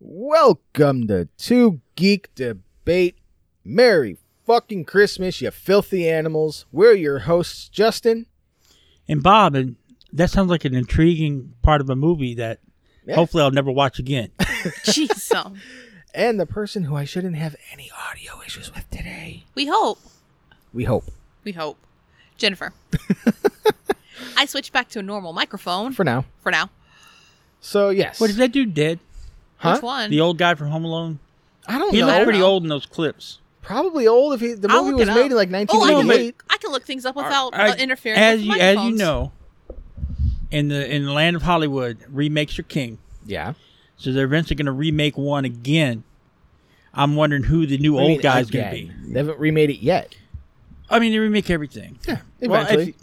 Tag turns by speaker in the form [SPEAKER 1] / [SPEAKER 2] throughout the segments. [SPEAKER 1] Welcome to Two Geek Debate. Merry fucking Christmas, you filthy animals. We're your hosts, Justin.
[SPEAKER 2] And Bob, and that sounds like an intriguing part of a movie that
[SPEAKER 1] Yeah.
[SPEAKER 2] hopefully I'll never watch again.
[SPEAKER 3] Jeez, um,
[SPEAKER 1] And the person who I shouldn't have any audio issues with today.
[SPEAKER 3] we hope.
[SPEAKER 1] We hope.
[SPEAKER 3] We hope. Jennifer. I switched back to a normal microphone
[SPEAKER 1] For now.
[SPEAKER 3] for now.
[SPEAKER 1] So, yes.
[SPEAKER 2] what is that dude dead?
[SPEAKER 1] Huh?
[SPEAKER 3] Which one?
[SPEAKER 2] The old guy from Home Alone.
[SPEAKER 1] I don't
[SPEAKER 2] He
[SPEAKER 1] know.
[SPEAKER 2] looked pretty
[SPEAKER 3] know.
[SPEAKER 2] old in those clips.
[SPEAKER 1] Probably old if he, the
[SPEAKER 3] I'll
[SPEAKER 1] movie
[SPEAKER 3] look
[SPEAKER 1] was
[SPEAKER 3] it
[SPEAKER 1] made
[SPEAKER 3] up.
[SPEAKER 1] in like
[SPEAKER 3] Oh, I can,
[SPEAKER 1] 1988.
[SPEAKER 3] look, I can look things up without
[SPEAKER 2] I-
[SPEAKER 3] uh, interfering
[SPEAKER 2] as
[SPEAKER 3] with
[SPEAKER 2] you,
[SPEAKER 3] the
[SPEAKER 2] as you
[SPEAKER 3] microphones.
[SPEAKER 2] know, in the in the land of Hollywood, remakes are king.
[SPEAKER 1] yeah.
[SPEAKER 2] So they're eventually going to remake one again. I'm wondering who the new
[SPEAKER 1] I mean,
[SPEAKER 2] old guy's going to be.
[SPEAKER 1] again, They haven't remade it yet.
[SPEAKER 2] I mean, they remake everything.
[SPEAKER 1] Yeah,
[SPEAKER 2] Well, if
[SPEAKER 1] eventually.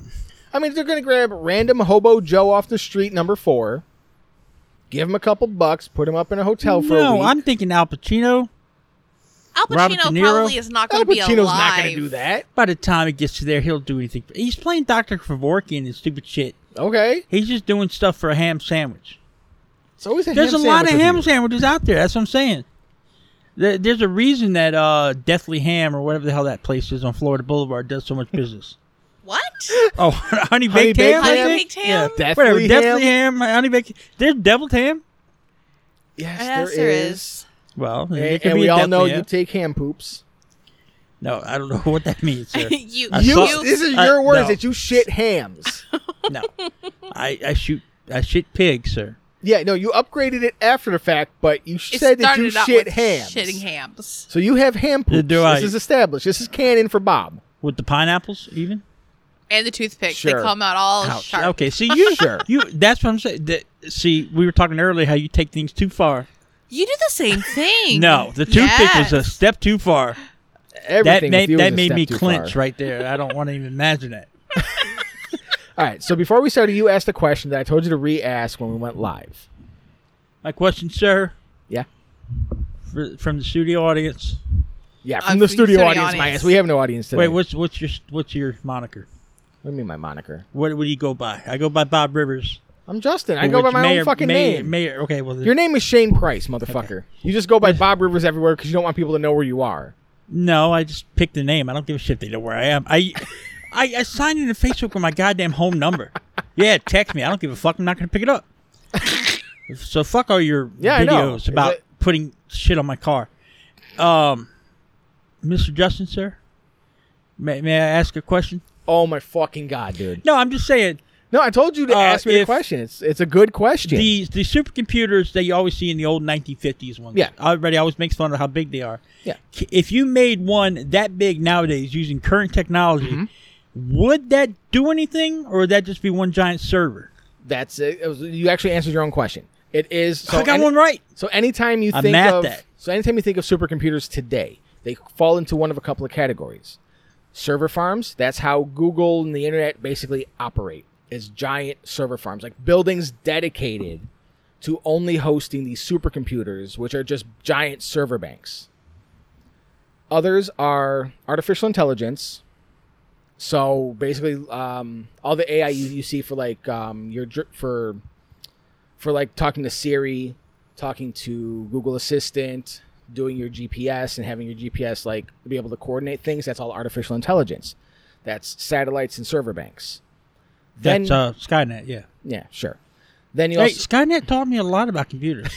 [SPEAKER 1] I mean, they're going to grab random hobo Joe off the street, number four, give him a couple bucks, put him up in a hotel for a
[SPEAKER 2] no,
[SPEAKER 1] week.
[SPEAKER 2] I'm thinking Al Pacino.
[SPEAKER 3] Al
[SPEAKER 2] Robert De
[SPEAKER 3] Pacino
[SPEAKER 2] Niro?
[SPEAKER 3] probably is not
[SPEAKER 1] Al
[SPEAKER 3] going to be alive.
[SPEAKER 1] Pacino's not going to do that.
[SPEAKER 2] By the time it gets to there, he'll do anything. He's playing Dr. Kevorkian and stupid shit.
[SPEAKER 1] Okay,
[SPEAKER 2] He's just doing stuff for a ham sandwich.
[SPEAKER 1] it's always a
[SPEAKER 2] There's
[SPEAKER 1] ham
[SPEAKER 2] a lot of
[SPEAKER 1] sandwich
[SPEAKER 2] ham
[SPEAKER 1] review.
[SPEAKER 2] sandwiches out there. That's what I'm saying. There- There's a reason that uh, Deathly Ham or whatever the hell that place is on Florida Boulevard does so much business.
[SPEAKER 3] What?
[SPEAKER 2] oh, honey
[SPEAKER 1] Honey
[SPEAKER 2] baked ham.
[SPEAKER 1] Baked
[SPEAKER 2] I
[SPEAKER 1] Ham?
[SPEAKER 2] think?
[SPEAKER 3] Baked Ham?
[SPEAKER 2] Yeah,
[SPEAKER 1] Deathly
[SPEAKER 2] whatever. Deathly
[SPEAKER 1] Ham?
[SPEAKER 2] ham, honey baked. There's deviled ham.
[SPEAKER 1] Yes,
[SPEAKER 3] yes,
[SPEAKER 1] there is.
[SPEAKER 2] Well,
[SPEAKER 1] And,
[SPEAKER 2] it could
[SPEAKER 1] and
[SPEAKER 2] be
[SPEAKER 1] we
[SPEAKER 2] a
[SPEAKER 1] all
[SPEAKER 2] Deathly
[SPEAKER 1] know
[SPEAKER 2] Ham.
[SPEAKER 1] you take ham poops.
[SPEAKER 2] No, I don't know what that means. Sir.
[SPEAKER 3] you,
[SPEAKER 2] I
[SPEAKER 1] You,
[SPEAKER 2] saw-
[SPEAKER 3] you,
[SPEAKER 1] this is
[SPEAKER 2] I-
[SPEAKER 1] your words
[SPEAKER 2] no.
[SPEAKER 1] that you shit hams.
[SPEAKER 2] no, I, I shoot I shit pig, sir.
[SPEAKER 1] yeah, no, you upgraded it after the fact, but you
[SPEAKER 3] it
[SPEAKER 1] said that you
[SPEAKER 3] started out
[SPEAKER 1] shit
[SPEAKER 3] with
[SPEAKER 1] hams.
[SPEAKER 3] Shitting hams.
[SPEAKER 1] So you have ham poops.
[SPEAKER 2] Did do I-
[SPEAKER 1] This is established. This is canon for Bob.
[SPEAKER 2] With the pineapples, even.
[SPEAKER 3] And the toothpicks.
[SPEAKER 1] Sure.
[SPEAKER 3] They come out all
[SPEAKER 2] Ouch.
[SPEAKER 3] sharp.
[SPEAKER 2] Okay, see you sure you. That's what I'm saying. That, see, we were talking earlier how you take things too far.
[SPEAKER 3] You do the same thing.
[SPEAKER 2] No, the toothpick was a step too far.
[SPEAKER 1] Everything
[SPEAKER 2] that
[SPEAKER 1] with you
[SPEAKER 2] made
[SPEAKER 1] is
[SPEAKER 2] that
[SPEAKER 1] a
[SPEAKER 2] made
[SPEAKER 1] step
[SPEAKER 2] me
[SPEAKER 1] too
[SPEAKER 2] clinch
[SPEAKER 1] far.
[SPEAKER 2] right there. I don't want to even imagine that.
[SPEAKER 1] All right. So before we started, you asked a question that I told you to re-ask when we went live.
[SPEAKER 2] My question, sir,
[SPEAKER 1] Yeah.
[SPEAKER 2] fr- from the studio audience.
[SPEAKER 1] Yeah,
[SPEAKER 3] Uh,
[SPEAKER 1] from the
[SPEAKER 3] from
[SPEAKER 1] studio
[SPEAKER 3] studio
[SPEAKER 1] audience, my
[SPEAKER 3] audience.
[SPEAKER 1] ass. We have no audience today.
[SPEAKER 2] Wait, what's what's your what's your moniker?
[SPEAKER 1] What do you mean, my moniker?
[SPEAKER 2] What what do you go by? I go by Bob Rivers.
[SPEAKER 1] I'm Justin. I go by
[SPEAKER 2] which
[SPEAKER 1] my
[SPEAKER 2] may
[SPEAKER 1] own
[SPEAKER 2] or-
[SPEAKER 1] fucking
[SPEAKER 2] may-
[SPEAKER 1] name.
[SPEAKER 2] may or- okay, well,
[SPEAKER 1] Your name is Shane Price, motherfucker. You just go by Bob Rivers everywhere because you don't want people to know where you are.
[SPEAKER 2] no, I just picked the name. I don't give a shit. if They know where I am. I I, I signed into Facebook with my goddamn home number. Yeah, text me. I don't give a fuck. I'm not gonna pick it up. so fuck all your
[SPEAKER 1] Yeah, I know.
[SPEAKER 2] videos about
[SPEAKER 1] Is it-
[SPEAKER 2] putting shit on my car. Um, Mr. Justin, sir, may, may I ask a question?
[SPEAKER 1] Oh my fucking god, dude!
[SPEAKER 2] No, I'm just saying
[SPEAKER 1] No, I told you to
[SPEAKER 2] Uh,
[SPEAKER 1] ask me the
[SPEAKER 2] if-
[SPEAKER 1] question. It's it's a good question.
[SPEAKER 2] the the supercomputers that you always see in the old 1950s ones.
[SPEAKER 1] Yeah.
[SPEAKER 2] everybody always makes fun of how big they are.
[SPEAKER 1] Yeah.
[SPEAKER 2] C- If you made one that big nowadays using current technology,
[SPEAKER 1] Mm-hmm.
[SPEAKER 2] would that do anything, or would that just be one giant server?
[SPEAKER 1] That's it. It was- you actually answered your own question. It is. So
[SPEAKER 2] I got
[SPEAKER 1] any-
[SPEAKER 2] one right.
[SPEAKER 1] So anytime you
[SPEAKER 2] I'm
[SPEAKER 1] think
[SPEAKER 2] at
[SPEAKER 1] of
[SPEAKER 2] that.
[SPEAKER 1] so anytime you think of supercomputers today, they fall into one of a couple of categories. Server farms, that's how Google and the internet basically operate. Is giant server farms, like buildings dedicated to only hosting these supercomputers, which are just giant server banks. Others are artificial intelligence. So basically, um, all the AI you, you see for like um, your dr- for for like talking to Siri, talking to Google Assistant, doing your GPS and having your GPS like be able to coordinate things. That's all artificial intelligence. That's satellites and server banks. Then-
[SPEAKER 2] That's uh, Skynet. Yeah.
[SPEAKER 1] Yeah, sure. Then you
[SPEAKER 2] Hey,
[SPEAKER 1] also
[SPEAKER 2] Skynet taught me a lot about computers.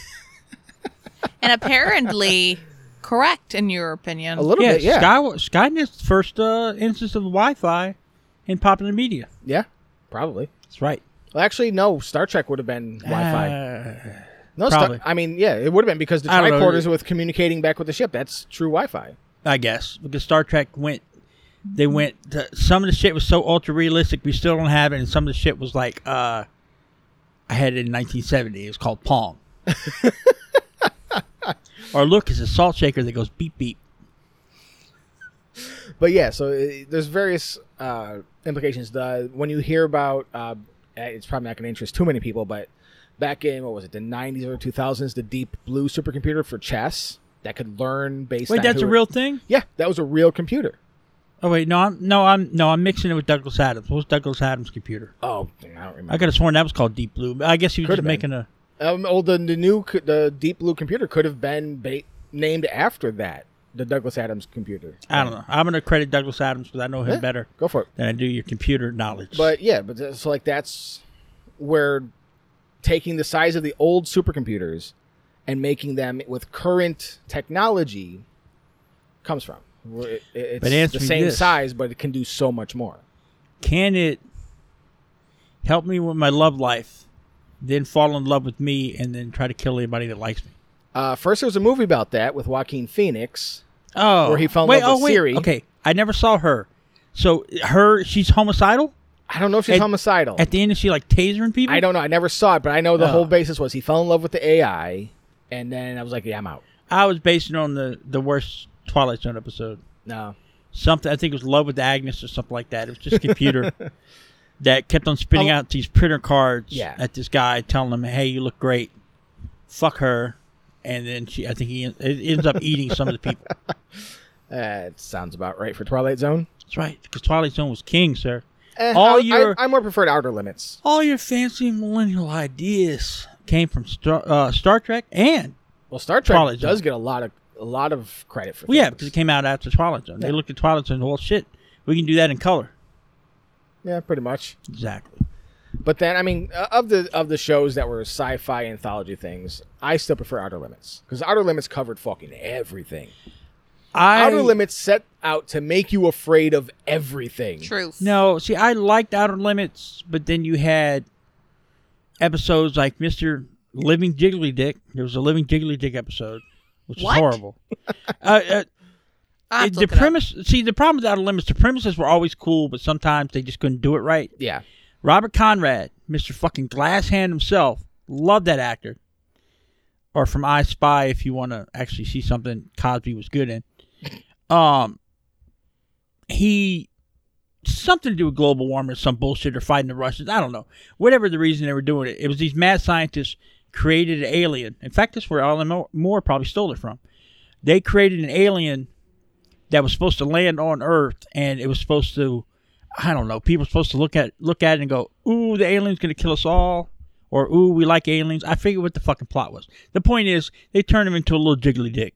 [SPEAKER 3] And apparently correct in your opinion.
[SPEAKER 1] a little
[SPEAKER 2] yeah,
[SPEAKER 1] bit, yeah,
[SPEAKER 2] Sky, Skynet's the first uh, instance of Wi-Fi in popular media.
[SPEAKER 1] yeah, probably.
[SPEAKER 2] That's right.
[SPEAKER 1] Well, actually, no. Star Trek would have been Wi-Fi.
[SPEAKER 2] Uh,
[SPEAKER 1] no, Star,
[SPEAKER 2] probably.
[SPEAKER 1] I mean, yeah, it would have been because the
[SPEAKER 2] I don't know.
[SPEAKER 1] tricorders with communicating back with the ship. That's true Wi-Fi.
[SPEAKER 2] I guess because Star Trek went, they went. To, some of the shit was so ultra realistic. We still don't have it, and some of the shit was like, uh, I had it in 1970. It was called Pong. or look, it's a salt shaker that goes beep beep.
[SPEAKER 1] But yeah, so uh, there's various uh, implications. The when you hear about, uh, it's probably not going to interest too many people, but back in what was it, the 90s or 2000s, the Deep Blue supercomputer for chess that could learn based.
[SPEAKER 2] Wait,
[SPEAKER 1] on
[SPEAKER 2] that's
[SPEAKER 1] who
[SPEAKER 2] a
[SPEAKER 1] it-
[SPEAKER 2] real thing.
[SPEAKER 1] Yeah, that was a real computer.
[SPEAKER 2] Oh wait, no, I'm no, I'm no, I'm mixing it with Douglas Adams. What was Douglas Adams' computer?
[SPEAKER 1] Oh, I don't remember.
[SPEAKER 2] I could have sworn that was called Deep Blue. but I guess he was
[SPEAKER 1] Could
[SPEAKER 2] just
[SPEAKER 1] have been.
[SPEAKER 2] making a.
[SPEAKER 1] Um, well, the, the new, co- the Deep Blue computer could have been ba- named after that, the Douglas Adams computer.
[SPEAKER 2] I don't know. I'm gonna credit Douglas Adams because I know him better
[SPEAKER 1] Go for it.
[SPEAKER 2] than I do your computer knowledge.
[SPEAKER 1] But yeah, but it's like that's where taking the size of the old supercomputers and making them with current technology comes from. Where it- it-
[SPEAKER 2] But
[SPEAKER 1] it's
[SPEAKER 2] answer
[SPEAKER 1] the
[SPEAKER 2] me
[SPEAKER 1] same
[SPEAKER 2] this.
[SPEAKER 1] size, but it can do so much more.
[SPEAKER 2] can it help me with my love life, then fall in love with me, and then try to kill anybody that likes me?
[SPEAKER 1] Uh, first, there was a movie about that with Joaquin Phoenix.
[SPEAKER 2] Oh,
[SPEAKER 1] Where he fell in
[SPEAKER 2] wait,
[SPEAKER 1] love
[SPEAKER 2] oh,
[SPEAKER 1] with
[SPEAKER 2] wait.
[SPEAKER 1] Siri.
[SPEAKER 2] Okay, I never saw her. So her, she's homicidal.
[SPEAKER 1] I don't know if she's
[SPEAKER 2] At-
[SPEAKER 1] homicidal.
[SPEAKER 2] At the end, is she like tasering people?
[SPEAKER 1] I don't know. I never saw it, but I know the
[SPEAKER 2] Oh.
[SPEAKER 1] whole basis was he fell in love with the AI, and then I was like, yeah, I'm out.
[SPEAKER 2] I was basing it on the the worst Twilight Zone episode.
[SPEAKER 1] No.
[SPEAKER 2] Something I think it was Love with Agnes or something like that. It was just a computer that kept on spitting
[SPEAKER 1] Oh.
[SPEAKER 2] out these printer cards
[SPEAKER 1] Yeah.
[SPEAKER 2] at this guy, telling him, "Hey, you look great. Fuck her." And then she, I think he en- it ends up eating some of the people.
[SPEAKER 1] Uh, it sounds about right for Twilight Zone.
[SPEAKER 2] That's right, because Twilight Zone was king, sir.
[SPEAKER 1] Eh,
[SPEAKER 2] All
[SPEAKER 1] I,
[SPEAKER 2] your-
[SPEAKER 1] I, I more preferred Outer Limits.
[SPEAKER 2] All your fancy millennial ideas came from Star, uh, Star Trek, and
[SPEAKER 1] Well, Star Trek
[SPEAKER 2] Twilight Zone.
[SPEAKER 1] does get a lot of a lot of credit for.
[SPEAKER 2] well, yeah, because
[SPEAKER 1] things.
[SPEAKER 2] it came out after Twilight Zone. They
[SPEAKER 1] Yeah.
[SPEAKER 2] looked at Twilight Zone, well, shit, we can do that in color.
[SPEAKER 1] yeah, pretty much.
[SPEAKER 2] Exactly.
[SPEAKER 1] But then, I mean, uh, of the of the shows that were sci-fi anthology things, I still prefer Outer Limits because Outer Limits covered fucking everything.
[SPEAKER 2] I
[SPEAKER 1] Outer Limits set out to make you afraid of everything.
[SPEAKER 3] Truth.
[SPEAKER 2] No, see, I liked Outer Limits, but then you had episodes like Mr. Living Jiggly Dick. There was a Living Jiggly Dick episode, which is
[SPEAKER 3] What?
[SPEAKER 2] horrible. uh, uh,
[SPEAKER 3] I have
[SPEAKER 2] it-
[SPEAKER 3] to
[SPEAKER 2] the
[SPEAKER 3] look it up.
[SPEAKER 2] premise, see, the problem with Outer Limits, the premises were always cool, but sometimes they just couldn't do it right.
[SPEAKER 1] Yeah,
[SPEAKER 2] Robert Conrad, Mr. fucking Glass Hand himself, loved that actor. Or from I Spy, if you want to actually see something Cosby was good in. Um, he something to do with global warming, some bullshit, or fighting the Russians. I don't know. Whatever the reason they were doing it, it was these mad scientists created an alien. In fact, that's where Alan Mo- Moore probably stole it from. They created an alien that was supposed to land on Earth, and it was supposed to I don't know. People are supposed to look at look at it and go, "Ooh, the alien's gonna kill us all," or "Ooh, we like aliens." I figured what the fucking plot was. The point is, they turned him into a little jiggly dick.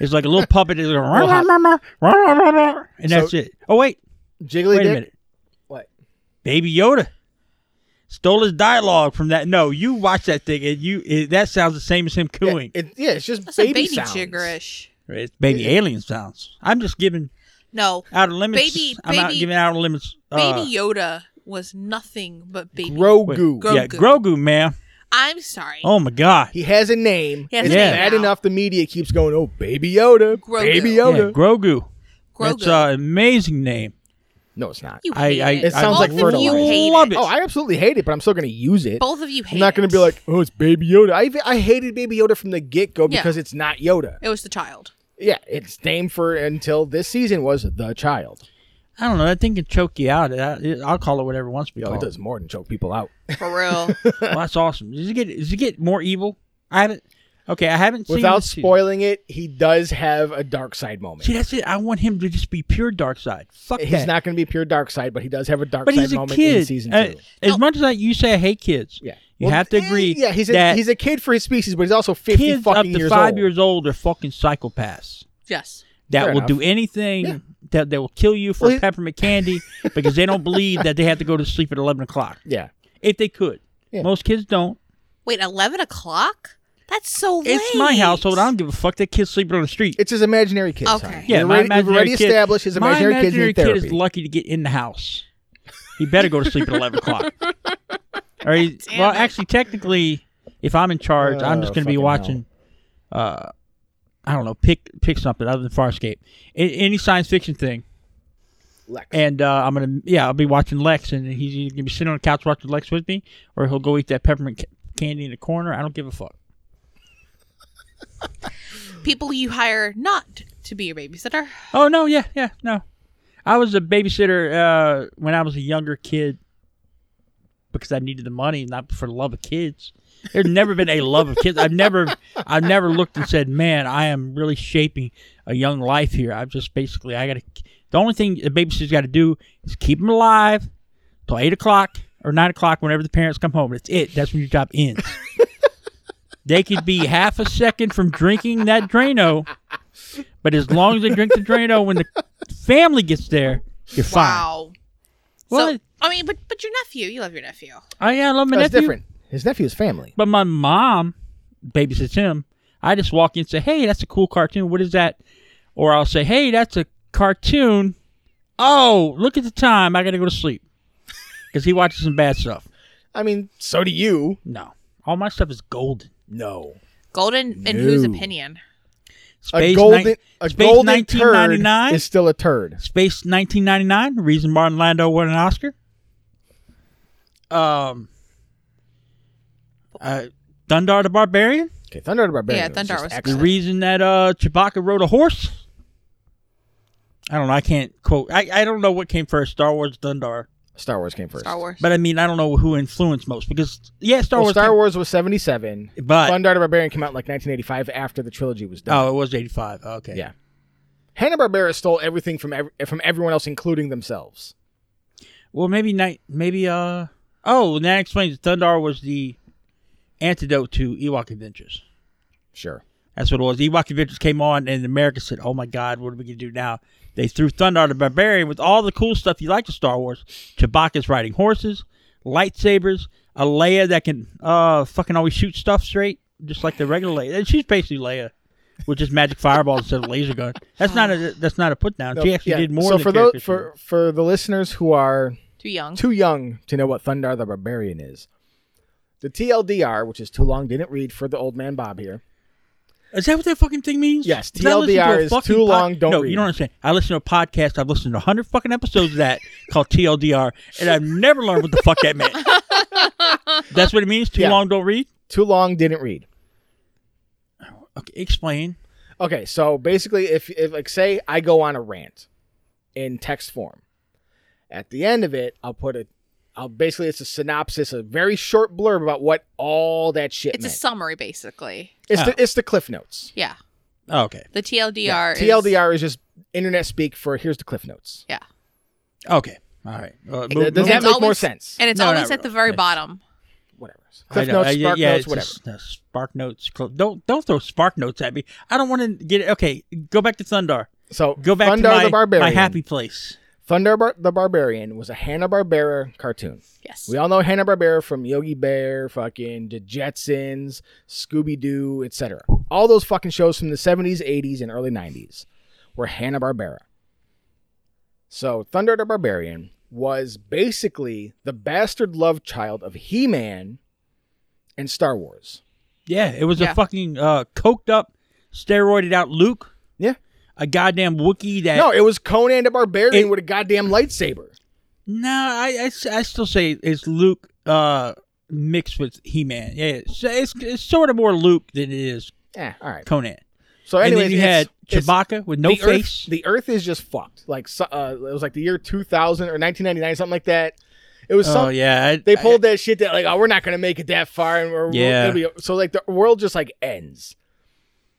[SPEAKER 2] it's like a little puppet. It's like, "Rah, rah, rah, rah, rah, rah, rah," and that's
[SPEAKER 1] So-
[SPEAKER 2] it. Oh wait,
[SPEAKER 1] Jiggly
[SPEAKER 2] wait
[SPEAKER 1] Dick.
[SPEAKER 2] a minute.
[SPEAKER 1] What?
[SPEAKER 2] Baby Yoda stole his dialogue from that. No, you watch that thing, and you it, that sounds the same as him
[SPEAKER 1] Yeah,
[SPEAKER 2] cooing.
[SPEAKER 1] it- yeah, it's just
[SPEAKER 3] That's
[SPEAKER 1] baby,
[SPEAKER 3] like baby
[SPEAKER 1] sounds.
[SPEAKER 3] jiggerish.
[SPEAKER 2] it's baby alien sounds. I'm just giving
[SPEAKER 3] No,
[SPEAKER 2] outer limits.
[SPEAKER 3] Baby-
[SPEAKER 2] I'm out
[SPEAKER 3] baby-
[SPEAKER 2] giving outer limits. uh,
[SPEAKER 3] Baby Yoda was nothing but baby.
[SPEAKER 2] wait,
[SPEAKER 1] Grogu.
[SPEAKER 3] Gro-
[SPEAKER 2] Yeah,
[SPEAKER 3] Grogu.
[SPEAKER 2] Grogu, man.
[SPEAKER 3] I'm sorry.
[SPEAKER 2] Oh my god.
[SPEAKER 1] He has a name.
[SPEAKER 3] He has
[SPEAKER 1] it's
[SPEAKER 2] a name
[SPEAKER 1] bad
[SPEAKER 3] now.
[SPEAKER 1] enough the media keeps going, oh, Baby Yoda,
[SPEAKER 3] Grogu.
[SPEAKER 1] Baby
[SPEAKER 2] Yeah,
[SPEAKER 1] Yoda.
[SPEAKER 2] Grogu.
[SPEAKER 3] Grogu.
[SPEAKER 2] That's an amazing name.
[SPEAKER 1] no, it's not.
[SPEAKER 3] you
[SPEAKER 2] uh, I-
[SPEAKER 3] hate
[SPEAKER 2] I-
[SPEAKER 3] it.
[SPEAKER 1] It sounds
[SPEAKER 3] Both
[SPEAKER 1] like
[SPEAKER 3] of
[SPEAKER 1] fertilizer.
[SPEAKER 3] You hate
[SPEAKER 2] Love it.
[SPEAKER 1] Oh, I absolutely hate it, but I'm still going to use it.
[SPEAKER 3] Both of you hate
[SPEAKER 1] I'm not going
[SPEAKER 3] it.
[SPEAKER 1] to be like, oh, it's Baby Yoda. I, even- I hated Baby Yoda from the get go
[SPEAKER 3] Yeah.
[SPEAKER 1] because it's not Yoda.
[SPEAKER 3] It was the child.
[SPEAKER 1] Yeah, its name for until this season was The Child.
[SPEAKER 2] I don't know. That thing can choke you out. I, it- I'll call it whatever it wants to be
[SPEAKER 1] Yo,
[SPEAKER 2] called.
[SPEAKER 1] Oh, it does more than choke people out.
[SPEAKER 3] For real.
[SPEAKER 2] Well, that's awesome. Does it get? Does it get more evil? I haven't. Okay, I haven't seen
[SPEAKER 1] Without
[SPEAKER 2] this season.
[SPEAKER 1] spoiling it, he does have a dark side moment.
[SPEAKER 2] See, that's it. I want him to just be pure dark side. Fuck
[SPEAKER 1] He's
[SPEAKER 2] that.
[SPEAKER 1] not going to be pure dark side, but he does have a dark
[SPEAKER 2] But
[SPEAKER 1] side
[SPEAKER 2] he's a
[SPEAKER 1] moment in
[SPEAKER 2] kid.
[SPEAKER 1] season two.
[SPEAKER 2] Uh, as
[SPEAKER 3] No.
[SPEAKER 2] much as I, you say I hate kids,
[SPEAKER 1] yeah,
[SPEAKER 2] you
[SPEAKER 1] Well,
[SPEAKER 2] have to
[SPEAKER 1] eh,
[SPEAKER 2] agree.
[SPEAKER 1] Yeah, he's a
[SPEAKER 2] that
[SPEAKER 1] he's a kid for his species, but he's also fifty
[SPEAKER 2] kids up
[SPEAKER 1] fucking
[SPEAKER 2] to
[SPEAKER 1] years
[SPEAKER 2] five
[SPEAKER 1] old.
[SPEAKER 2] years old are fucking psychopaths.
[SPEAKER 3] yes.
[SPEAKER 2] that
[SPEAKER 1] Fair
[SPEAKER 2] will
[SPEAKER 1] enough.
[SPEAKER 2] do anything
[SPEAKER 1] Yeah.
[SPEAKER 2] that they will kill you for
[SPEAKER 1] Well, he-
[SPEAKER 2] peppermint candy because they don't believe that they have to go to sleep at 11 o'clock
[SPEAKER 1] Yeah,
[SPEAKER 2] if they could
[SPEAKER 1] Yeah.
[SPEAKER 2] most kids don't
[SPEAKER 3] Wait, 11 o'clock? That's so late.
[SPEAKER 2] it's my household i don't give a fuck that kid's sleeping on the street
[SPEAKER 1] it's his imaginary kid.
[SPEAKER 3] Okay.
[SPEAKER 1] Son.
[SPEAKER 2] yeah
[SPEAKER 1] You've
[SPEAKER 2] my
[SPEAKER 1] already, you've
[SPEAKER 2] imaginary
[SPEAKER 1] already
[SPEAKER 2] kid,
[SPEAKER 1] established his
[SPEAKER 2] my
[SPEAKER 1] imaginary, kids
[SPEAKER 2] imaginary
[SPEAKER 1] need
[SPEAKER 2] kid
[SPEAKER 1] therapy.
[SPEAKER 2] is lucky to get in the house he better go to sleep at 11 o'clock or he,
[SPEAKER 3] Damn
[SPEAKER 2] well
[SPEAKER 3] it.
[SPEAKER 2] actually technically if i'm in charge i'm
[SPEAKER 1] Oh,
[SPEAKER 2] just going to be
[SPEAKER 1] fucking
[SPEAKER 2] watching uh i don't know pick pick something other than farscape A- any science fiction thing
[SPEAKER 1] Lex.
[SPEAKER 2] And uh, I'm gonna, yeah, I'll be watching Lex, and he's either gonna be sitting on the couch watching Lex with me, or he'll go eat that peppermint ca- candy in the corner. I don't give a fuck.
[SPEAKER 3] People you hire not to be your babysitter.
[SPEAKER 2] Oh no, yeah, yeah, no. I was a babysitter uh, when I was a younger kid because I needed the money, not for the love of kids. There's never been a love of kids. I've never, I've never looked and said, "Man, I am really shaping a young life here." I've just basically, I gotta. The only thing a babysitter's got to do is keep them alive till eight o'clock or nine o'clock, whenever the parents come home. That's it. That's when your job ends. They could be half a second from drinking that Drano, but as long as they drink the Drano when the family gets there, you're fine.
[SPEAKER 3] Wow.
[SPEAKER 2] Well,
[SPEAKER 3] So I mean, but but your nephew, you love your nephew.
[SPEAKER 2] I, yeah, I love my
[SPEAKER 1] That's
[SPEAKER 2] nephew,
[SPEAKER 1] different. His nephew's family.
[SPEAKER 2] but my mom babysits him. I just walk in and say, "Hey, that's a cool cartoon. What is that?" Or I'll say, "Hey, that's a cartoon." Oh, look at the time. I gotta go to sleep because he watches some bad stuff.
[SPEAKER 1] I mean, so do you.
[SPEAKER 2] No, all my stuff is golden.
[SPEAKER 1] No.
[SPEAKER 3] Golden in whose
[SPEAKER 1] No.
[SPEAKER 3] opinion?
[SPEAKER 1] a
[SPEAKER 2] Space
[SPEAKER 1] golden,
[SPEAKER 2] ni-
[SPEAKER 1] a
[SPEAKER 2] Space
[SPEAKER 1] golden turd
[SPEAKER 2] 1999?
[SPEAKER 1] is still a turd.
[SPEAKER 2] Space 1999, the reason Martin Landau won an Oscar. Um, uh, Dundar the Barbarian,
[SPEAKER 1] Okay, Thunder the Barbarian.
[SPEAKER 3] Yeah,
[SPEAKER 1] was
[SPEAKER 3] Thunder
[SPEAKER 1] just
[SPEAKER 3] was
[SPEAKER 2] the
[SPEAKER 1] excellent.
[SPEAKER 2] reason that uh Chewbacca rode a horse. I don't know. I can't quote. I, I don't know what came first, Star Wars, Dundar.
[SPEAKER 1] Star Wars came first.
[SPEAKER 3] Star Wars.
[SPEAKER 2] But I mean, I don't know who influenced most because yeah, Star
[SPEAKER 1] Well,
[SPEAKER 2] Wars.
[SPEAKER 1] Star
[SPEAKER 2] came-
[SPEAKER 1] Wars was 77.
[SPEAKER 2] But
[SPEAKER 1] Thunder the Barbarian came out in like 1985 after the trilogy was done.
[SPEAKER 2] oh, it was 85. Okay.
[SPEAKER 1] Yeah. Hanna-Barbera stole everything from ev- from everyone else, including themselves.
[SPEAKER 2] Well, maybe night. Maybe uh. Oh, and that explains. Dundar was the antidote to Ewok Adventures.
[SPEAKER 1] Sure.
[SPEAKER 2] That's what it was. Ewok Adventures came on, and America said, "Oh my God, what are we gonna do now?" They threw Thunder the Barbarian with all the cool stuff you like to Star Wars. Chewbacca's riding horses, lightsabers, a Leia that can uh fucking always shoot stuff straight, just like the regular Leia. And She's basically Leia, with just magic fireballs instead of laser gun. That's not a that's not a put down.
[SPEAKER 1] No,
[SPEAKER 2] she actually
[SPEAKER 1] yeah.
[SPEAKER 2] did
[SPEAKER 1] So
[SPEAKER 2] more. than
[SPEAKER 1] for
[SPEAKER 2] the
[SPEAKER 1] those for for the listeners who are
[SPEAKER 3] Too young.
[SPEAKER 1] too young to know what Thunder the Barbarian is, the TLDR, which is too long, didn't read for the old man Bob here.
[SPEAKER 2] is that what that fucking thing means?
[SPEAKER 1] Yes,
[SPEAKER 2] Did I listen to a
[SPEAKER 1] TLDR is
[SPEAKER 2] fucking
[SPEAKER 1] too long, don't
[SPEAKER 2] no,
[SPEAKER 1] read.
[SPEAKER 2] you don't understand. I listen to a podcast. I've listened to hundred fucking episodes of that called TLDR, and I've never learned what the fuck that meant. That's what it means. Too
[SPEAKER 1] Yeah.
[SPEAKER 2] long, don't read.
[SPEAKER 1] Too long, didn't read.
[SPEAKER 2] Okay, explain.
[SPEAKER 1] Okay, so basically, if, if like say I go on a rant in text form, at the end of it, I'll put a, I'll basically it's a synopsis, a very short blurb about what all that shit
[SPEAKER 3] It's a
[SPEAKER 1] meant.
[SPEAKER 3] summary, basically.
[SPEAKER 1] it's the it's the cliff notes.
[SPEAKER 3] Yeah.
[SPEAKER 2] Oh, okay,
[SPEAKER 3] The TLDR.
[SPEAKER 1] Yeah,
[SPEAKER 3] is-
[SPEAKER 1] TLDR is just internet speak for here's the cliff notes.
[SPEAKER 3] Yeah.
[SPEAKER 2] okay, all right. Uh,
[SPEAKER 1] Th-
[SPEAKER 2] move-
[SPEAKER 1] Does that
[SPEAKER 2] move-
[SPEAKER 3] It's
[SPEAKER 1] make more
[SPEAKER 3] always-
[SPEAKER 1] sense?
[SPEAKER 3] And it's
[SPEAKER 2] No,
[SPEAKER 3] always
[SPEAKER 2] not
[SPEAKER 3] at the
[SPEAKER 2] really.
[SPEAKER 3] very
[SPEAKER 2] It's-
[SPEAKER 3] bottom.
[SPEAKER 1] Whatever.
[SPEAKER 2] I
[SPEAKER 1] Cliff
[SPEAKER 2] know,
[SPEAKER 1] notes,
[SPEAKER 2] I-
[SPEAKER 1] spark
[SPEAKER 2] yeah,
[SPEAKER 1] notes,
[SPEAKER 2] it's
[SPEAKER 1] whatever.
[SPEAKER 2] just- uh, spark notes. Cl- don't don't throw spark notes at me. I don't want to get. Okay, go back to Thundar.
[SPEAKER 1] So
[SPEAKER 2] Go back
[SPEAKER 1] Thunder
[SPEAKER 2] to my,
[SPEAKER 1] the Barbarian.
[SPEAKER 2] my happy place.
[SPEAKER 1] Thunder Bar- the Barbarian was a Hanna Barbera cartoon.
[SPEAKER 3] Yes.
[SPEAKER 1] We all know Hanna Barbera from Yogi Bear, fucking The Jetsons, Scooby Doo, etc. All those fucking shows from the 70s, 80s, and early 90s were Hanna Barbera. So Thunder the Barbarian was basically the bastard love child of He Man and Star Wars.
[SPEAKER 2] Yeah, it was
[SPEAKER 3] Yeah.
[SPEAKER 2] a fucking uh, coked up, steroided out Luke.
[SPEAKER 1] Yeah.
[SPEAKER 2] a goddamn Wookiee that.
[SPEAKER 1] No, it was Conan the Barbarian
[SPEAKER 2] It-
[SPEAKER 1] with a goddamn lightsaber.
[SPEAKER 2] No, I, I s- I still say it's Luke uh, mixed with He Man. Yeah, it's, it's, it's sort of more Luke than it is
[SPEAKER 1] Yeah, Eh, all right.
[SPEAKER 2] Conan.
[SPEAKER 1] So anyway,
[SPEAKER 2] and then you had Chewbacca with no
[SPEAKER 1] the
[SPEAKER 2] face.
[SPEAKER 1] Earth, the Earth is just fucked. Like so- uh, it was like the year 2000 or 1999, something like that. It was
[SPEAKER 2] oh
[SPEAKER 1] some.
[SPEAKER 2] yeah, I-
[SPEAKER 1] They
[SPEAKER 2] I-
[SPEAKER 1] pulled that shit that like, oh, we're not gonna make it that far, and we're,
[SPEAKER 2] Yeah.
[SPEAKER 1] we're gonna be, so like the world just like ends.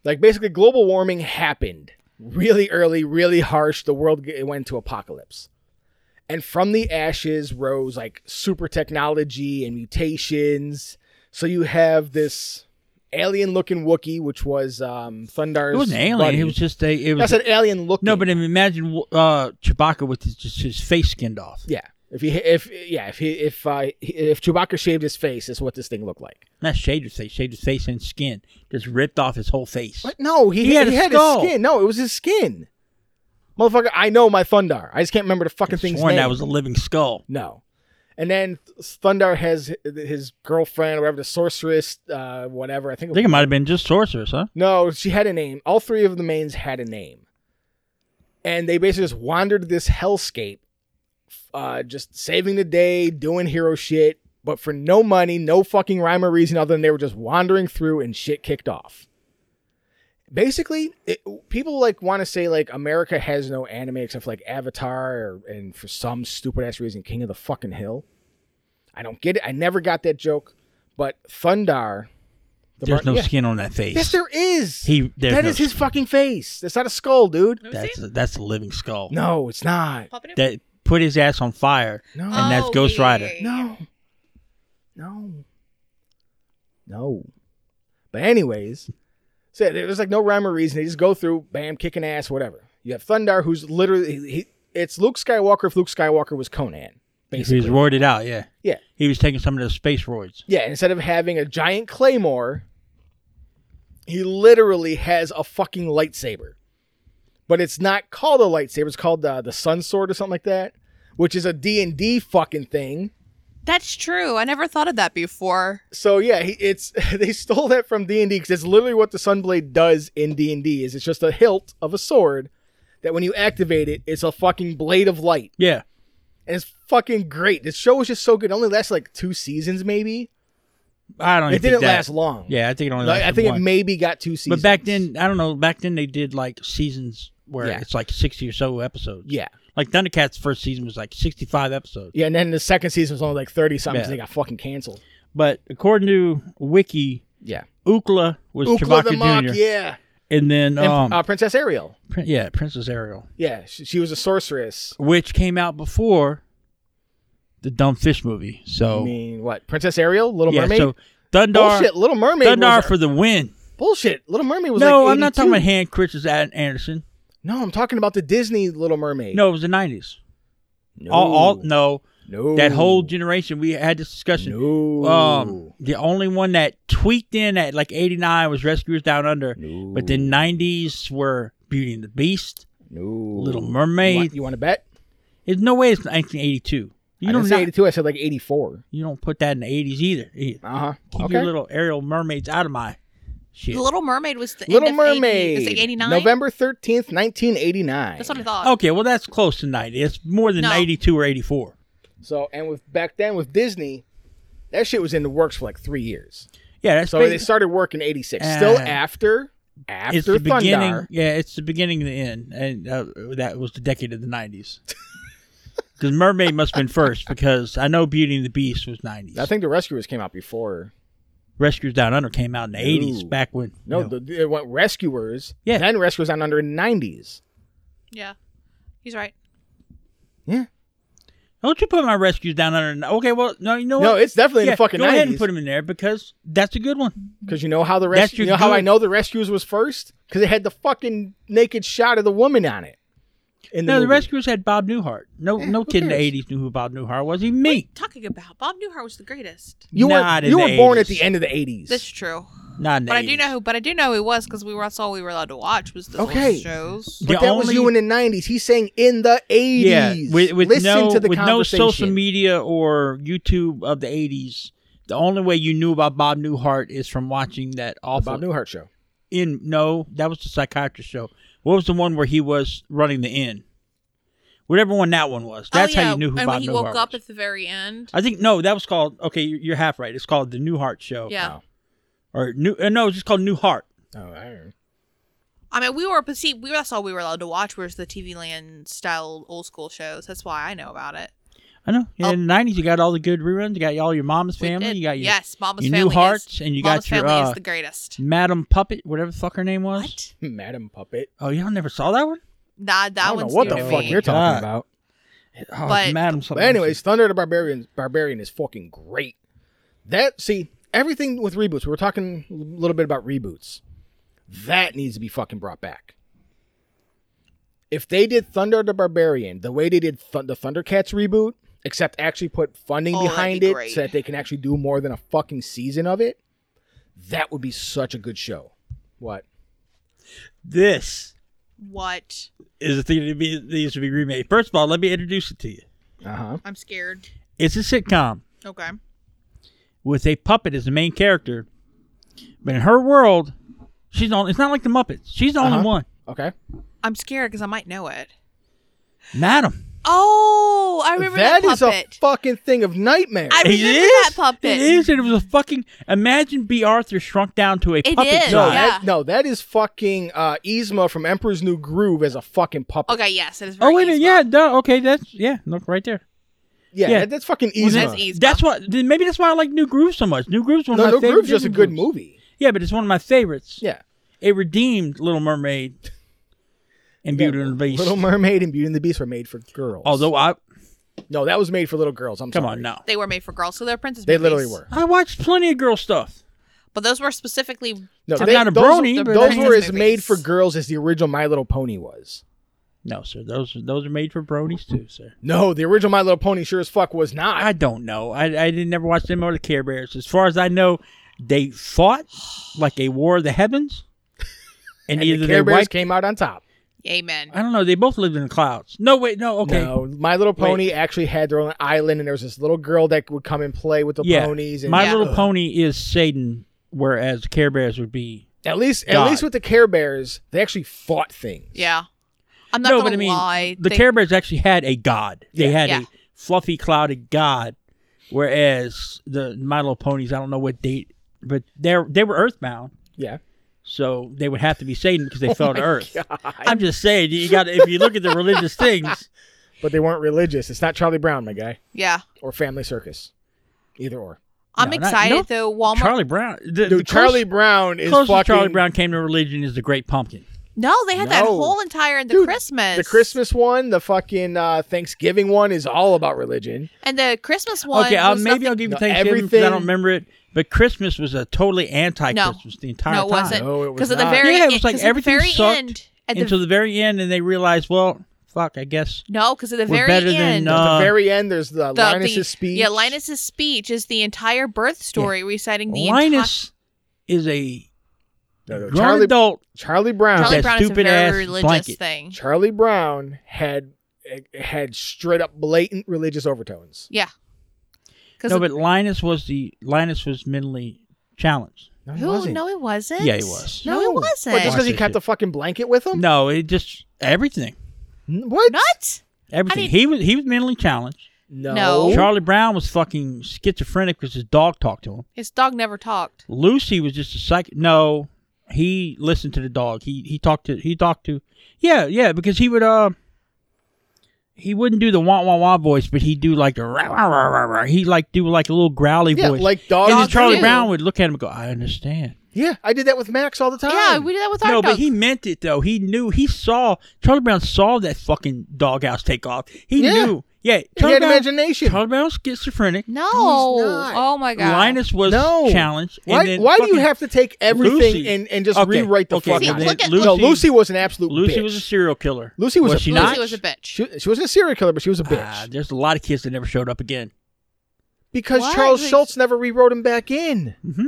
[SPEAKER 1] Like basically, global warming happened really early, really harsh. The world g- it went into apocalypse, and from the ashes rose like super technology and mutations. So you have this alien-looking Wookiee, which was um, Thundar's.
[SPEAKER 2] it was an alien.
[SPEAKER 1] buddy.
[SPEAKER 2] It was just a. It was
[SPEAKER 1] That's an alien looking.
[SPEAKER 2] no, but imagine uh, Chewbacca with his, just his face skinned off.
[SPEAKER 1] yeah, if he if yeah if he if uh, he- if Chewbacca shaved his face, is what this thing looked like.
[SPEAKER 2] Not shaved his face, shaved his face and skin, just ripped off his whole face.
[SPEAKER 1] What? No, he,
[SPEAKER 2] He had a skull.
[SPEAKER 1] his skin. No, it was his skin. Motherfucker, I know my Thundar. I just can't remember the fucking thing's
[SPEAKER 2] Sworn
[SPEAKER 1] name.
[SPEAKER 2] that was a living skull.
[SPEAKER 1] no. And then Thundar has hi- his girlfriend, whatever the sorceress, uh, whatever. I think.
[SPEAKER 2] I think it might have been just sorceress, huh?
[SPEAKER 1] No, she had a name. All three of the mains had a name. And they basically just wandered this hellscape, uh, just saving the day, doing hero shit, but for no money, no fucking rhyme or reason other than they were just wandering through and shit kicked off. Basically, it, people like want to say like America has no anime except for like Avatar or, and for some stupid ass reason, King of the fucking Hill. I don't get it. I never got that joke. But Thundar, the
[SPEAKER 2] There's
[SPEAKER 1] Mar-
[SPEAKER 2] no
[SPEAKER 1] yeah.
[SPEAKER 2] skin on that face.
[SPEAKER 1] Yes, there is.
[SPEAKER 2] He- there's
[SPEAKER 1] that
[SPEAKER 2] no
[SPEAKER 1] is his
[SPEAKER 2] skin.
[SPEAKER 1] fucking face. That's not a skull, dude.
[SPEAKER 2] that's a, that's a living skull.
[SPEAKER 1] No, it's not.
[SPEAKER 3] Puppet-
[SPEAKER 2] that put his ass on fire,
[SPEAKER 1] No.
[SPEAKER 2] and that's
[SPEAKER 3] Oh,
[SPEAKER 2] Ghost
[SPEAKER 3] yeah, yeah,
[SPEAKER 2] Rider.
[SPEAKER 3] yeah, yeah.
[SPEAKER 1] No. No. No. But anyways, so there was like no rhyme or reason. They just go through, bam, kicking ass, whatever. You have Thundar, who's literally he, he- it's Luke Skywalker. If Luke Skywalker was Conan,
[SPEAKER 2] He was
[SPEAKER 1] basically.
[SPEAKER 2] roided out, yeah.
[SPEAKER 1] Yeah.
[SPEAKER 2] He was taking some of those space roids.
[SPEAKER 1] Yeah, instead of having a giant claymore, he literally has a fucking lightsaber. But it's not called a lightsaber, it's called uh, the sun sword or something like that, which is a D&D fucking thing.
[SPEAKER 3] That's true. I never thought of that before.
[SPEAKER 1] So yeah, he, it's they stole that from D&D cuz it's literally what the sunblade does in D&D is it's just a hilt of a sword that when you activate it, it's a fucking blade of light.
[SPEAKER 2] Yeah.
[SPEAKER 1] And it's fucking great. This show was just so good. It only lasted like 2 seasons maybe.
[SPEAKER 2] I don't
[SPEAKER 1] It
[SPEAKER 2] even think
[SPEAKER 1] didn't
[SPEAKER 2] that-
[SPEAKER 1] last long.
[SPEAKER 2] Yeah, I think it only
[SPEAKER 1] Like,
[SPEAKER 2] lasted
[SPEAKER 1] I think
[SPEAKER 2] one.
[SPEAKER 1] it maybe got 2 seasons.
[SPEAKER 2] But back then, I don't know. Back then, they did like seasons where
[SPEAKER 1] Yeah.
[SPEAKER 2] it's like sixty or so episodes.
[SPEAKER 1] Yeah.
[SPEAKER 2] Like Thundercats' first season was like sixty-five episodes.
[SPEAKER 1] Yeah, and then the second season was only like 30 something because
[SPEAKER 2] Yeah.
[SPEAKER 1] they got fucking canceled.
[SPEAKER 2] But according to Wiki,
[SPEAKER 1] Yeah.
[SPEAKER 2] Ukla was
[SPEAKER 1] Ukla the
[SPEAKER 2] Chewbacca
[SPEAKER 1] Mock,
[SPEAKER 2] Junior,
[SPEAKER 1] yeah.
[SPEAKER 2] and then
[SPEAKER 1] And
[SPEAKER 2] um,
[SPEAKER 1] uh, Princess Ariel.
[SPEAKER 2] Prin- yeah, Princess Ariel,
[SPEAKER 1] Yeah, she, she was a sorceress.
[SPEAKER 2] which came out before the Dumb Fish movie.
[SPEAKER 1] I
[SPEAKER 2] So
[SPEAKER 1] mean, what? Princess Ariel? Little
[SPEAKER 2] Oh. yeah,
[SPEAKER 1] Mermaid?
[SPEAKER 2] so Dundar,
[SPEAKER 1] bullshit, Little Mermaid.
[SPEAKER 2] Dundar
[SPEAKER 1] was-
[SPEAKER 2] for the win.
[SPEAKER 1] bullshit. Little Mermaid was
[SPEAKER 2] No,
[SPEAKER 1] like
[SPEAKER 2] I'm not talking
[SPEAKER 1] 82.
[SPEAKER 2] about Hand Chris's Ad Anderson.
[SPEAKER 1] No, I'm talking about the Disney Little Mermaid.
[SPEAKER 2] No, it was the '90s.
[SPEAKER 1] no,
[SPEAKER 2] All, all no,
[SPEAKER 1] no.
[SPEAKER 2] that whole generation. We had this discussion.
[SPEAKER 1] No.
[SPEAKER 2] Um, the only one that tweaked in at like '89 was Rescuers Down Under,
[SPEAKER 1] no.
[SPEAKER 2] but the '90s were Beauty and the Beast.
[SPEAKER 1] no.
[SPEAKER 2] Little
[SPEAKER 1] You
[SPEAKER 2] Mermaid.
[SPEAKER 1] want, you want to bet?
[SPEAKER 2] There's no way it's 1982. You
[SPEAKER 1] I
[SPEAKER 2] don't
[SPEAKER 1] didn't say
[SPEAKER 2] not-
[SPEAKER 1] 82. I said like 84.
[SPEAKER 2] you don't put that in the '80s either. Keep
[SPEAKER 1] Uh huh.
[SPEAKER 2] your
[SPEAKER 1] Okay.
[SPEAKER 2] little aerial mermaids out of my shit.
[SPEAKER 3] The Little Mermaid was the
[SPEAKER 1] Little
[SPEAKER 3] end of 80
[SPEAKER 1] Mermaid.
[SPEAKER 3] It's like 89.
[SPEAKER 1] November 13th, 1989.
[SPEAKER 3] That's what I thought.
[SPEAKER 2] Okay, well that's close to 90. It's more than
[SPEAKER 3] Uh, No.
[SPEAKER 2] 82 or 84.
[SPEAKER 1] So and with back then with Disney, that shit was in the works for like three years.
[SPEAKER 2] Yeah, that's
[SPEAKER 1] So
[SPEAKER 2] ba-
[SPEAKER 1] they started work in '86.
[SPEAKER 2] Uh,
[SPEAKER 1] Still after after
[SPEAKER 2] it's the
[SPEAKER 1] Thundar.
[SPEAKER 2] beginning. Yeah, it's the beginning and the end, and uh, that was the decade of the 90s. Because Mermaid must have been first, because I know Beauty and the Beast was 90s.
[SPEAKER 1] I think the Rescuers came out before.
[SPEAKER 2] Rescuers Down Under came out in the
[SPEAKER 1] No.
[SPEAKER 2] 80s, back when.
[SPEAKER 1] No,
[SPEAKER 2] you know,
[SPEAKER 1] The, it went Rescuers.
[SPEAKER 2] Yeah.
[SPEAKER 1] Then Rescuers on under '90s.
[SPEAKER 3] Yeah. He's right.
[SPEAKER 1] Yeah.
[SPEAKER 2] don't you put my Rescuers Down Under. in- Okay, well, no, you know
[SPEAKER 1] No,
[SPEAKER 2] what?
[SPEAKER 1] it's definitely in the fucking
[SPEAKER 2] go ahead and
[SPEAKER 1] '90s.
[SPEAKER 2] put them in there because that's a good one.
[SPEAKER 1] Because you know how the
[SPEAKER 2] That's
[SPEAKER 1] rest.
[SPEAKER 2] your
[SPEAKER 1] You know how
[SPEAKER 2] good-
[SPEAKER 1] I know the Rescuers was first because it had the fucking naked shot of the woman on it. In the
[SPEAKER 2] no, the
[SPEAKER 1] movie.
[SPEAKER 2] Rescuers had Bob Newhart. No,
[SPEAKER 1] Yeah,
[SPEAKER 2] no
[SPEAKER 1] who
[SPEAKER 2] kid in the
[SPEAKER 1] cares?
[SPEAKER 2] '80s knew who Bob Newhart was. Even me.
[SPEAKER 3] Talking about Bob Newhart was the greatest.
[SPEAKER 1] You
[SPEAKER 2] Not
[SPEAKER 1] were
[SPEAKER 2] in
[SPEAKER 1] you
[SPEAKER 2] the
[SPEAKER 1] were born at
[SPEAKER 2] 80s.
[SPEAKER 1] the end of the '80s.
[SPEAKER 3] That's true.
[SPEAKER 2] Not in the
[SPEAKER 3] But I do
[SPEAKER 2] 80s.
[SPEAKER 3] know who. But I do know who was because we were that's all we were allowed to watch was the
[SPEAKER 1] Okay.
[SPEAKER 3] shows.
[SPEAKER 1] But
[SPEAKER 2] The
[SPEAKER 1] that was
[SPEAKER 2] only-
[SPEAKER 1] you in the '90s. He's saying in the '80s.
[SPEAKER 2] Yeah, with, with
[SPEAKER 1] Listen
[SPEAKER 2] no
[SPEAKER 1] to the
[SPEAKER 2] with no
[SPEAKER 1] conversation.
[SPEAKER 2] social media or YouTube of the '80s. The only way you knew about Bob Newhart is from watching that
[SPEAKER 1] The
[SPEAKER 2] awful
[SPEAKER 1] Bob Newhart show.
[SPEAKER 2] in no that was the psychiatrist show what was the one where he was running the inn whatever one that one was that's how you knew who
[SPEAKER 3] Oh, And
[SPEAKER 2] bob
[SPEAKER 3] when he
[SPEAKER 2] Newhart
[SPEAKER 3] woke up
[SPEAKER 2] was.
[SPEAKER 3] at the very end.
[SPEAKER 2] i think no that was called okay you're, you're half right it's called the newhart show
[SPEAKER 3] Yeah.
[SPEAKER 1] Wow.
[SPEAKER 2] or new uh, no it's just called newhart
[SPEAKER 1] Oh, I remember.
[SPEAKER 3] I mean, we were, but see, we that's all we were allowed to watch was the TV Land style old school shows. That's why I know about it.
[SPEAKER 2] i know yeah,
[SPEAKER 3] Oh.
[SPEAKER 2] in the 90s you got all the good reruns you got all your mama's
[SPEAKER 3] We
[SPEAKER 2] family
[SPEAKER 3] did-
[SPEAKER 2] you got your
[SPEAKER 3] yes, Mama's
[SPEAKER 2] your
[SPEAKER 3] family
[SPEAKER 2] Newharts,
[SPEAKER 3] is,
[SPEAKER 2] and you got
[SPEAKER 3] Mama's
[SPEAKER 2] your,
[SPEAKER 3] family
[SPEAKER 2] uh,
[SPEAKER 3] is the greatest.
[SPEAKER 2] madam puppet whatever the fuck her name was
[SPEAKER 3] What?
[SPEAKER 1] Madam Puppet.
[SPEAKER 2] oh y'all never saw that one
[SPEAKER 3] Nah, that
[SPEAKER 1] I don't know
[SPEAKER 3] one's
[SPEAKER 1] what the
[SPEAKER 3] new to
[SPEAKER 1] fuck
[SPEAKER 3] me.
[SPEAKER 1] you're
[SPEAKER 2] God.
[SPEAKER 1] talking about.
[SPEAKER 2] oh,
[SPEAKER 3] But-
[SPEAKER 2] madam
[SPEAKER 1] But
[SPEAKER 2] something
[SPEAKER 1] anyways, Thunder the Barbarian Barbarian is fucking great. That see everything with reboots. We were talking a little bit about reboots. That needs to be fucking brought back. If they did Thunder the Barbarian the way they did Thun the Thundercats reboot, except actually put funding
[SPEAKER 3] Oh, that'd
[SPEAKER 1] behind
[SPEAKER 3] be
[SPEAKER 1] it
[SPEAKER 3] great.
[SPEAKER 1] so that they can actually do more than a fucking season of it, that would be such a good show. What?
[SPEAKER 2] this
[SPEAKER 3] What?
[SPEAKER 2] is the thing that be- that needs to be remade first of all let me introduce it to you
[SPEAKER 1] Uh huh.
[SPEAKER 3] I'm scared.
[SPEAKER 2] it's a sitcom
[SPEAKER 3] Okay.
[SPEAKER 2] with a puppet as the main character. But in her world, she's the only, it's not like the Muppets. She's the only
[SPEAKER 1] Uh-huh.
[SPEAKER 2] one.
[SPEAKER 1] Okay.
[SPEAKER 3] I'm scared because I might know it.
[SPEAKER 2] Madam.
[SPEAKER 3] Oh, I remember
[SPEAKER 1] That
[SPEAKER 3] that
[SPEAKER 1] is a
[SPEAKER 3] puppet.
[SPEAKER 1] fucking thing of nightmare.
[SPEAKER 3] I
[SPEAKER 2] It
[SPEAKER 3] remember
[SPEAKER 2] is.
[SPEAKER 3] that puppet.
[SPEAKER 2] It is. And it was a fucking. Imagine B. Arthur shrunk down to a
[SPEAKER 3] It
[SPEAKER 2] puppet
[SPEAKER 3] is,
[SPEAKER 1] No,
[SPEAKER 2] size.
[SPEAKER 3] yeah.
[SPEAKER 1] that, no, that is fucking uh, Yzma from Emperor's New Groove as a fucking puppet.
[SPEAKER 3] Okay, yes, it is. Very
[SPEAKER 2] Oh, wait.
[SPEAKER 3] Yzma.
[SPEAKER 2] Yeah. Duh, okay. That's. Yeah. Look right there.
[SPEAKER 1] Yeah,
[SPEAKER 2] yeah.
[SPEAKER 1] that- that's fucking
[SPEAKER 3] Well,
[SPEAKER 1] Yzma.
[SPEAKER 3] that's Yzma.
[SPEAKER 2] That's what. then Maybe that's why I like New Groove so much. New Groove's one
[SPEAKER 1] no,
[SPEAKER 2] of my
[SPEAKER 1] No
[SPEAKER 2] favorite
[SPEAKER 1] Groove's just a
[SPEAKER 2] Disney
[SPEAKER 1] good
[SPEAKER 2] movies.
[SPEAKER 1] movie.
[SPEAKER 2] Yeah, but it's one of my favorites.
[SPEAKER 1] Yeah.
[SPEAKER 2] It redeemed Little Mermaid and Beauty
[SPEAKER 1] Yeah,
[SPEAKER 2] and the Beast.
[SPEAKER 1] Little Mermaid and Beauty and the Beast were made for girls.
[SPEAKER 2] Although I.
[SPEAKER 1] no, that was made for little girls. I'm
[SPEAKER 2] Come
[SPEAKER 1] sorry.
[SPEAKER 2] on now.
[SPEAKER 3] They were made for girls, so they're princess.
[SPEAKER 1] They
[SPEAKER 3] movies.
[SPEAKER 1] literally were.
[SPEAKER 2] I watched plenty of girl stuff.
[SPEAKER 3] But those were specifically
[SPEAKER 1] No,
[SPEAKER 2] I'm not a
[SPEAKER 1] those-
[SPEAKER 2] brony,
[SPEAKER 1] Those,
[SPEAKER 2] but
[SPEAKER 3] that
[SPEAKER 1] were
[SPEAKER 3] is
[SPEAKER 1] as made
[SPEAKER 3] movies.
[SPEAKER 1] for girls as the original My Little Pony was.
[SPEAKER 2] No, sir. Those those are made for bronies too, sir.
[SPEAKER 1] No, the original My Little Pony sure as fuck was not.
[SPEAKER 2] I don't know. I I didn't never watch them or the Care Bears. As far as I know, they fought like they wore the heavens, and,
[SPEAKER 1] and the
[SPEAKER 2] either
[SPEAKER 1] Care
[SPEAKER 2] they
[SPEAKER 1] Bears
[SPEAKER 2] wiped.
[SPEAKER 1] came out on top.
[SPEAKER 3] amen.
[SPEAKER 2] I don't know. They both lived in the clouds. No, wait, no. Okay,
[SPEAKER 1] No, My Little Pony actually had their own island, and there was this little girl that would come and play with the
[SPEAKER 2] yeah.
[SPEAKER 1] ponies. And
[SPEAKER 2] My
[SPEAKER 3] Yeah.
[SPEAKER 2] Little
[SPEAKER 1] Ugh.
[SPEAKER 2] Pony is Satan, whereas the Care Bears would be.
[SPEAKER 1] At least, at
[SPEAKER 2] God.
[SPEAKER 1] least with the Care Bears, they actually fought things.
[SPEAKER 3] Yeah. I'm not
[SPEAKER 2] no,
[SPEAKER 3] gonna
[SPEAKER 2] but I mean,
[SPEAKER 3] lie.
[SPEAKER 2] the
[SPEAKER 3] They-
[SPEAKER 2] Care Bears actually had a god. They
[SPEAKER 1] Yeah.
[SPEAKER 2] had
[SPEAKER 3] Yeah.
[SPEAKER 2] a fluffy, clouded god, whereas the My Little Ponies. I don't know what date, but they they were earthbound.
[SPEAKER 1] yeah.
[SPEAKER 2] So they would have to be Satan because they fell to Earth.
[SPEAKER 1] God.
[SPEAKER 2] I'm just saying, you got to if you look at the religious things,
[SPEAKER 1] But they weren't religious. It's not Charlie Brown, my guy,
[SPEAKER 3] yeah.
[SPEAKER 1] or Family Circus, either or.
[SPEAKER 3] I'm
[SPEAKER 2] No, not-
[SPEAKER 3] excited
[SPEAKER 2] nope.
[SPEAKER 3] though. Walmart.
[SPEAKER 2] Charlie Brown, the,
[SPEAKER 1] Dude,
[SPEAKER 2] the
[SPEAKER 1] Charlie
[SPEAKER 2] closest-
[SPEAKER 1] Brown is
[SPEAKER 2] closest
[SPEAKER 1] fucking
[SPEAKER 2] Charlie Brown came to religion is the Great Pumpkin.
[SPEAKER 3] no, they had that
[SPEAKER 1] No.
[SPEAKER 3] whole entire the
[SPEAKER 1] Dude,
[SPEAKER 3] Christmas.
[SPEAKER 1] The Christmas one, the fucking uh, Thanksgiving one is all about religion.
[SPEAKER 3] and the Christmas one.
[SPEAKER 2] okay, I'll,
[SPEAKER 3] was
[SPEAKER 2] maybe
[SPEAKER 3] nothing-
[SPEAKER 2] I'll give you
[SPEAKER 1] No,
[SPEAKER 2] Thanksgiving because I
[SPEAKER 1] everything-
[SPEAKER 2] don't remember it, but Christmas was a totally anti-Christmas the entire
[SPEAKER 3] no, it
[SPEAKER 2] time.
[SPEAKER 3] wasn't.
[SPEAKER 1] No, it was
[SPEAKER 3] Because at the
[SPEAKER 1] not.
[SPEAKER 3] very
[SPEAKER 2] Yeah, it was like
[SPEAKER 3] 'cause at the
[SPEAKER 2] everything
[SPEAKER 3] very
[SPEAKER 2] sucked
[SPEAKER 3] end. At the
[SPEAKER 2] Until the very end, and they realized, well, fuck, I guess
[SPEAKER 3] No, because at the
[SPEAKER 2] We're
[SPEAKER 3] very
[SPEAKER 2] better than,
[SPEAKER 3] end,
[SPEAKER 2] uh,
[SPEAKER 1] At the very end, there's the,
[SPEAKER 3] the-
[SPEAKER 1] Linus's
[SPEAKER 3] the-
[SPEAKER 1] speech.
[SPEAKER 3] Yeah, Linus's speech is the entire birth story, reciting the
[SPEAKER 2] Linus is a
[SPEAKER 1] No, no,
[SPEAKER 2] grown
[SPEAKER 1] Charlie,
[SPEAKER 2] adult.
[SPEAKER 1] Charlie Brown.
[SPEAKER 3] entire, Charlie
[SPEAKER 2] that
[SPEAKER 3] Brown is a
[SPEAKER 2] stupid
[SPEAKER 3] very
[SPEAKER 2] ass
[SPEAKER 3] religious
[SPEAKER 2] blanket.
[SPEAKER 3] thing.
[SPEAKER 1] Charlie Brown had had straight up blatant religious overtones.
[SPEAKER 3] Yeah, because
[SPEAKER 2] No, but Linus was the Linus was mentally challenged.
[SPEAKER 1] No, he
[SPEAKER 3] who?
[SPEAKER 1] wasn't.
[SPEAKER 3] No, he wasn't.
[SPEAKER 2] Yeah, he was.
[SPEAKER 3] No, he
[SPEAKER 1] What, just
[SPEAKER 3] wasn't.
[SPEAKER 1] because he
[SPEAKER 2] Watch
[SPEAKER 1] kept
[SPEAKER 2] this
[SPEAKER 1] a fucking blanket with him?
[SPEAKER 2] No, it just everything.
[SPEAKER 1] N- What?
[SPEAKER 3] Not?
[SPEAKER 2] Everything.
[SPEAKER 3] didn't-
[SPEAKER 2] He was he was mentally challenged.
[SPEAKER 1] No.
[SPEAKER 3] No.
[SPEAKER 2] Charlie Brown was fucking schizophrenic because his dog talked to him.
[SPEAKER 3] His dog never talked.
[SPEAKER 2] Lucy was just a psych. No, he listened to the dog. He he talked to he talked to. Yeah, yeah, because he would uh. He wouldn't do the wah wah wah voice, but he'd do like the rah rah rah rah. rah. He like do like a little growly
[SPEAKER 1] Yeah,
[SPEAKER 2] voice.
[SPEAKER 1] like
[SPEAKER 2] and
[SPEAKER 1] dogs.
[SPEAKER 2] then
[SPEAKER 3] Dogs
[SPEAKER 2] Charlie
[SPEAKER 3] do.
[SPEAKER 2] Brown would look at him and go, "I understand."
[SPEAKER 1] Yeah, I did that with Max all the time.
[SPEAKER 3] Yeah, we did that with our
[SPEAKER 2] No,
[SPEAKER 3] dog.
[SPEAKER 2] but he meant it though. He knew. He saw Charlie Brown saw that fucking doghouse take off. He
[SPEAKER 1] Yeah.
[SPEAKER 2] knew. Yeah,
[SPEAKER 1] He
[SPEAKER 2] Charlie
[SPEAKER 1] had
[SPEAKER 2] Brown,
[SPEAKER 1] imagination.
[SPEAKER 2] Charlie Brown was schizophrenic.
[SPEAKER 3] no.
[SPEAKER 1] No, he's not.
[SPEAKER 3] Oh my god.
[SPEAKER 2] Linus was
[SPEAKER 1] no.
[SPEAKER 2] challenged. and
[SPEAKER 1] Why,
[SPEAKER 2] then
[SPEAKER 1] why do you
[SPEAKER 2] fucking-
[SPEAKER 1] have to take everything
[SPEAKER 2] Lucy-
[SPEAKER 1] and, and just
[SPEAKER 2] Okay,
[SPEAKER 1] rewrite the
[SPEAKER 2] okay,
[SPEAKER 1] fuck
[SPEAKER 3] See,
[SPEAKER 1] out of
[SPEAKER 2] then
[SPEAKER 1] it?
[SPEAKER 3] look at
[SPEAKER 2] Lucy,
[SPEAKER 1] No, Lucy was an absolute
[SPEAKER 2] Lucy
[SPEAKER 1] bitch.
[SPEAKER 2] was a serial killer.
[SPEAKER 1] Lucy was a
[SPEAKER 2] she
[SPEAKER 1] bitch.
[SPEAKER 2] not?
[SPEAKER 3] Lucy was a bitch.
[SPEAKER 1] She, she wasn't a serial killer, but she was a bitch.
[SPEAKER 2] Ah, there's a lot of kids that never showed up again.
[SPEAKER 1] because
[SPEAKER 3] Why?
[SPEAKER 1] Charles
[SPEAKER 3] Like-
[SPEAKER 1] Schultz never rewrote him back in.
[SPEAKER 2] Mm-hmm.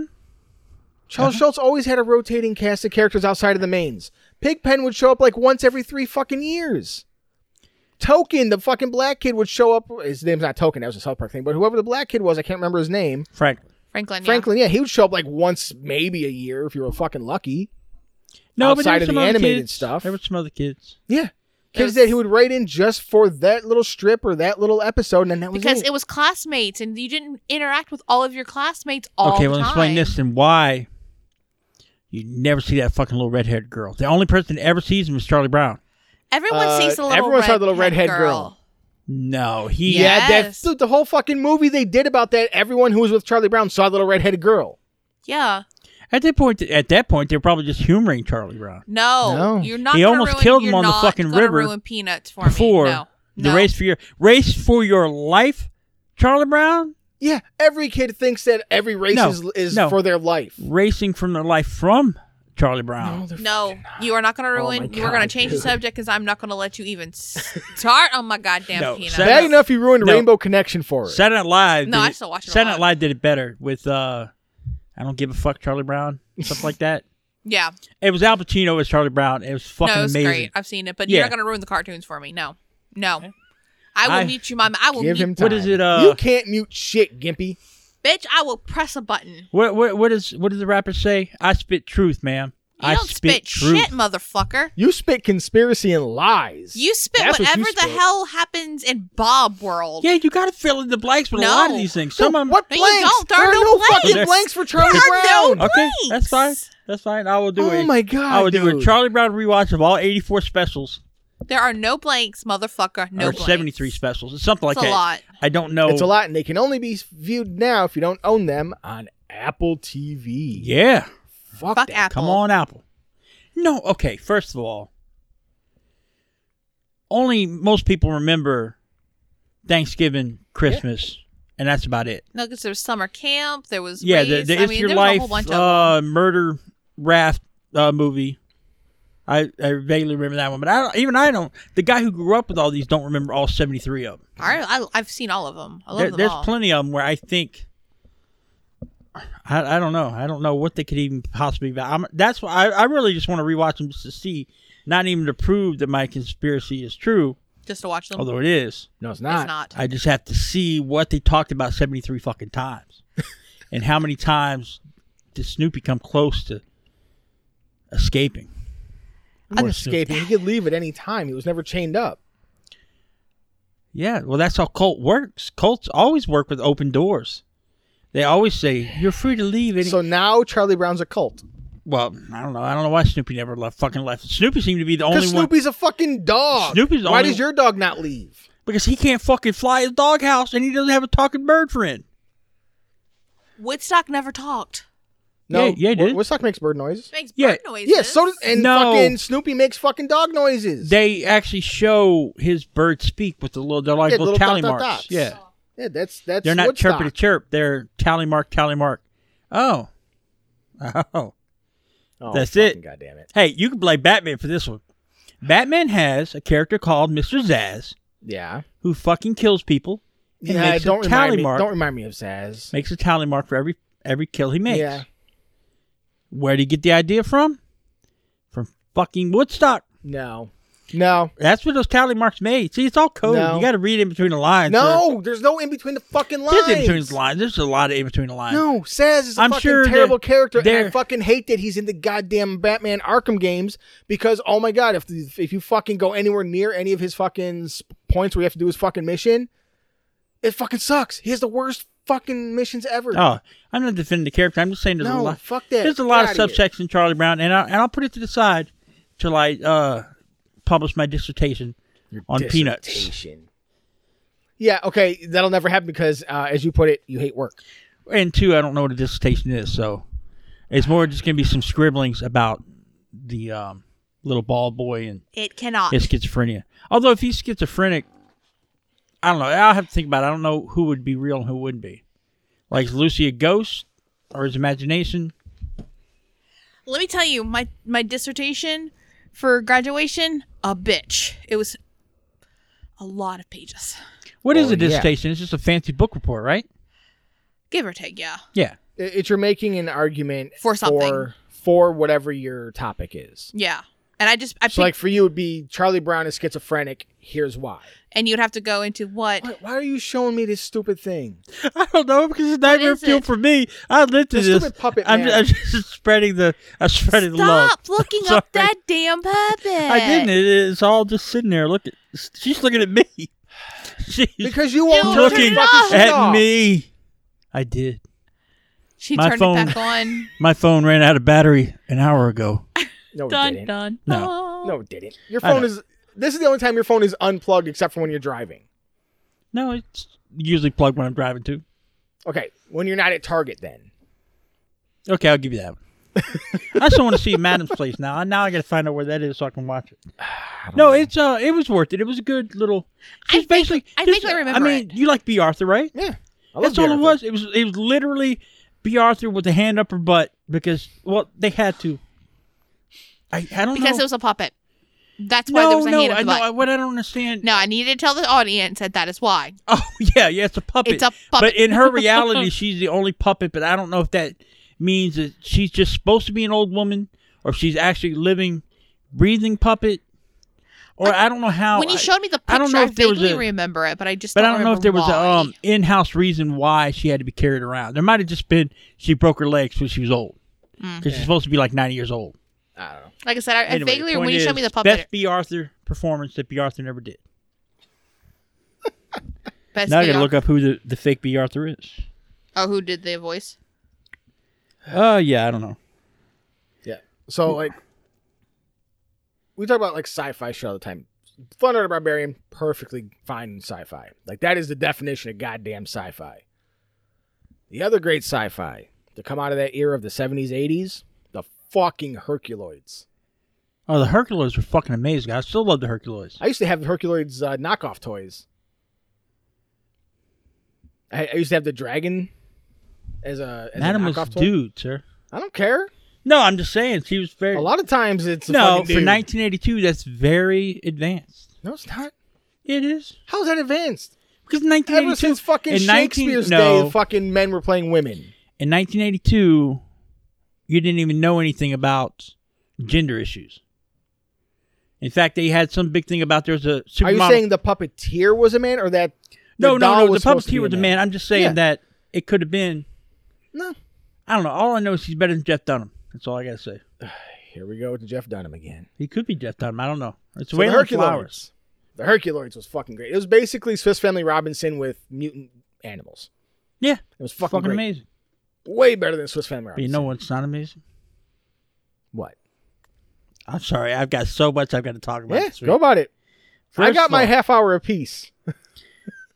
[SPEAKER 1] Charles
[SPEAKER 2] Uh-huh.
[SPEAKER 1] Schultz always had a rotating cast of characters outside of the mains. Pigpen would show up like once every three fucking years. Token, the fucking black kid, would show up. His name's not Token. That was a South Park thing. But whoever the black kid was, I can't remember his name.
[SPEAKER 2] Franklin.
[SPEAKER 3] Franklin. yeah.
[SPEAKER 1] Franklin, yeah, he would show up like once, maybe a year if you were fucking lucky.
[SPEAKER 2] No, but
[SPEAKER 1] Outside
[SPEAKER 2] there were
[SPEAKER 1] of
[SPEAKER 2] some
[SPEAKER 1] the
[SPEAKER 2] other
[SPEAKER 1] animated
[SPEAKER 2] kids.
[SPEAKER 1] stuff.
[SPEAKER 2] There were some other kids.
[SPEAKER 1] Yeah. Kids
[SPEAKER 3] Those-
[SPEAKER 1] that he would write in just for that little strip or that little episode, and then that was
[SPEAKER 3] Because
[SPEAKER 1] it.
[SPEAKER 3] it was classmates, and you didn't interact with all of your classmates all
[SPEAKER 2] okay,
[SPEAKER 3] the
[SPEAKER 2] well,
[SPEAKER 3] time.
[SPEAKER 2] explain this and why you never see that fucking little red-haired girl. The only person that ever sees him is Charlie Brown.
[SPEAKER 3] Everyone
[SPEAKER 1] Uh,
[SPEAKER 3] sees the little
[SPEAKER 1] everyone saw the little
[SPEAKER 3] redhead
[SPEAKER 1] redhead
[SPEAKER 3] girl.
[SPEAKER 1] girl.
[SPEAKER 2] No, he.
[SPEAKER 3] Yeah.
[SPEAKER 1] yeah, that
[SPEAKER 3] Yes.
[SPEAKER 1] dude, the whole fucking movie they did about that. Everyone who was with Charlie Brown saw a little redheaded girl.
[SPEAKER 3] Yeah.
[SPEAKER 2] At that point, at that point, they're probably just humoring Charlie Brown
[SPEAKER 3] No,
[SPEAKER 1] No.
[SPEAKER 3] you're not.
[SPEAKER 2] He
[SPEAKER 3] gonna
[SPEAKER 2] almost
[SPEAKER 3] ruin-
[SPEAKER 2] killed him
[SPEAKER 3] you're
[SPEAKER 2] on the
[SPEAKER 3] not
[SPEAKER 2] fucking
[SPEAKER 3] gonna
[SPEAKER 2] river
[SPEAKER 3] Ruin peanuts for
[SPEAKER 2] before
[SPEAKER 3] me. No,
[SPEAKER 2] the
[SPEAKER 3] no.
[SPEAKER 2] race for your race for your life, Charlie Brown
[SPEAKER 1] Yeah, every kid thinks that every race
[SPEAKER 2] No,
[SPEAKER 1] is, is
[SPEAKER 2] no.
[SPEAKER 1] for their life.
[SPEAKER 2] racing from their life from Charlie Brown.
[SPEAKER 1] they're
[SPEAKER 3] No,
[SPEAKER 1] fucking
[SPEAKER 3] you are not going to
[SPEAKER 1] Oh my
[SPEAKER 3] ruin. you are going
[SPEAKER 1] God,
[SPEAKER 3] to change
[SPEAKER 1] dude.
[SPEAKER 3] the subject because I'm not going to let you even start on my goddamn
[SPEAKER 2] No,
[SPEAKER 3] peanut.
[SPEAKER 2] Saturday-
[SPEAKER 1] Bad enough you ruined
[SPEAKER 2] No.
[SPEAKER 1] Rainbow Connection for it.
[SPEAKER 2] Saturday Night Live.
[SPEAKER 3] No,
[SPEAKER 2] did
[SPEAKER 3] I
[SPEAKER 2] it-
[SPEAKER 3] still watch it a
[SPEAKER 2] Saturday Night
[SPEAKER 3] lot.
[SPEAKER 2] Live did it better with uh, I don't give a fuck Charlie Brown stuff like that.
[SPEAKER 3] Yeah,
[SPEAKER 2] It was Al Pacino as Charlie Brown. It was fucking
[SPEAKER 3] no, it's
[SPEAKER 2] amazing.
[SPEAKER 3] great. I've seen it, but
[SPEAKER 2] Yeah.
[SPEAKER 3] you're not going to ruin the cartoons for me. No, no. I will
[SPEAKER 2] I-
[SPEAKER 3] mute you, mama. I will
[SPEAKER 1] Give
[SPEAKER 3] mute,
[SPEAKER 1] him time.
[SPEAKER 2] What is it, uh,
[SPEAKER 1] you can't mute shit, Gimpy.
[SPEAKER 3] bitch. I will press a button.
[SPEAKER 2] What what what is what does the rapper say? I spit truth, ma'am.
[SPEAKER 3] You
[SPEAKER 2] I
[SPEAKER 3] don't spit,
[SPEAKER 2] truth.
[SPEAKER 3] shit, motherfucker.
[SPEAKER 1] You spit conspiracy and lies.
[SPEAKER 3] You spit
[SPEAKER 1] That's what
[SPEAKER 3] whatever
[SPEAKER 1] you
[SPEAKER 3] the
[SPEAKER 1] spit.
[SPEAKER 3] hell happens in Bob world.
[SPEAKER 2] Yeah, you got to fill in the blanks with a
[SPEAKER 3] No.
[SPEAKER 2] lot of these things. Some
[SPEAKER 1] No,
[SPEAKER 2] of 'em-
[SPEAKER 1] what
[SPEAKER 3] No, you
[SPEAKER 1] blanks?
[SPEAKER 3] don't. There are no
[SPEAKER 1] fucking
[SPEAKER 3] blanks.
[SPEAKER 1] blanks for Charlie
[SPEAKER 3] There are
[SPEAKER 1] Brown.
[SPEAKER 3] no blanks.
[SPEAKER 2] Okay, that's fine. That's fine. I will do
[SPEAKER 1] Oh
[SPEAKER 2] it.
[SPEAKER 1] my God,
[SPEAKER 2] I will do a
[SPEAKER 1] dude.
[SPEAKER 2] Charlie Brown rewatch of all 84 specials
[SPEAKER 3] There are no blanks, motherfucker. No
[SPEAKER 2] or
[SPEAKER 3] blanks.
[SPEAKER 2] 73 specials. It's something like
[SPEAKER 3] It's
[SPEAKER 2] that.
[SPEAKER 3] a lot.
[SPEAKER 2] I don't know.
[SPEAKER 1] It's a lot, and they can only be viewed now if you don't own them on Apple TV.
[SPEAKER 2] Yeah.
[SPEAKER 1] Fuck,
[SPEAKER 3] Fuck
[SPEAKER 1] that.
[SPEAKER 3] Apple.
[SPEAKER 2] Come on, Apple. No, okay. First of all, only most people remember Thanksgiving, Christmas, and that's about it.
[SPEAKER 3] No, because there was summer camp. There was
[SPEAKER 2] yeah, the,
[SPEAKER 3] race.
[SPEAKER 2] the
[SPEAKER 3] I
[SPEAKER 2] It's
[SPEAKER 3] mean,
[SPEAKER 2] Your
[SPEAKER 3] there was a
[SPEAKER 2] Life
[SPEAKER 3] whole bunch of
[SPEAKER 2] uh, murder raft uh, movie. I, I vaguely remember that one, but I don't, even I don't. The guy who grew up with all these don't remember all seventy three of them.
[SPEAKER 3] them. I, I, I've seen all of them. I love
[SPEAKER 2] There,
[SPEAKER 3] them
[SPEAKER 2] there's
[SPEAKER 3] all.
[SPEAKER 2] plenty of them where I think I, I don't know. I don't know what they could even possibly. be- I'm, that's why I, I really just want to rewatch them just to see, not even to prove that my conspiracy is true,
[SPEAKER 3] just to watch them.
[SPEAKER 2] although it is.
[SPEAKER 1] No, it's
[SPEAKER 3] it's
[SPEAKER 1] not.
[SPEAKER 3] not.
[SPEAKER 2] I just have to see what they talked about 73 fucking times. and how many times did Snoopy come close to escaping?
[SPEAKER 1] I'm
[SPEAKER 2] Or
[SPEAKER 1] escaping. He could leave at any time. He was never chained up.
[SPEAKER 2] Yeah, well, that's how cult works. Cults always work with open doors. They always say, you're free to leave. Any-
[SPEAKER 1] So now Charlie Brown's a cult.
[SPEAKER 2] well, I don't know. I don't know why Snoopy never left. fucking left. Snoopy seemed to be the only
[SPEAKER 1] Because
[SPEAKER 2] one.
[SPEAKER 1] Snoopy's a fucking dog.
[SPEAKER 2] Snoopy's the
[SPEAKER 1] Why
[SPEAKER 2] only-
[SPEAKER 1] does your dog not leave?
[SPEAKER 2] Because he can't fucking fly his doghouse and he doesn't have a talking bird friend.
[SPEAKER 3] Woodstock never talked.
[SPEAKER 1] No,
[SPEAKER 2] Yeah, yeah, he
[SPEAKER 1] Wo-
[SPEAKER 2] did.
[SPEAKER 1] Woodstock makes bird noises.
[SPEAKER 3] It makes
[SPEAKER 2] Yeah.
[SPEAKER 3] bird noises.
[SPEAKER 1] Yeah, so does and
[SPEAKER 2] No.
[SPEAKER 1] fucking Snoopy makes fucking dog noises.
[SPEAKER 2] They actually show his bird speak with the little, they're like
[SPEAKER 1] Yeah,
[SPEAKER 2] little,
[SPEAKER 1] little dot,
[SPEAKER 2] tally
[SPEAKER 1] dot,
[SPEAKER 2] marks.
[SPEAKER 1] dots.
[SPEAKER 2] Yeah.
[SPEAKER 1] yeah, that's that's
[SPEAKER 2] They're not
[SPEAKER 1] Woodstock.
[SPEAKER 2] chirping to chirp. They're tally mark, tally mark. Oh. Oh.
[SPEAKER 1] Oh,
[SPEAKER 2] That's
[SPEAKER 1] fucking
[SPEAKER 2] it.
[SPEAKER 1] Goddamn it.
[SPEAKER 2] Hey, you can play Batman for this one. Batman has a character called Mr. Zaz
[SPEAKER 1] Yeah.
[SPEAKER 2] who fucking kills people and
[SPEAKER 1] Yeah,
[SPEAKER 2] makes
[SPEAKER 1] don't
[SPEAKER 2] a tally
[SPEAKER 1] remind me.
[SPEAKER 2] mark.
[SPEAKER 1] Don't remind me of Zaz.
[SPEAKER 2] Makes a tally mark for every every kill he makes.
[SPEAKER 1] Yeah.
[SPEAKER 2] Where do you get the idea from? From fucking Woodstock.
[SPEAKER 1] No. No.
[SPEAKER 2] That's where those tally marks made. See, it's all code.
[SPEAKER 1] No.
[SPEAKER 2] You got to read in between the lines.
[SPEAKER 1] No, there's no in between the fucking
[SPEAKER 2] or-
[SPEAKER 1] lines.
[SPEAKER 2] There's in between the lines. There's a lot of in between the lines.
[SPEAKER 1] No, Saz is a
[SPEAKER 2] I'm
[SPEAKER 1] fucking
[SPEAKER 2] sure that
[SPEAKER 1] terrible character, and I
[SPEAKER 2] they're-
[SPEAKER 1] fucking hate that he's in the goddamn Batman Arkham games because oh my god, if if you fucking go anywhere near any of his fucking s- points where you have to do his fucking mission, it fucking sucks. He has the worst fucking missions ever.
[SPEAKER 2] Oh, I'm not defending the character. I'm just saying there's a
[SPEAKER 1] no,
[SPEAKER 2] lot.
[SPEAKER 1] fuck that.
[SPEAKER 2] There's a lot
[SPEAKER 1] Get
[SPEAKER 2] of
[SPEAKER 1] outta here.
[SPEAKER 2] subsection Charlie Brown, and I, and I'll put it to the side till I uh, publish my dissertation on peanuts.
[SPEAKER 1] Dissertation. Yeah, okay, that'll never happen because, uh, as you put it, you hate work.
[SPEAKER 2] And two, I don't know what a dissertation is, so it's more just gonna be some scribblings about the um, little bald boy and
[SPEAKER 3] It cannot.
[SPEAKER 2] his schizophrenia. Although if he's schizophrenic, I don't know. I'll have to think about. it. I don't know who would be real and who wouldn't be. Like is Lucy a ghost or his imagination?
[SPEAKER 3] Let me tell you, my my dissertation for graduation, a bitch. It was a lot of pages,
[SPEAKER 2] What is
[SPEAKER 1] Well, Oh,
[SPEAKER 2] a
[SPEAKER 1] yeah.
[SPEAKER 2] dissertation? It's just a fancy book report, right?
[SPEAKER 3] give or take. Yeah,
[SPEAKER 2] Yeah.
[SPEAKER 1] I- It's you're making an argument
[SPEAKER 3] For something.
[SPEAKER 1] for, for whatever your topic is.
[SPEAKER 3] yeah. And I just I picked,
[SPEAKER 1] So, like for you, it'd be Charlie Brown is schizophrenic. Here's why.
[SPEAKER 3] and you'd have to go into what.
[SPEAKER 1] Why, why are you showing me this stupid thing?
[SPEAKER 2] I don't know because it's not even
[SPEAKER 3] is
[SPEAKER 2] fuel
[SPEAKER 3] it?
[SPEAKER 2] for me. I lived to
[SPEAKER 1] The
[SPEAKER 2] this.
[SPEAKER 1] stupid puppet
[SPEAKER 2] I'm,
[SPEAKER 1] man.
[SPEAKER 2] I'm just spreading the. I'm spreading the love.
[SPEAKER 3] Stop looking up
[SPEAKER 2] Sorry.
[SPEAKER 3] that damn puppet.
[SPEAKER 2] I didn't. It, it's all just sitting there. Look at. She's looking at me. She's
[SPEAKER 1] Because you won't
[SPEAKER 3] Dude,
[SPEAKER 1] turn
[SPEAKER 2] looking
[SPEAKER 1] the fucking shit
[SPEAKER 2] at
[SPEAKER 1] off.
[SPEAKER 2] me. I did.
[SPEAKER 3] She
[SPEAKER 2] My
[SPEAKER 3] turned
[SPEAKER 2] phone-
[SPEAKER 3] it back on.
[SPEAKER 2] My phone ran out of battery an hour ago.
[SPEAKER 1] No, it
[SPEAKER 3] dun
[SPEAKER 1] didn't.
[SPEAKER 3] dun.
[SPEAKER 2] No.
[SPEAKER 3] dun.
[SPEAKER 1] No, it didn't. Your
[SPEAKER 2] I
[SPEAKER 1] phone
[SPEAKER 2] know.
[SPEAKER 1] is. This is the only time your phone is unplugged, except for when you're driving.
[SPEAKER 2] No, it's usually plugged when I'm driving too.
[SPEAKER 1] Okay, when you're not at Target, then.
[SPEAKER 2] Okay, I'll give you that one. I still want to see Madam's Place now. Now I got to find out where that is so I can watch it. No, it's uh, it was worth it. It was a good little.
[SPEAKER 3] I
[SPEAKER 2] She's
[SPEAKER 3] think-
[SPEAKER 2] basically.
[SPEAKER 3] I
[SPEAKER 2] just-
[SPEAKER 3] think I
[SPEAKER 2] I
[SPEAKER 3] remember
[SPEAKER 2] mean, you like B. Arthur, right?
[SPEAKER 1] Yeah, I love
[SPEAKER 2] That's all
[SPEAKER 1] Jennifer.
[SPEAKER 2] it was. It was it was literally B. Arthur with a hand up her butt because well they had to. I, I don't
[SPEAKER 3] because it
[SPEAKER 2] know.
[SPEAKER 3] was a puppet. That's
[SPEAKER 2] no,
[SPEAKER 3] why there was a
[SPEAKER 2] no,
[SPEAKER 3] hand up
[SPEAKER 2] I
[SPEAKER 3] the
[SPEAKER 2] know.
[SPEAKER 3] butt.
[SPEAKER 2] I- What I don't understand.
[SPEAKER 3] no, I needed to tell the audience that that is why.
[SPEAKER 2] Oh yeah, yeah, it's a puppet.
[SPEAKER 3] It's a
[SPEAKER 2] But
[SPEAKER 3] puppet.
[SPEAKER 2] in her reality, she's the only puppet. But I don't know if that means that she's just supposed to be an old woman, or if she's actually living, breathing puppet, or I, don't know how.
[SPEAKER 3] when you
[SPEAKER 2] Oh, I-
[SPEAKER 3] showed me the picture,
[SPEAKER 2] I
[SPEAKER 3] I,
[SPEAKER 2] don't know if there was
[SPEAKER 3] vaguely
[SPEAKER 2] a-
[SPEAKER 3] remember it, but I just
[SPEAKER 2] But
[SPEAKER 3] don't
[SPEAKER 2] I don't know if
[SPEAKER 3] remember
[SPEAKER 2] there was a
[SPEAKER 3] why.
[SPEAKER 2] um, in-house reason why she had to be carried around. There might have just been she broke her legs when she was old, because she's supposed to be like ninety years old.
[SPEAKER 1] I don't know.
[SPEAKER 3] Like I said, I, I
[SPEAKER 2] Anyway,
[SPEAKER 3] Mm. vaguely
[SPEAKER 2] the
[SPEAKER 3] when
[SPEAKER 2] point
[SPEAKER 3] you showed
[SPEAKER 2] is,
[SPEAKER 3] me the puppet,
[SPEAKER 2] best B. Arthur performance that B. Arthur never did.
[SPEAKER 3] best
[SPEAKER 2] now I
[SPEAKER 3] video-
[SPEAKER 2] gotta look up who the, the fake B. Arthur is.
[SPEAKER 3] Oh, who did the voice?
[SPEAKER 2] Oh yeah, I don't know.
[SPEAKER 1] Yeah. So like, we talk about like sci-fi shit all the time. Thunder the Barbarian, perfectly fine in sci-fi. Like that is the definition of goddamn sci-fi. The other great sci-fi to come out of that era of the '70s, '80s, the fucking Herculoids.
[SPEAKER 2] Oh, the Herculoids were fucking amazing. I still love the Herculoids.
[SPEAKER 1] I used to have Herculoids uh, knockoff toys. I, I used to have the dragon as a as
[SPEAKER 2] Madam
[SPEAKER 1] a
[SPEAKER 2] was
[SPEAKER 1] knockoff toy.
[SPEAKER 2] dude, sir.
[SPEAKER 1] I don't care.
[SPEAKER 2] No, I'm just saying she was very.
[SPEAKER 1] A lot of times it's a
[SPEAKER 2] no,
[SPEAKER 1] fucking
[SPEAKER 2] for
[SPEAKER 1] dude.
[SPEAKER 2] 1982, that's very advanced.
[SPEAKER 1] No, it's not.
[SPEAKER 2] It is
[SPEAKER 1] How's that advanced?
[SPEAKER 2] because
[SPEAKER 1] Ever
[SPEAKER 2] 1982
[SPEAKER 1] since fucking
[SPEAKER 2] in 19
[SPEAKER 1] Shakespeare's
[SPEAKER 2] no,
[SPEAKER 1] day, fucking men were playing women.
[SPEAKER 2] in 1982, you didn't even know anything about gender issues. In fact, they had some big thing about there's a supermodel.
[SPEAKER 1] Are you saying the puppeteer was a man or that? the
[SPEAKER 2] no, no,
[SPEAKER 1] doll
[SPEAKER 2] no? The
[SPEAKER 1] supposed to be
[SPEAKER 2] puppeteer was a man. I'm just saying
[SPEAKER 1] Yeah.
[SPEAKER 2] that it could have been.
[SPEAKER 1] No.
[SPEAKER 2] I don't know. All I know is he's better than Jeff Dunham. That's all I gotta say.
[SPEAKER 1] Here we go with the Jeff Dunham again.
[SPEAKER 2] He could be Jeff Dunham. I don't know. It's
[SPEAKER 1] So
[SPEAKER 2] way
[SPEAKER 1] the
[SPEAKER 2] like
[SPEAKER 1] Herculoids.
[SPEAKER 2] flowers.
[SPEAKER 1] The Herculoids was fucking great. It was basically Swiss Family Robinson with mutant animals.
[SPEAKER 2] Yeah,
[SPEAKER 1] It was fucking,
[SPEAKER 2] fucking,
[SPEAKER 1] great.
[SPEAKER 2] amazing.
[SPEAKER 1] Way better than Swiss Family
[SPEAKER 2] But
[SPEAKER 1] Robinson.
[SPEAKER 2] you know what's not amazing?
[SPEAKER 1] what?
[SPEAKER 2] I'm sorry. I've got so much I've got to talk about.
[SPEAKER 1] Yeah,
[SPEAKER 2] this week.
[SPEAKER 1] go about it. I
[SPEAKER 2] First
[SPEAKER 1] got
[SPEAKER 2] of
[SPEAKER 1] my
[SPEAKER 2] all-
[SPEAKER 1] half hour apiece.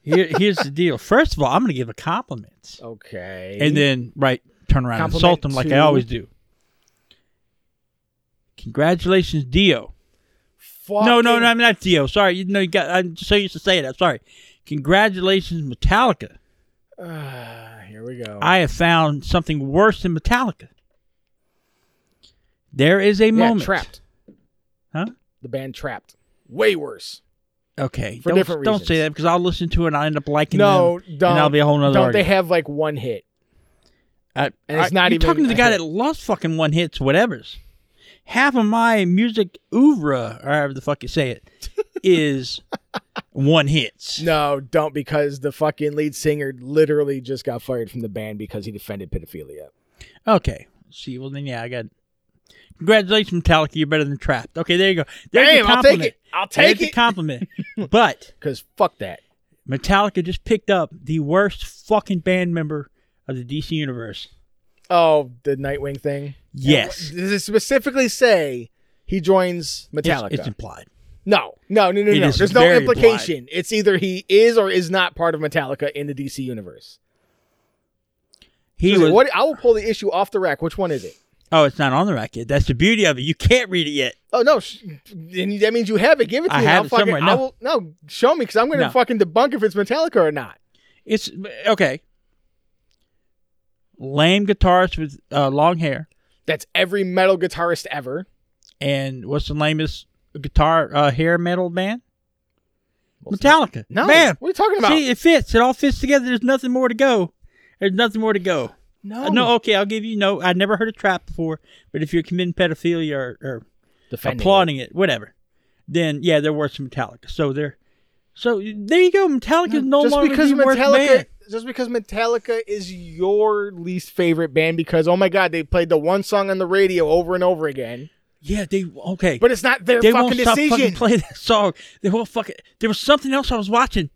[SPEAKER 2] Here, here's the deal. First of all, I'm gonna give a compliment,
[SPEAKER 1] Okay.
[SPEAKER 2] and then right, turn around and
[SPEAKER 1] Compliment
[SPEAKER 2] insult them like I
[SPEAKER 1] to-
[SPEAKER 2] always do. Congratulations, Dio.
[SPEAKER 1] Fucking-
[SPEAKER 2] No, no, no, I'm not Dio. Sorry, you know you got. I'm so used to saying that. Sorry. Congratulations, Metallica.
[SPEAKER 1] Ah, here we go.
[SPEAKER 2] I have found something worse than Metallica. There is a
[SPEAKER 1] yeah,
[SPEAKER 2] moment.
[SPEAKER 1] trapped.
[SPEAKER 2] Huh?
[SPEAKER 1] The band trapped. Way worse.
[SPEAKER 2] Okay.
[SPEAKER 1] For
[SPEAKER 2] don't,
[SPEAKER 1] different
[SPEAKER 2] don't
[SPEAKER 1] reasons.
[SPEAKER 2] say that because I'll listen to it and I'll end up liking
[SPEAKER 1] No,
[SPEAKER 2] them.
[SPEAKER 1] don't.
[SPEAKER 2] And that'll be a whole nother
[SPEAKER 1] Don't
[SPEAKER 2] argument.
[SPEAKER 1] they have like one hit?
[SPEAKER 2] I,
[SPEAKER 1] And it's not
[SPEAKER 2] you're
[SPEAKER 1] even-
[SPEAKER 2] talking to the guy
[SPEAKER 1] I-
[SPEAKER 2] that loves fucking one hits, whatever's. Half of my music oeuvre, or however the fuck you say it, is one hits.
[SPEAKER 1] No, don't because the fucking lead singer literally just got fired from the band because he defended pedophilia.
[SPEAKER 2] Okay. See, well then, yeah, I got. Congratulations, Metallica. You're better than Trapped. Okay, there you go. There's
[SPEAKER 1] Damn,
[SPEAKER 2] a
[SPEAKER 1] I'll take
[SPEAKER 2] compliment.
[SPEAKER 1] it. I'll
[SPEAKER 2] There's
[SPEAKER 1] take
[SPEAKER 2] a
[SPEAKER 1] it.
[SPEAKER 2] compliment. but
[SPEAKER 1] Because fuck that.
[SPEAKER 2] Metallica just picked up the worst fucking band member of the DC universe.
[SPEAKER 1] Oh, the Nightwing thing.
[SPEAKER 2] Yes,
[SPEAKER 1] Does it specifically say he joins
[SPEAKER 2] It's-
[SPEAKER 1] Metallica?
[SPEAKER 2] It's, implied.
[SPEAKER 1] no, no, no, no,
[SPEAKER 2] It
[SPEAKER 1] no.
[SPEAKER 2] is
[SPEAKER 1] There's no
[SPEAKER 2] very
[SPEAKER 1] implication. It's either he is or is not part of Metallica in the DC universe.
[SPEAKER 2] He
[SPEAKER 1] It's like,
[SPEAKER 2] was.
[SPEAKER 1] what? I will pull the issue off the rack. Which one is it?
[SPEAKER 2] Oh, it's not on the racket. That's the beauty of it. You can't read it yet.
[SPEAKER 1] Oh no! Sh- then that means you have it. Give it to
[SPEAKER 2] I
[SPEAKER 1] me.
[SPEAKER 2] have
[SPEAKER 1] I'll
[SPEAKER 2] it
[SPEAKER 1] fucking,
[SPEAKER 2] somewhere.
[SPEAKER 1] I
[SPEAKER 2] No.
[SPEAKER 1] will, no, show me because I'm going to
[SPEAKER 2] No.
[SPEAKER 1] fucking debunk if it's Metallica or not.
[SPEAKER 2] It's okay. Lame guitarist with uh, long hair,
[SPEAKER 1] That's every metal guitarist ever.
[SPEAKER 2] and what's the lamest guitar uh, hair metal band? Metallica.
[SPEAKER 1] No,
[SPEAKER 2] man.
[SPEAKER 1] what are you talking about?
[SPEAKER 2] See, it fits. It all fits together. There's nothing more to go. There's nothing more to go.
[SPEAKER 1] no,
[SPEAKER 2] Uh, no, okay, I'll give you no. I never heard of trap before, but if you're committing pedophilia or, or
[SPEAKER 1] Defending
[SPEAKER 2] applauding it. whatever, then yeah, there were some Metallica. So there, so there you go. Metallica is no
[SPEAKER 1] just
[SPEAKER 2] longer
[SPEAKER 1] because
[SPEAKER 2] the worst
[SPEAKER 1] Metallica,
[SPEAKER 2] band.
[SPEAKER 1] just because Metallica is your least favorite band because oh my god, they played the one song on the radio over and over again,
[SPEAKER 2] Yeah, they okay.
[SPEAKER 1] but it's not their
[SPEAKER 2] they won't
[SPEAKER 1] fucking
[SPEAKER 2] stop fucking
[SPEAKER 1] decision.
[SPEAKER 2] playing that song. They won't fucking. There was something else I was watching.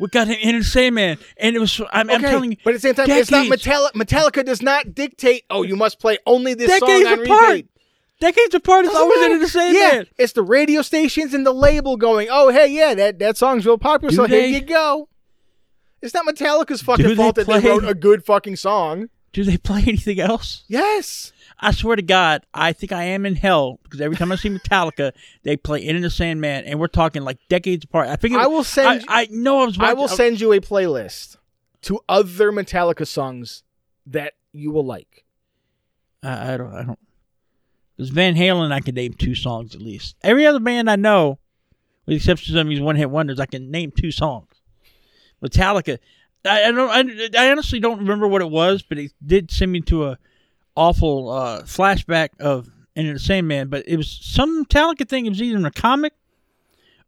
[SPEAKER 2] We got him in the same man, and it was. I'm, I'm
[SPEAKER 1] Okay,
[SPEAKER 2] telling you,
[SPEAKER 1] but at the same time, it's not
[SPEAKER 2] decades-
[SPEAKER 1] Metallica. Metallica does not dictate. Oh, you must play only this
[SPEAKER 2] Decades
[SPEAKER 1] song on
[SPEAKER 2] apart.
[SPEAKER 1] repeat.
[SPEAKER 2] Decades apart, it's
[SPEAKER 1] Doesn't
[SPEAKER 2] always
[SPEAKER 1] matter.
[SPEAKER 2] in the same
[SPEAKER 1] yeah,
[SPEAKER 2] man.
[SPEAKER 1] it's the radio stations and the label going. Oh, hey, yeah, that that song's real popular,
[SPEAKER 2] Do
[SPEAKER 1] so
[SPEAKER 2] they-
[SPEAKER 1] here you go. It's not Metallica's fucking
[SPEAKER 2] they
[SPEAKER 1] fault that
[SPEAKER 2] play-
[SPEAKER 1] they wrote a good fucking song.
[SPEAKER 2] Do they play anything else?
[SPEAKER 1] Yes.
[SPEAKER 2] I swear to God, I think I am in hell because every time I see Metallica, they play Into the Sandman, and we're talking like decades apart. I think
[SPEAKER 1] I will send-
[SPEAKER 2] I, I know I was. Watching,
[SPEAKER 1] I will send you a playlist to other Metallica songs that you will like.
[SPEAKER 2] I, I don't. I don't. Because Van Halen, I can name two songs at least. Every other band I know, with the exception of some of these one-hit wonders, I can name two songs. Metallica, I, I don't. I, I honestly don't remember what it was, but it did send me to a awful uh, flashback of Into the Sandman. But it was some Metallica thing. It was either in a comic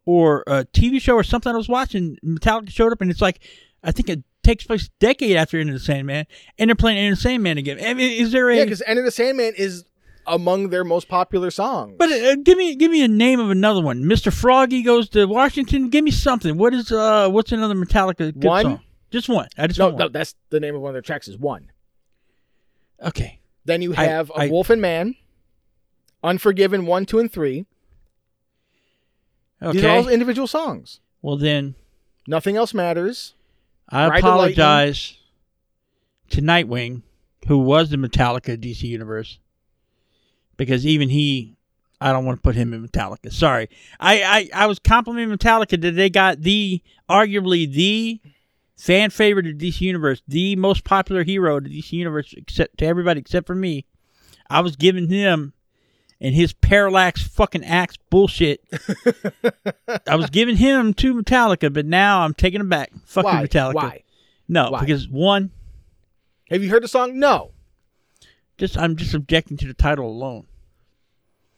[SPEAKER 2] or a TV show or something I was watching. Metallica showed up, and it's like I think it takes place a decade after Into the Sandman, and they're playing Into the Sandman again. I mean, is there a
[SPEAKER 1] Yeah, because "End of the Sandman" is among their most popular songs.
[SPEAKER 2] but uh, give me give me a name of another one. Mr. Froggy goes to Washington. Give me something. What is uh what's another Metallica good
[SPEAKER 1] One?
[SPEAKER 2] song? Just one. I just
[SPEAKER 1] no,
[SPEAKER 2] want
[SPEAKER 1] no,
[SPEAKER 2] one.
[SPEAKER 1] that's the name of one of their tracks is one.
[SPEAKER 2] Okay.
[SPEAKER 1] Then you
[SPEAKER 2] I-
[SPEAKER 1] have a
[SPEAKER 2] I-
[SPEAKER 1] Wolf and Man, Unforgiven one, two, and three. These are
[SPEAKER 2] Okay.
[SPEAKER 1] all individual songs.
[SPEAKER 2] well then,
[SPEAKER 1] Nothing else matters.
[SPEAKER 2] I
[SPEAKER 1] Ride the Lightning.
[SPEAKER 2] apologize to Nightwing, who was the Metallica DC universe, because even he, I don't want to put him in Metallica. Sorry, I I, I was complimenting Metallica that they got the arguably the fan favorite of DC Universe, the most popular hero of DC Universe, except to everybody except for me. I was giving him and his parallax fucking axe bullshit. I was giving him to Metallica, but now I'm taking it back. Fuck you,
[SPEAKER 1] Why?
[SPEAKER 2] Metallica.
[SPEAKER 1] Why?
[SPEAKER 2] No,
[SPEAKER 1] Why?
[SPEAKER 2] because one,
[SPEAKER 1] Have you heard the song? No.
[SPEAKER 2] just I'm just objecting to the title alone.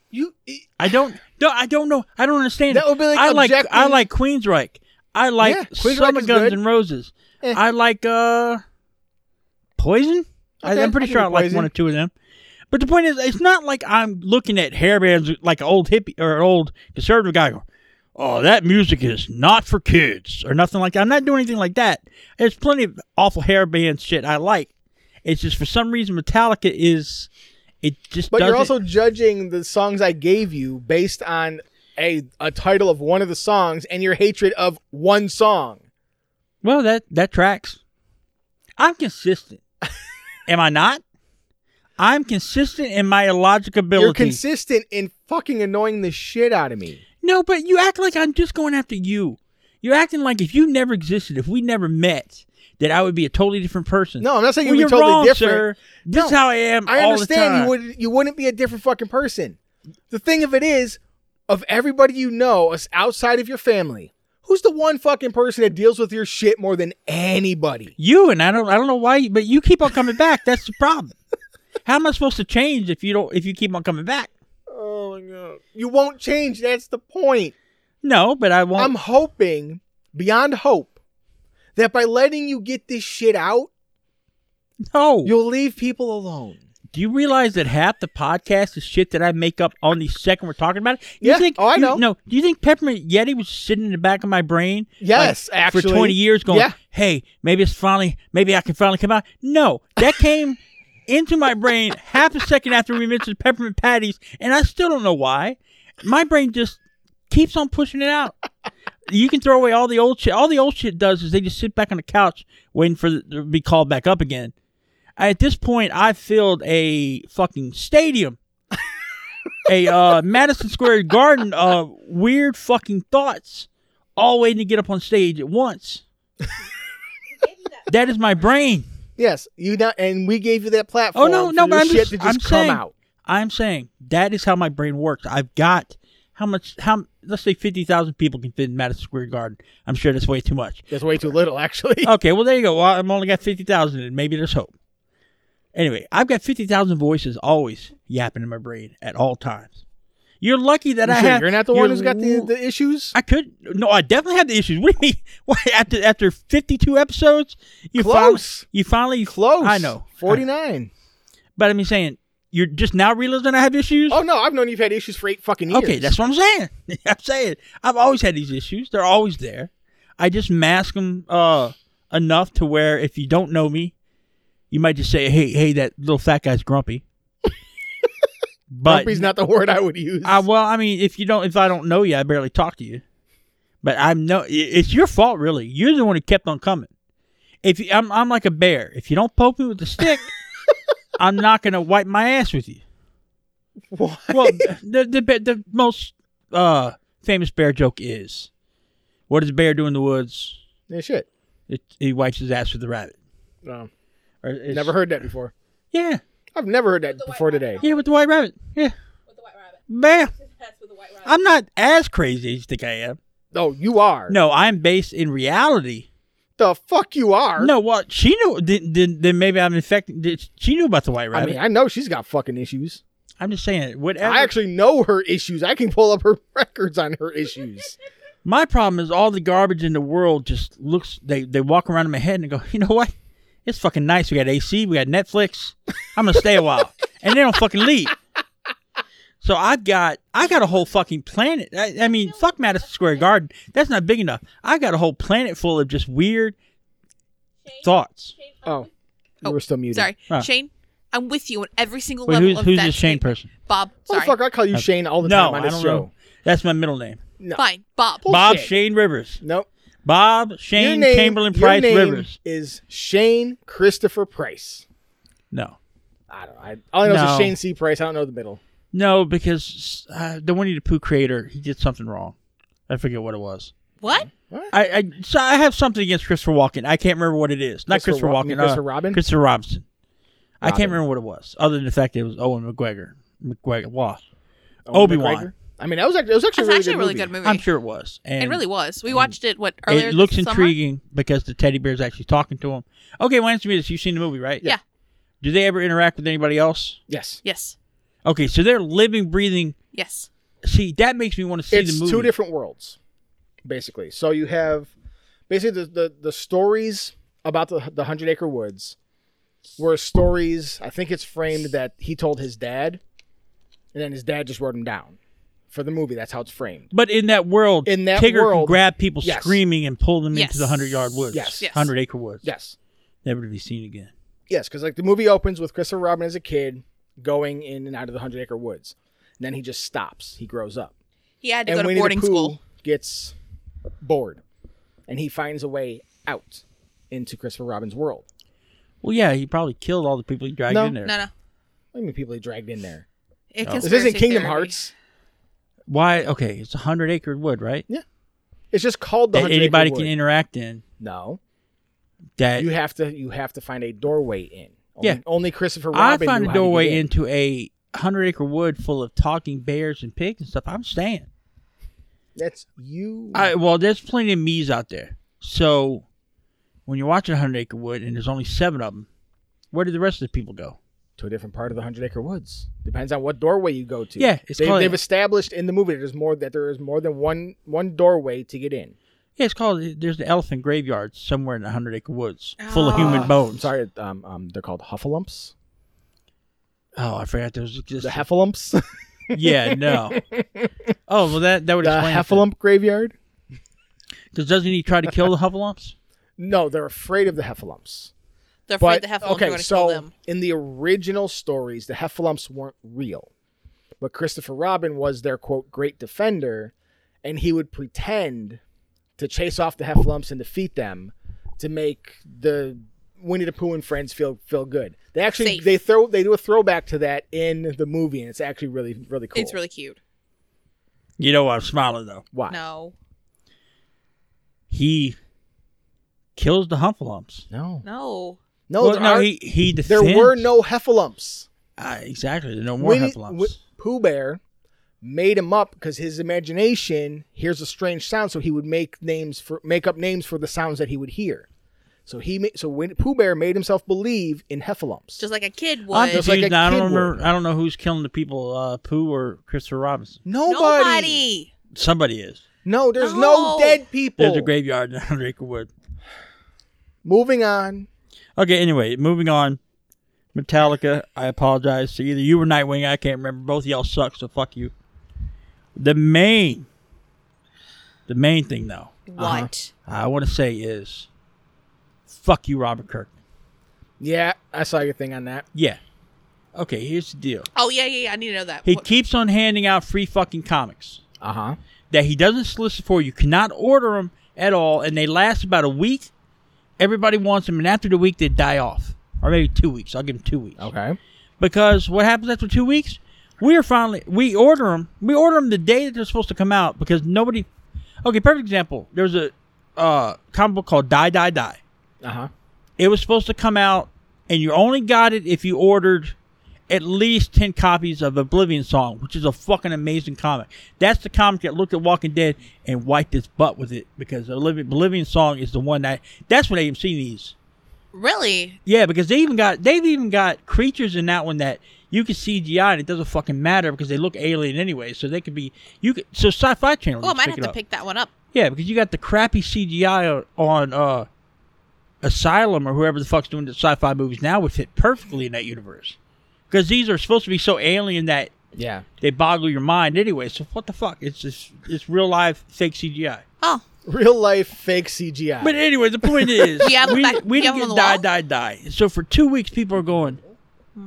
[SPEAKER 1] You.
[SPEAKER 2] I don't. No, I don't know. I don't understand. it.
[SPEAKER 1] That would be like
[SPEAKER 2] I like.
[SPEAKER 1] objecting-
[SPEAKER 2] I like Queensryche. I like
[SPEAKER 1] Yeah, Queensryche
[SPEAKER 2] some of
[SPEAKER 1] is
[SPEAKER 2] Guns
[SPEAKER 1] good.
[SPEAKER 2] and Roses.
[SPEAKER 1] Eh.
[SPEAKER 2] I like uh, Poison. I,
[SPEAKER 1] Okay,
[SPEAKER 2] I'm pretty
[SPEAKER 1] I can
[SPEAKER 2] sure
[SPEAKER 1] do
[SPEAKER 2] I like
[SPEAKER 1] Poison.
[SPEAKER 2] one or two of them. But the point is, it's not like I'm looking at hair bands like an old hippie or an old conservative guy. Going, oh, that music is not for kids or nothing like that. I'm not doing anything like that. There's plenty of awful hair band shit I like. It's just for some reason Metallica is. It just.
[SPEAKER 1] But
[SPEAKER 2] doesn't,
[SPEAKER 1] you're also judging the songs I gave you based on a a title of one of the songs and your hatred of one song.
[SPEAKER 2] Well, that that tracks. I'm consistent. Am I not? I'm consistent in my illogicability.
[SPEAKER 1] You're consistent in fucking annoying the shit out of me.
[SPEAKER 2] no, but you act like I'm just going after you. You're acting like if you never existed, if we never met, that I would be a totally different person.
[SPEAKER 1] No, I'm not saying
[SPEAKER 2] well,
[SPEAKER 1] you'd be
[SPEAKER 2] you're
[SPEAKER 1] totally
[SPEAKER 2] wrong,
[SPEAKER 1] different.
[SPEAKER 2] sir. This is
[SPEAKER 1] No,
[SPEAKER 2] how I am.
[SPEAKER 1] I
[SPEAKER 2] Mm, all
[SPEAKER 1] understand
[SPEAKER 2] the time.
[SPEAKER 1] you would you wouldn't be a different fucking person. The thing of it is, of everybody you know us outside of your family, who's the one fucking person that deals with your shit more than anybody?
[SPEAKER 2] You and I don't. I don't know why, you- but you keep on coming back. That's the problem. How am I supposed to change if you don't? If you keep on coming back?
[SPEAKER 1] Oh my god. You won't change, that's the point.
[SPEAKER 2] No, but I won't.
[SPEAKER 1] I'm hoping, beyond hope, that by letting you get this shit out,
[SPEAKER 2] no.
[SPEAKER 1] you'll leave people alone.
[SPEAKER 2] Do you realize that half the podcast is shit that I make up on the second we're talking about it? Do You
[SPEAKER 1] Yeah.
[SPEAKER 2] Think,
[SPEAKER 1] Oh, I
[SPEAKER 2] you-
[SPEAKER 1] know.
[SPEAKER 2] No. Do you think Peppermint Yeti was sitting in the back of my brain?
[SPEAKER 1] Yes,
[SPEAKER 2] like,
[SPEAKER 1] actually.
[SPEAKER 2] For 20 years going,
[SPEAKER 1] Yeah.
[SPEAKER 2] hey, maybe it's finally, maybe I can finally come out. No. That came into my brain half a second after we mentioned Peppermint Patties, and I still don't know why. My brain just keeps on pushing it out. You can throw away all the old shit. All the old shit does is they just sit back on the couch waiting for the, to be called back up again. At this point, I filled a fucking stadium, a uh, Madison Square Garden of weird fucking thoughts, all waiting to get up on stage at once. that is my brain.
[SPEAKER 1] Yes, you know, and we gave you that platform.
[SPEAKER 2] Oh no,
[SPEAKER 1] for
[SPEAKER 2] no,
[SPEAKER 1] your
[SPEAKER 2] but I'm
[SPEAKER 1] shit
[SPEAKER 2] just,
[SPEAKER 1] to just
[SPEAKER 2] I'm
[SPEAKER 1] come
[SPEAKER 2] saying,
[SPEAKER 1] out.
[SPEAKER 2] I'm saying that is how my brain works. I've got how much? How let's say fifty thousand people can fit in Madison Square Garden. I'm sure that's way too much.
[SPEAKER 1] That's way too little, actually.
[SPEAKER 2] Okay, well there you go. Well, I'm only got fifty thousand, and maybe there's hope. Anyway, I've got fifty thousand voices always yapping in my brain at all times. You're lucky that
[SPEAKER 1] You
[SPEAKER 2] I
[SPEAKER 1] sure
[SPEAKER 2] have.
[SPEAKER 1] you're not the one
[SPEAKER 2] you're
[SPEAKER 1] who's got the,
[SPEAKER 2] lu-
[SPEAKER 1] the issues.
[SPEAKER 2] I could no, I definitely have the issues. What do you mean? Why after after fifty two episodes, you
[SPEAKER 1] Close.
[SPEAKER 2] finally you finally
[SPEAKER 1] Close.
[SPEAKER 2] I know
[SPEAKER 1] Forty nine.
[SPEAKER 2] but I mean saying you're just now realizing I have issues.
[SPEAKER 1] Oh no, I've known you've had issues for eight fucking years.
[SPEAKER 2] Okay, that's what I'm saying. I'm saying I've always had these issues. They're always there. I just mask them uh, enough to where if you don't know me, you might just say, "Hey, hey, that little fat guy's grumpy." but
[SPEAKER 1] grumpy's not the word I would use.
[SPEAKER 2] I, well, I mean, if you don't, if I don't know you, I barely talk to you. But I'm no, i- it's your fault, really. You're the one who kept on coming. If you, I'm, I'm like a bear. If you don't poke me with the stick, I'm not gonna wipe my ass with you.
[SPEAKER 1] Why?
[SPEAKER 2] Well, the the the, the most uh, famous bear joke is, what does a bear do in the woods?
[SPEAKER 1] Yeah, shit.
[SPEAKER 2] It, he wipes his ass with the rabbit.
[SPEAKER 1] No,
[SPEAKER 2] Or it's-
[SPEAKER 1] never heard that before.
[SPEAKER 2] Yeah,
[SPEAKER 1] I've never heard that before today.
[SPEAKER 2] yeah, with the white rabbit. Yeah,
[SPEAKER 4] With the white rabbit.
[SPEAKER 2] bear.
[SPEAKER 4] That's with the white rabbit.
[SPEAKER 2] I'm not as crazy as you think I am.
[SPEAKER 1] Oh, you are.
[SPEAKER 2] No, I'm based in reality.
[SPEAKER 1] the fuck you are.
[SPEAKER 2] No, well, she knew. Then, then, then maybe I'm infecting. did- She knew about the white
[SPEAKER 1] I
[SPEAKER 2] rabbit.
[SPEAKER 1] mean, I know she's got fucking issues.
[SPEAKER 2] I, am just saying, whatever.
[SPEAKER 1] I actually know her issues. I can pull up her records on her issues.
[SPEAKER 2] my problem is all the garbage in the world just looks. They they walk around in my head and go, you know what? It's fucking nice. We got AC. We got Netflix. I'm gonna stay a while, and they don't fucking leave. So I've got I got a whole fucking planet. I, I mean, fuck Madison Square Garden. That's not big enough. I got a whole planet full of just weird
[SPEAKER 4] Shane,
[SPEAKER 2] thoughts.
[SPEAKER 4] Shane, I'm
[SPEAKER 1] Oh,
[SPEAKER 4] with-
[SPEAKER 1] you were still muted.
[SPEAKER 3] Sorry,
[SPEAKER 2] Ah.
[SPEAKER 3] Shane. I'm with you on every single
[SPEAKER 2] Wait,
[SPEAKER 3] level
[SPEAKER 2] who's
[SPEAKER 3] of
[SPEAKER 2] who's
[SPEAKER 3] that.
[SPEAKER 2] this Shane
[SPEAKER 3] statement.
[SPEAKER 2] person?
[SPEAKER 3] Bob. Sorry.
[SPEAKER 1] Motherfucker, I call you Shane all the
[SPEAKER 2] No,
[SPEAKER 1] time on
[SPEAKER 2] I
[SPEAKER 1] this
[SPEAKER 2] don't
[SPEAKER 1] show.
[SPEAKER 2] know. That's my middle name.
[SPEAKER 1] No.
[SPEAKER 3] Fine, Bob.
[SPEAKER 1] Bull-
[SPEAKER 2] Bob
[SPEAKER 1] Bullshit.
[SPEAKER 2] Shane Rivers.
[SPEAKER 1] Nope.
[SPEAKER 2] Bob
[SPEAKER 1] your
[SPEAKER 2] Shane
[SPEAKER 1] name,
[SPEAKER 2] Chamberlain
[SPEAKER 1] your
[SPEAKER 2] Price
[SPEAKER 1] name
[SPEAKER 2] Rivers.
[SPEAKER 1] is Shane Christopher Price.
[SPEAKER 2] No,
[SPEAKER 1] I don't know. I, all I know
[SPEAKER 2] No.
[SPEAKER 1] is Shane C. Price. I don't know the middle.
[SPEAKER 2] no, because uh, the Winnie the Pooh creator he did something wrong. I forget what it was.
[SPEAKER 3] What?
[SPEAKER 2] I, I so I have something against Christopher Walken. I can't remember what it is. Not
[SPEAKER 1] Christopher
[SPEAKER 2] Christopher,
[SPEAKER 1] Wa-
[SPEAKER 2] Walken.
[SPEAKER 1] Christopher
[SPEAKER 2] uh,
[SPEAKER 1] Robin?
[SPEAKER 2] Christopher Robinson. I
[SPEAKER 1] Robin.
[SPEAKER 2] can't remember what it was, other than the fact that it was Owen McGregor. McGregor. Wow.
[SPEAKER 1] Owen
[SPEAKER 2] Obi-Wan.
[SPEAKER 1] McGregor? Oh, I mean, that was actually, it was actually,
[SPEAKER 3] That's
[SPEAKER 1] a really good
[SPEAKER 3] actually a really
[SPEAKER 1] movie.
[SPEAKER 3] good movie.
[SPEAKER 2] I'm sure it was. And
[SPEAKER 3] It really was. We watched it what earlier.
[SPEAKER 2] It looks
[SPEAKER 3] this summer?
[SPEAKER 2] intriguing because the teddy bear's actually talking to him. Okay, Lance, me this. You've seen the movie, right?
[SPEAKER 3] Yeah.
[SPEAKER 2] Do they ever interact with anybody else?
[SPEAKER 1] Yes.
[SPEAKER 3] Yes.
[SPEAKER 2] Okay, so they're living, breathing.
[SPEAKER 3] Yes.
[SPEAKER 2] See, that makes me want to see
[SPEAKER 1] it's
[SPEAKER 2] the movie.
[SPEAKER 1] two different worlds, basically. So you have basically the the, the stories about the the Hundred Acre Woods were stories. I think it's framed that he told his dad, and then his dad just wrote them down for the movie. That's how it's framed.
[SPEAKER 2] But in that world,
[SPEAKER 1] In that
[SPEAKER 2] Tigger
[SPEAKER 1] world-
[SPEAKER 2] can grab people
[SPEAKER 1] Yes.
[SPEAKER 2] screaming and pull them
[SPEAKER 3] Yes.
[SPEAKER 2] into the hundred yard woods,
[SPEAKER 1] Yes.
[SPEAKER 3] Yes.
[SPEAKER 2] hundred acre woods,
[SPEAKER 1] Yes,
[SPEAKER 2] never to be seen again.
[SPEAKER 1] yes, because like the movie opens with Christopher Robin as a kid going in and out of the Hundred Acre Woods, and then he just stops. He grows up.
[SPEAKER 3] He had to
[SPEAKER 1] and
[SPEAKER 3] go to
[SPEAKER 1] Winnie
[SPEAKER 3] boarding
[SPEAKER 1] the Pooh
[SPEAKER 3] school.
[SPEAKER 1] gets bored, and he finds a way out into Christopher Robin's world.
[SPEAKER 2] Well, yeah, he probably killed all the people he dragged
[SPEAKER 1] No.
[SPEAKER 2] in there.
[SPEAKER 3] No, no.
[SPEAKER 1] What do you mean people he dragged in there?
[SPEAKER 3] It
[SPEAKER 2] No. This
[SPEAKER 1] This isn't
[SPEAKER 3] conspiracy
[SPEAKER 1] Kingdom
[SPEAKER 3] theory.
[SPEAKER 1] Hearts.
[SPEAKER 2] Why? Okay, it's a hundred acre wood, right?
[SPEAKER 1] It's just called the
[SPEAKER 2] That
[SPEAKER 1] 100 Acre
[SPEAKER 2] anybody
[SPEAKER 1] Wood.
[SPEAKER 2] can interact in.
[SPEAKER 1] No,
[SPEAKER 2] That
[SPEAKER 1] you have to you have to find a doorway in. Only,
[SPEAKER 2] Yeah.
[SPEAKER 1] only Christopher
[SPEAKER 2] I
[SPEAKER 1] Robin.
[SPEAKER 2] find
[SPEAKER 1] knew
[SPEAKER 2] a
[SPEAKER 1] how to
[SPEAKER 2] doorway
[SPEAKER 1] get
[SPEAKER 2] into a hundred acre wood full of talking bears and pigs and stuff. I'm staying.
[SPEAKER 1] That's you.
[SPEAKER 2] I, well, there's plenty of me's out there. So when you're watching hundred acre wood and there's only seven of them, where do the rest of the people go?
[SPEAKER 1] to a different part of the Hundred Acre Woods. Depends on what doorway you go to.
[SPEAKER 2] Yeah, it's
[SPEAKER 1] they,
[SPEAKER 2] called-
[SPEAKER 1] they've established in the movie that there's more that there is more than one one doorway to get in.
[SPEAKER 2] Yeah, it's called. There's the elephant graveyard somewhere in the Hundred Acre Woods, full of human
[SPEAKER 1] Ah, I'm
[SPEAKER 2] bones.
[SPEAKER 1] sorry, um, um, they're called Huffalumps.
[SPEAKER 2] Oh, I forgot there was just.
[SPEAKER 1] The Heffalumps.
[SPEAKER 2] yeah, no. Oh well, that that would
[SPEAKER 1] the
[SPEAKER 2] explain.
[SPEAKER 1] Heffalump graveyard.
[SPEAKER 2] Because doesn't he try to kill the Huffalumps?
[SPEAKER 1] No, they're afraid of the Heffalumps.
[SPEAKER 3] They're
[SPEAKER 1] But
[SPEAKER 3] afraid the Heffalumps are
[SPEAKER 1] okay,
[SPEAKER 3] going to
[SPEAKER 1] so
[SPEAKER 3] kill them.
[SPEAKER 1] in the original stories, the Heffalumps weren't real, but Christopher Robin was their quote great defender, and he would pretend to chase off the Heffalumps and defeat them to make the Winnie the Pooh and friends feel feel good. They actually
[SPEAKER 3] Safe.
[SPEAKER 1] they throw they do a throwback to that in the movie, and it's actually really really cool.
[SPEAKER 3] It's really cute.
[SPEAKER 2] You know why I'm smiling though.
[SPEAKER 1] why
[SPEAKER 3] No,
[SPEAKER 2] He kills the Huffalumps.
[SPEAKER 1] no
[SPEAKER 3] no.
[SPEAKER 1] no
[SPEAKER 2] Well,
[SPEAKER 1] there,
[SPEAKER 2] no,
[SPEAKER 1] are-
[SPEAKER 2] he he
[SPEAKER 1] there
[SPEAKER 2] defends.
[SPEAKER 1] were no Heffalumps.
[SPEAKER 2] Ah, exactly. There are no more
[SPEAKER 1] Winnie-
[SPEAKER 2] Huffalumps.
[SPEAKER 1] Wi- Pooh Bear made him up because his imagination hears a strange sound, so he would make names for make up names for the sounds that he would hear. So he ma- so when Pooh Bear made himself believe in heffalumps.
[SPEAKER 3] Just like a kid
[SPEAKER 2] I'm
[SPEAKER 3] would.
[SPEAKER 1] just like a
[SPEAKER 2] confused now. I
[SPEAKER 1] kid
[SPEAKER 2] don't
[SPEAKER 1] would.
[SPEAKER 2] remember. I don't know who's killing the people, uh, Pooh or Christopher Robinson.
[SPEAKER 1] nobody,
[SPEAKER 3] Nobody.
[SPEAKER 2] Somebody is.
[SPEAKER 1] no, there's no,
[SPEAKER 3] No.
[SPEAKER 1] dead people.
[SPEAKER 2] There's a graveyard in the Hundred Acre Wood.
[SPEAKER 1] Moving on,
[SPEAKER 2] Okay, anyway, moving on. Metallica, I apologize to either you or Nightwing. I can't remember. Both of y'all suck, so fuck you. The main, the main thing though,
[SPEAKER 3] What?
[SPEAKER 2] I want to say is, fuck you, Robert Kirkman.
[SPEAKER 1] yeah, I saw your thing on that.
[SPEAKER 2] Yeah. Okay, here's the deal.
[SPEAKER 3] Oh yeah, yeah, yeah. I need to know that.
[SPEAKER 2] He
[SPEAKER 3] What-
[SPEAKER 2] keeps on handing out free fucking comics
[SPEAKER 1] Uh huh.
[SPEAKER 2] that he doesn't solicit for. You cannot order them at all, and they last about a week. Everybody wants them, and after the week they die off, or maybe two weeks. I'll give them two weeks.
[SPEAKER 1] Okay.
[SPEAKER 2] because what happens after two weeks? We are finally we order them. We order them the day that they're supposed to come out because nobody. Okay, perfect example. There was a uh, comic book called Die Die Die.
[SPEAKER 1] Uh huh.
[SPEAKER 2] It was supposed to come out, and you only got it if you ordered at least ten copies of Oblivion Song, which is a fucking amazing comic. That's the comic that looked at Walking Dead and wiped its butt with it because Oblivion, Oblivion Song is the one that that's when AMC needs.
[SPEAKER 3] really?
[SPEAKER 2] Yeah, because they even got they've even got creatures in that one that you can CGI and it doesn't fucking matter because they look alien anyway. So they could be you could so Sci-Fi Channel.
[SPEAKER 3] Oh, I
[SPEAKER 2] needs
[SPEAKER 3] might
[SPEAKER 2] to pick it
[SPEAKER 3] have to
[SPEAKER 2] up.
[SPEAKER 3] pick that one up.
[SPEAKER 2] Yeah, because you got the crappy CGI o- on uh, Asylum or whoever the fuck's doing the sci-fi movies now would fit perfectly in that universe because these are supposed to be so alien that
[SPEAKER 1] Yeah.
[SPEAKER 2] they boggle your mind anyway. So what the fuck? It's just it's real life fake CGI.
[SPEAKER 3] Oh,
[SPEAKER 1] Real life fake CGI.
[SPEAKER 2] But anyway, the point is,
[SPEAKER 3] you have them
[SPEAKER 2] we,
[SPEAKER 3] back-
[SPEAKER 2] we
[SPEAKER 3] you
[SPEAKER 2] didn't
[SPEAKER 3] have
[SPEAKER 2] get
[SPEAKER 3] them on the
[SPEAKER 2] die,
[SPEAKER 3] wall? Mm-hmm.
[SPEAKER 2] die, die. So for two weeks, people are going,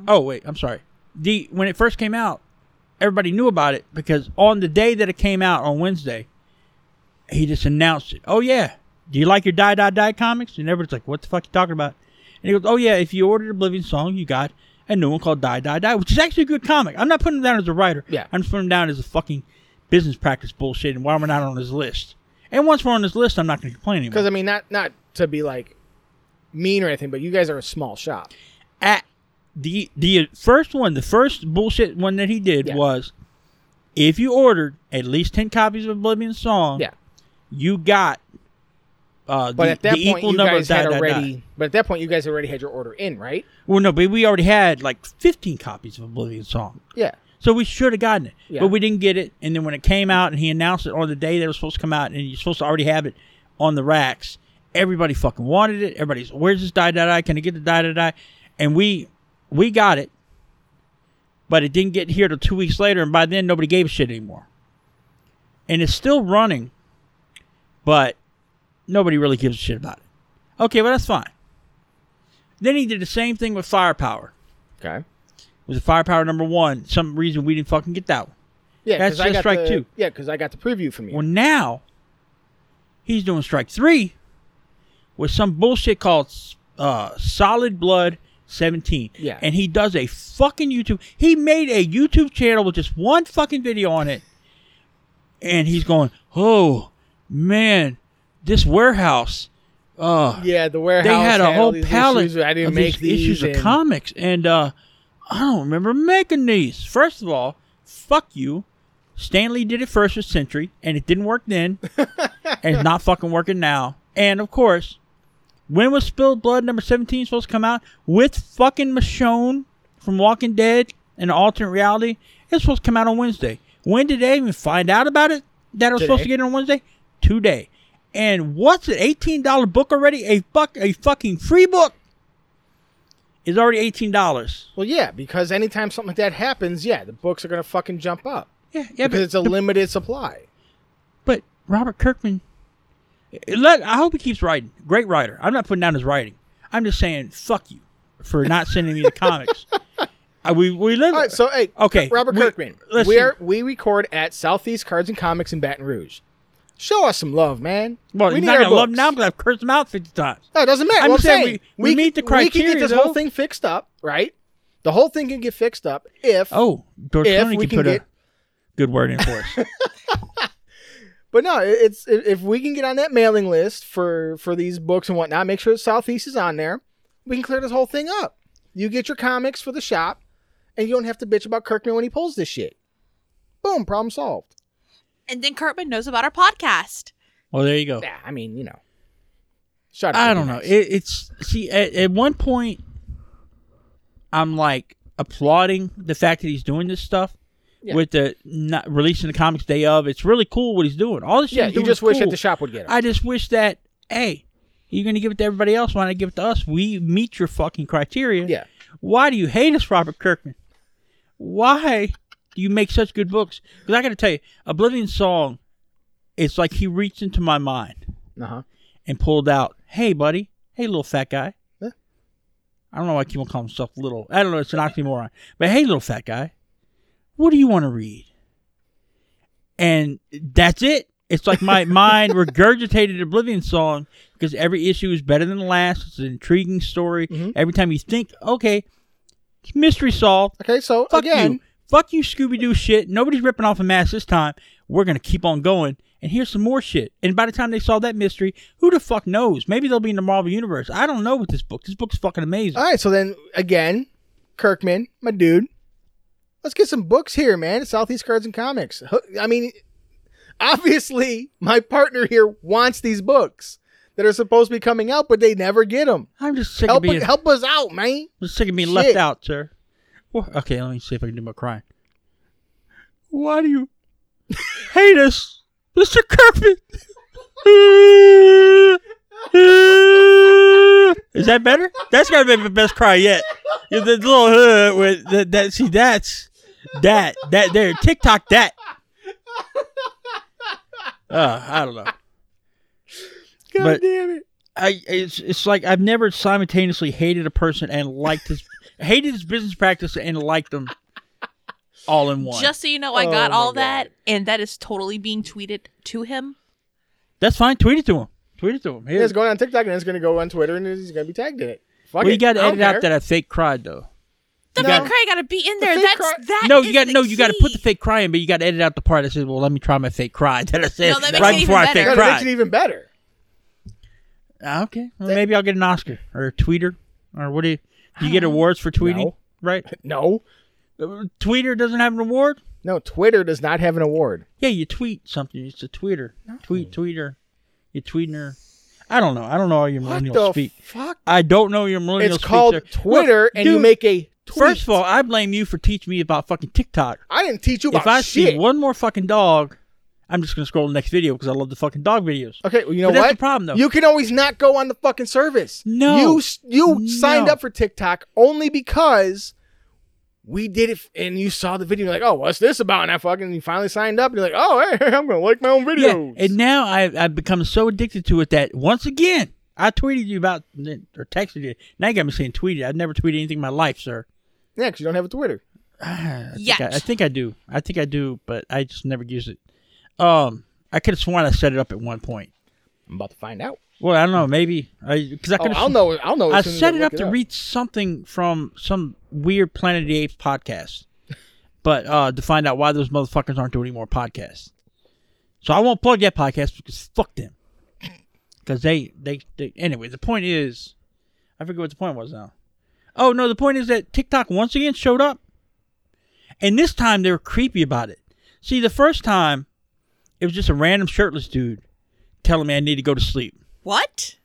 [SPEAKER 2] oh, wait, I'm sorry. The When it first came out, everybody knew about it because on the day that it came out on Wednesday, he just announced it. Oh, yeah. Do you like your die, die, die comics? And everybody's like, what the fuck you talking about? And he goes, oh, yeah, if you ordered Oblivion Song, you got a new one called Die, Die, Die, which is actually a good comic. I'm not putting him down as a writer.
[SPEAKER 1] Yeah.
[SPEAKER 2] I'm just putting him down as a fucking business practice bullshit and why we're not on his list. And once we're on this list, I'm not going to complain anymore.
[SPEAKER 1] Because I mean, not not to be like mean or anything, but you guys are a small shop.
[SPEAKER 2] at the the first one, the first bullshit one that he did
[SPEAKER 1] Yeah.
[SPEAKER 2] was if you ordered at least ten copies of Oblivion Song,
[SPEAKER 1] Yeah.
[SPEAKER 2] you got uh
[SPEAKER 1] But
[SPEAKER 2] the,
[SPEAKER 1] at that
[SPEAKER 2] the
[SPEAKER 1] point,
[SPEAKER 2] equal
[SPEAKER 1] you
[SPEAKER 2] number
[SPEAKER 1] guys
[SPEAKER 2] of dot,
[SPEAKER 1] had
[SPEAKER 2] dot, dot.
[SPEAKER 1] already. But at that point, you guys already had your order in, right?
[SPEAKER 2] Well no, but we already had like fifteen copies of Oblivion Song.
[SPEAKER 1] Yeah.
[SPEAKER 2] So we should have gotten it.
[SPEAKER 1] Yeah.
[SPEAKER 2] But we didn't get it. And then when it came out and he announced it on the day that it was supposed to come out and you're supposed to already have it on the racks, everybody fucking wanted it. Everybody's where's this die die die? Can I get the die die die? And we we got it. But it didn't get here till two weeks later and by then nobody gave a shit anymore. And it's still running, but nobody really gives a shit about it. Okay, well that's fine. Then he did the same thing with firepower
[SPEAKER 1] Okay.
[SPEAKER 2] was a firepower number one. Some reason we didn't fucking get that one.
[SPEAKER 1] Yeah,
[SPEAKER 2] That's
[SPEAKER 1] 'cause I
[SPEAKER 2] just
[SPEAKER 1] got
[SPEAKER 2] strike
[SPEAKER 1] the-
[SPEAKER 2] two.
[SPEAKER 1] Yeah, because I got the preview from you.
[SPEAKER 2] Well, now he's doing strike three with some bullshit called uh, Solid Blood 17.
[SPEAKER 1] Yeah.
[SPEAKER 2] And he does a fucking YouTube. He made a YouTube channel with just one fucking video on it. And he's going, oh, man, this warehouse. Uh,
[SPEAKER 1] yeah, the warehouse.
[SPEAKER 2] they had a
[SPEAKER 1] all
[SPEAKER 2] whole
[SPEAKER 1] these
[SPEAKER 2] palette
[SPEAKER 1] issues. I didn't
[SPEAKER 2] of
[SPEAKER 1] make
[SPEAKER 2] these issues
[SPEAKER 1] these
[SPEAKER 2] of
[SPEAKER 1] and-
[SPEAKER 2] comics, and uh, I don't remember making these. First of all, fuck you. Stanley did it first with Century, and it didn't work then, and it's not fucking working now. And of course, when was Spilled Blood number seventeen supposed to come out with fucking Michonne from Walking Dead and Alternate Reality? It's supposed to come out on Wednesday. When did they even find out about it? That it was supposed to
[SPEAKER 1] Today.
[SPEAKER 2] get it on Wednesday today. And what's an eighteen dollar book already? A buck, a fucking free book is already eighteen dollars.
[SPEAKER 1] Well, yeah, because anytime something like that happens, yeah, the books are gonna fucking jump up
[SPEAKER 2] Yeah, yeah,
[SPEAKER 1] because
[SPEAKER 2] but,
[SPEAKER 1] it's a limited supply.
[SPEAKER 2] but Robert Kirkman. Let I hope he keeps writing. Great writer. I'm not putting down his writing. I'm just saying fuck you for not sending me the comics. I, we we live.
[SPEAKER 1] All right, so hey,
[SPEAKER 2] Okay,
[SPEAKER 1] Robert
[SPEAKER 2] we-
[SPEAKER 1] Kirkman,
[SPEAKER 2] listen.
[SPEAKER 1] we are we record at Southeast Cards and Comics in Baton Rouge. Show us some love, man.
[SPEAKER 2] well,
[SPEAKER 1] we
[SPEAKER 2] you're
[SPEAKER 1] need
[SPEAKER 2] Oh, not
[SPEAKER 1] our
[SPEAKER 2] gonna love him
[SPEAKER 1] books.
[SPEAKER 2] now because I've cursed him out fifty times.
[SPEAKER 1] No, it doesn't matter.
[SPEAKER 2] I'm
[SPEAKER 1] Well, I'm
[SPEAKER 2] just saying
[SPEAKER 1] saying
[SPEAKER 2] we- we meet the
[SPEAKER 1] We can
[SPEAKER 2] criteria,
[SPEAKER 1] get this
[SPEAKER 2] though.
[SPEAKER 1] whole thing fixed up, right? The whole thing can get fixed up if.
[SPEAKER 2] Oh, George
[SPEAKER 1] If
[SPEAKER 2] Clooney
[SPEAKER 1] we
[SPEAKER 2] can,
[SPEAKER 1] can
[SPEAKER 2] put
[SPEAKER 1] get-
[SPEAKER 2] a good word in for us.
[SPEAKER 1] But no, it- it's i- if we can get on that mailing list for for these books and whatnot, make sure Southeast is on there. We can clear this whole thing up. You get your comics for the shop, and you don't have to bitch about Kirkman when he pulls this shit. Boom, problem solved.
[SPEAKER 3] And then Cartman knows about our podcast.
[SPEAKER 2] well, there you go.
[SPEAKER 1] Yeah, I mean, you know. Shut up.
[SPEAKER 2] I
[SPEAKER 1] it'd
[SPEAKER 2] don't
[SPEAKER 1] be
[SPEAKER 2] know.
[SPEAKER 1] nice.
[SPEAKER 2] It, it's see at, at one point, I'm like applauding the fact that he's doing this stuff
[SPEAKER 1] Yeah.
[SPEAKER 2] with the not releasing the comics day of. It's really cool what he's doing. All this shit
[SPEAKER 1] yeah,
[SPEAKER 2] he's
[SPEAKER 1] you
[SPEAKER 2] doing
[SPEAKER 1] just
[SPEAKER 2] is
[SPEAKER 1] wish that
[SPEAKER 2] cool.
[SPEAKER 1] the shop would get it.
[SPEAKER 2] I just wish that hey, you're gonna give it to everybody else. Why not give it to us? We meet your fucking criteria.
[SPEAKER 1] yeah.
[SPEAKER 2] Why do you hate us, Robert Kirkman? Why do you make such good books? Because I got to tell you, Oblivion Song, it's like he reached into my mind
[SPEAKER 1] Uh huh.
[SPEAKER 2] and pulled out, "Hey, buddy, hey, little fat guy."
[SPEAKER 1] Yeah.
[SPEAKER 2] I don't know why I keep on calling myself little. I don't know; it's an oxymoron. But hey, little fat guy, what do you want to read? And that's it. It's like my mind regurgitated Oblivion song because every issue is better than the last. It's an intriguing story.
[SPEAKER 1] Mhm.
[SPEAKER 2] Every time you think, okay, mystery solved.
[SPEAKER 1] Okay, so
[SPEAKER 2] Fuck
[SPEAKER 1] again,
[SPEAKER 2] you. Fuck you, Scooby Doo shit. Nobody's ripping off a mask this time. We're going to keep on going. And here's some more shit. And by the time they solve that mystery, who the fuck knows? Maybe they'll be in the Marvel Universe. I don't know with this book. This book's fucking amazing.
[SPEAKER 1] All right, so then again, Kirkman, my dude, let's get some books here, man. at Southeast Cards and Comics. H- I mean, obviously, my partner here wants these books that are supposed to be coming out, but they never get them.
[SPEAKER 2] I'm just sick, of
[SPEAKER 1] Help,
[SPEAKER 2] being,
[SPEAKER 1] help us out, man.
[SPEAKER 2] just sick of being
[SPEAKER 1] Shit.
[SPEAKER 2] left out, sir. Wha- Okay, let me see if I can do my crying. Why do you hate us, Mr. Kirkman? Is that better? That's gotta be the best cry yet. Yeah, The little uh, with the, that. See, that's that that there TikTok that. Uh, I don't know.
[SPEAKER 1] God
[SPEAKER 2] But-
[SPEAKER 1] damn it.
[SPEAKER 2] I it's it's like I've never simultaneously hated a person and liked his hated his business practice and liked them all in one.
[SPEAKER 3] Just so you know, I
[SPEAKER 1] Oh
[SPEAKER 3] got
[SPEAKER 1] my
[SPEAKER 3] all
[SPEAKER 1] God.
[SPEAKER 3] that, and that is totally being tweeted to him.
[SPEAKER 2] That's fine. Tweet it to him. Tweet it to him. Here.
[SPEAKER 1] It's going on TikTok and it's going to go on Twitter and he's going to be tagged in it. Fuck
[SPEAKER 2] well,
[SPEAKER 1] it.
[SPEAKER 2] you got to
[SPEAKER 1] I don't
[SPEAKER 2] edit out
[SPEAKER 1] care.
[SPEAKER 2] that I fake cried though.
[SPEAKER 3] The
[SPEAKER 1] No.
[SPEAKER 3] fake cry got to be in there.
[SPEAKER 1] fake
[SPEAKER 3] That's
[SPEAKER 1] cry-
[SPEAKER 3] that.
[SPEAKER 2] no,
[SPEAKER 3] is
[SPEAKER 2] you got
[SPEAKER 3] the
[SPEAKER 2] no, you got to put the
[SPEAKER 3] key.
[SPEAKER 2] fake cry in, but you got to edit out the part that says, "Well, let me try my fake cry." That I said
[SPEAKER 3] No, that makes
[SPEAKER 2] right
[SPEAKER 3] it even
[SPEAKER 2] before I
[SPEAKER 3] better.
[SPEAKER 2] fake
[SPEAKER 3] No,
[SPEAKER 1] that
[SPEAKER 2] cry.
[SPEAKER 1] makes it even better.
[SPEAKER 2] Ah, okay, well, maybe I'll get an Oscar or a tweeter or what do you? Do you
[SPEAKER 3] Um,
[SPEAKER 2] get awards for tweeting?
[SPEAKER 1] No.
[SPEAKER 2] Right,
[SPEAKER 1] No,
[SPEAKER 2] Uh, tweeter doesn't have an award.
[SPEAKER 1] no. Twitter does not have an award.
[SPEAKER 2] Yeah, you tweet something. It's a tweeter. Tweet, tweeter. You tweeter. I don't know. I don't know all your
[SPEAKER 1] What
[SPEAKER 2] millennial
[SPEAKER 1] the
[SPEAKER 2] speak.
[SPEAKER 1] fuck?
[SPEAKER 2] I don't know your millennial
[SPEAKER 1] It's
[SPEAKER 2] speak,
[SPEAKER 1] called
[SPEAKER 2] sir.
[SPEAKER 1] Twitter,
[SPEAKER 2] Look,
[SPEAKER 1] and you
[SPEAKER 2] dude,
[SPEAKER 1] make a. Tweet.
[SPEAKER 2] First of all, I blame you for teaching me about fucking TikTok.
[SPEAKER 1] I didn't teach you about
[SPEAKER 2] if I
[SPEAKER 1] shit.
[SPEAKER 2] see one more fucking dog, I'm just gonna scroll to the next video because I love the fucking dog videos.
[SPEAKER 1] Okay, well, you know
[SPEAKER 2] But that's
[SPEAKER 1] what?
[SPEAKER 2] the problem, though.
[SPEAKER 1] You can always not go on the fucking service.
[SPEAKER 2] No.
[SPEAKER 1] you s- you
[SPEAKER 2] No.
[SPEAKER 1] signed up for TikTok only because we did it, f- and you saw the video. You're like, oh, what's this about? And I fucking you finally signed up, and you're like, oh, hey, I'm gonna like my own videos.
[SPEAKER 2] Yeah, and now I, I've become so addicted to it that once again I tweeted you about or texted you. Now you got me saying tweeted. I've never tweeted anything in my life, sir.
[SPEAKER 1] yeah, because you don't have a Twitter.
[SPEAKER 2] I think
[SPEAKER 3] Yet.
[SPEAKER 2] I, I think I do. I think I do, but I just never use it. Um, I could have sworn I set it up at one point.
[SPEAKER 1] I'm about to find out.
[SPEAKER 2] Well, I don't know. Maybe I because I
[SPEAKER 1] Oh,
[SPEAKER 2] could.
[SPEAKER 1] I'll know. I'll know. as
[SPEAKER 2] I
[SPEAKER 1] soon as
[SPEAKER 2] set it
[SPEAKER 1] look
[SPEAKER 2] up to read something from some weird Planet of the Apes podcast, but uh, to find out why those motherfuckers aren't doing any more podcasts. So I won't plug that podcast because fuck them. Because they, they they anyway. The point is, I forget what the point was now. Oh no, the point is that TikTok once again showed up, and this time they were creepy about it. See, the first time it was just a random shirtless dude telling me I need to go to sleep.
[SPEAKER 3] What?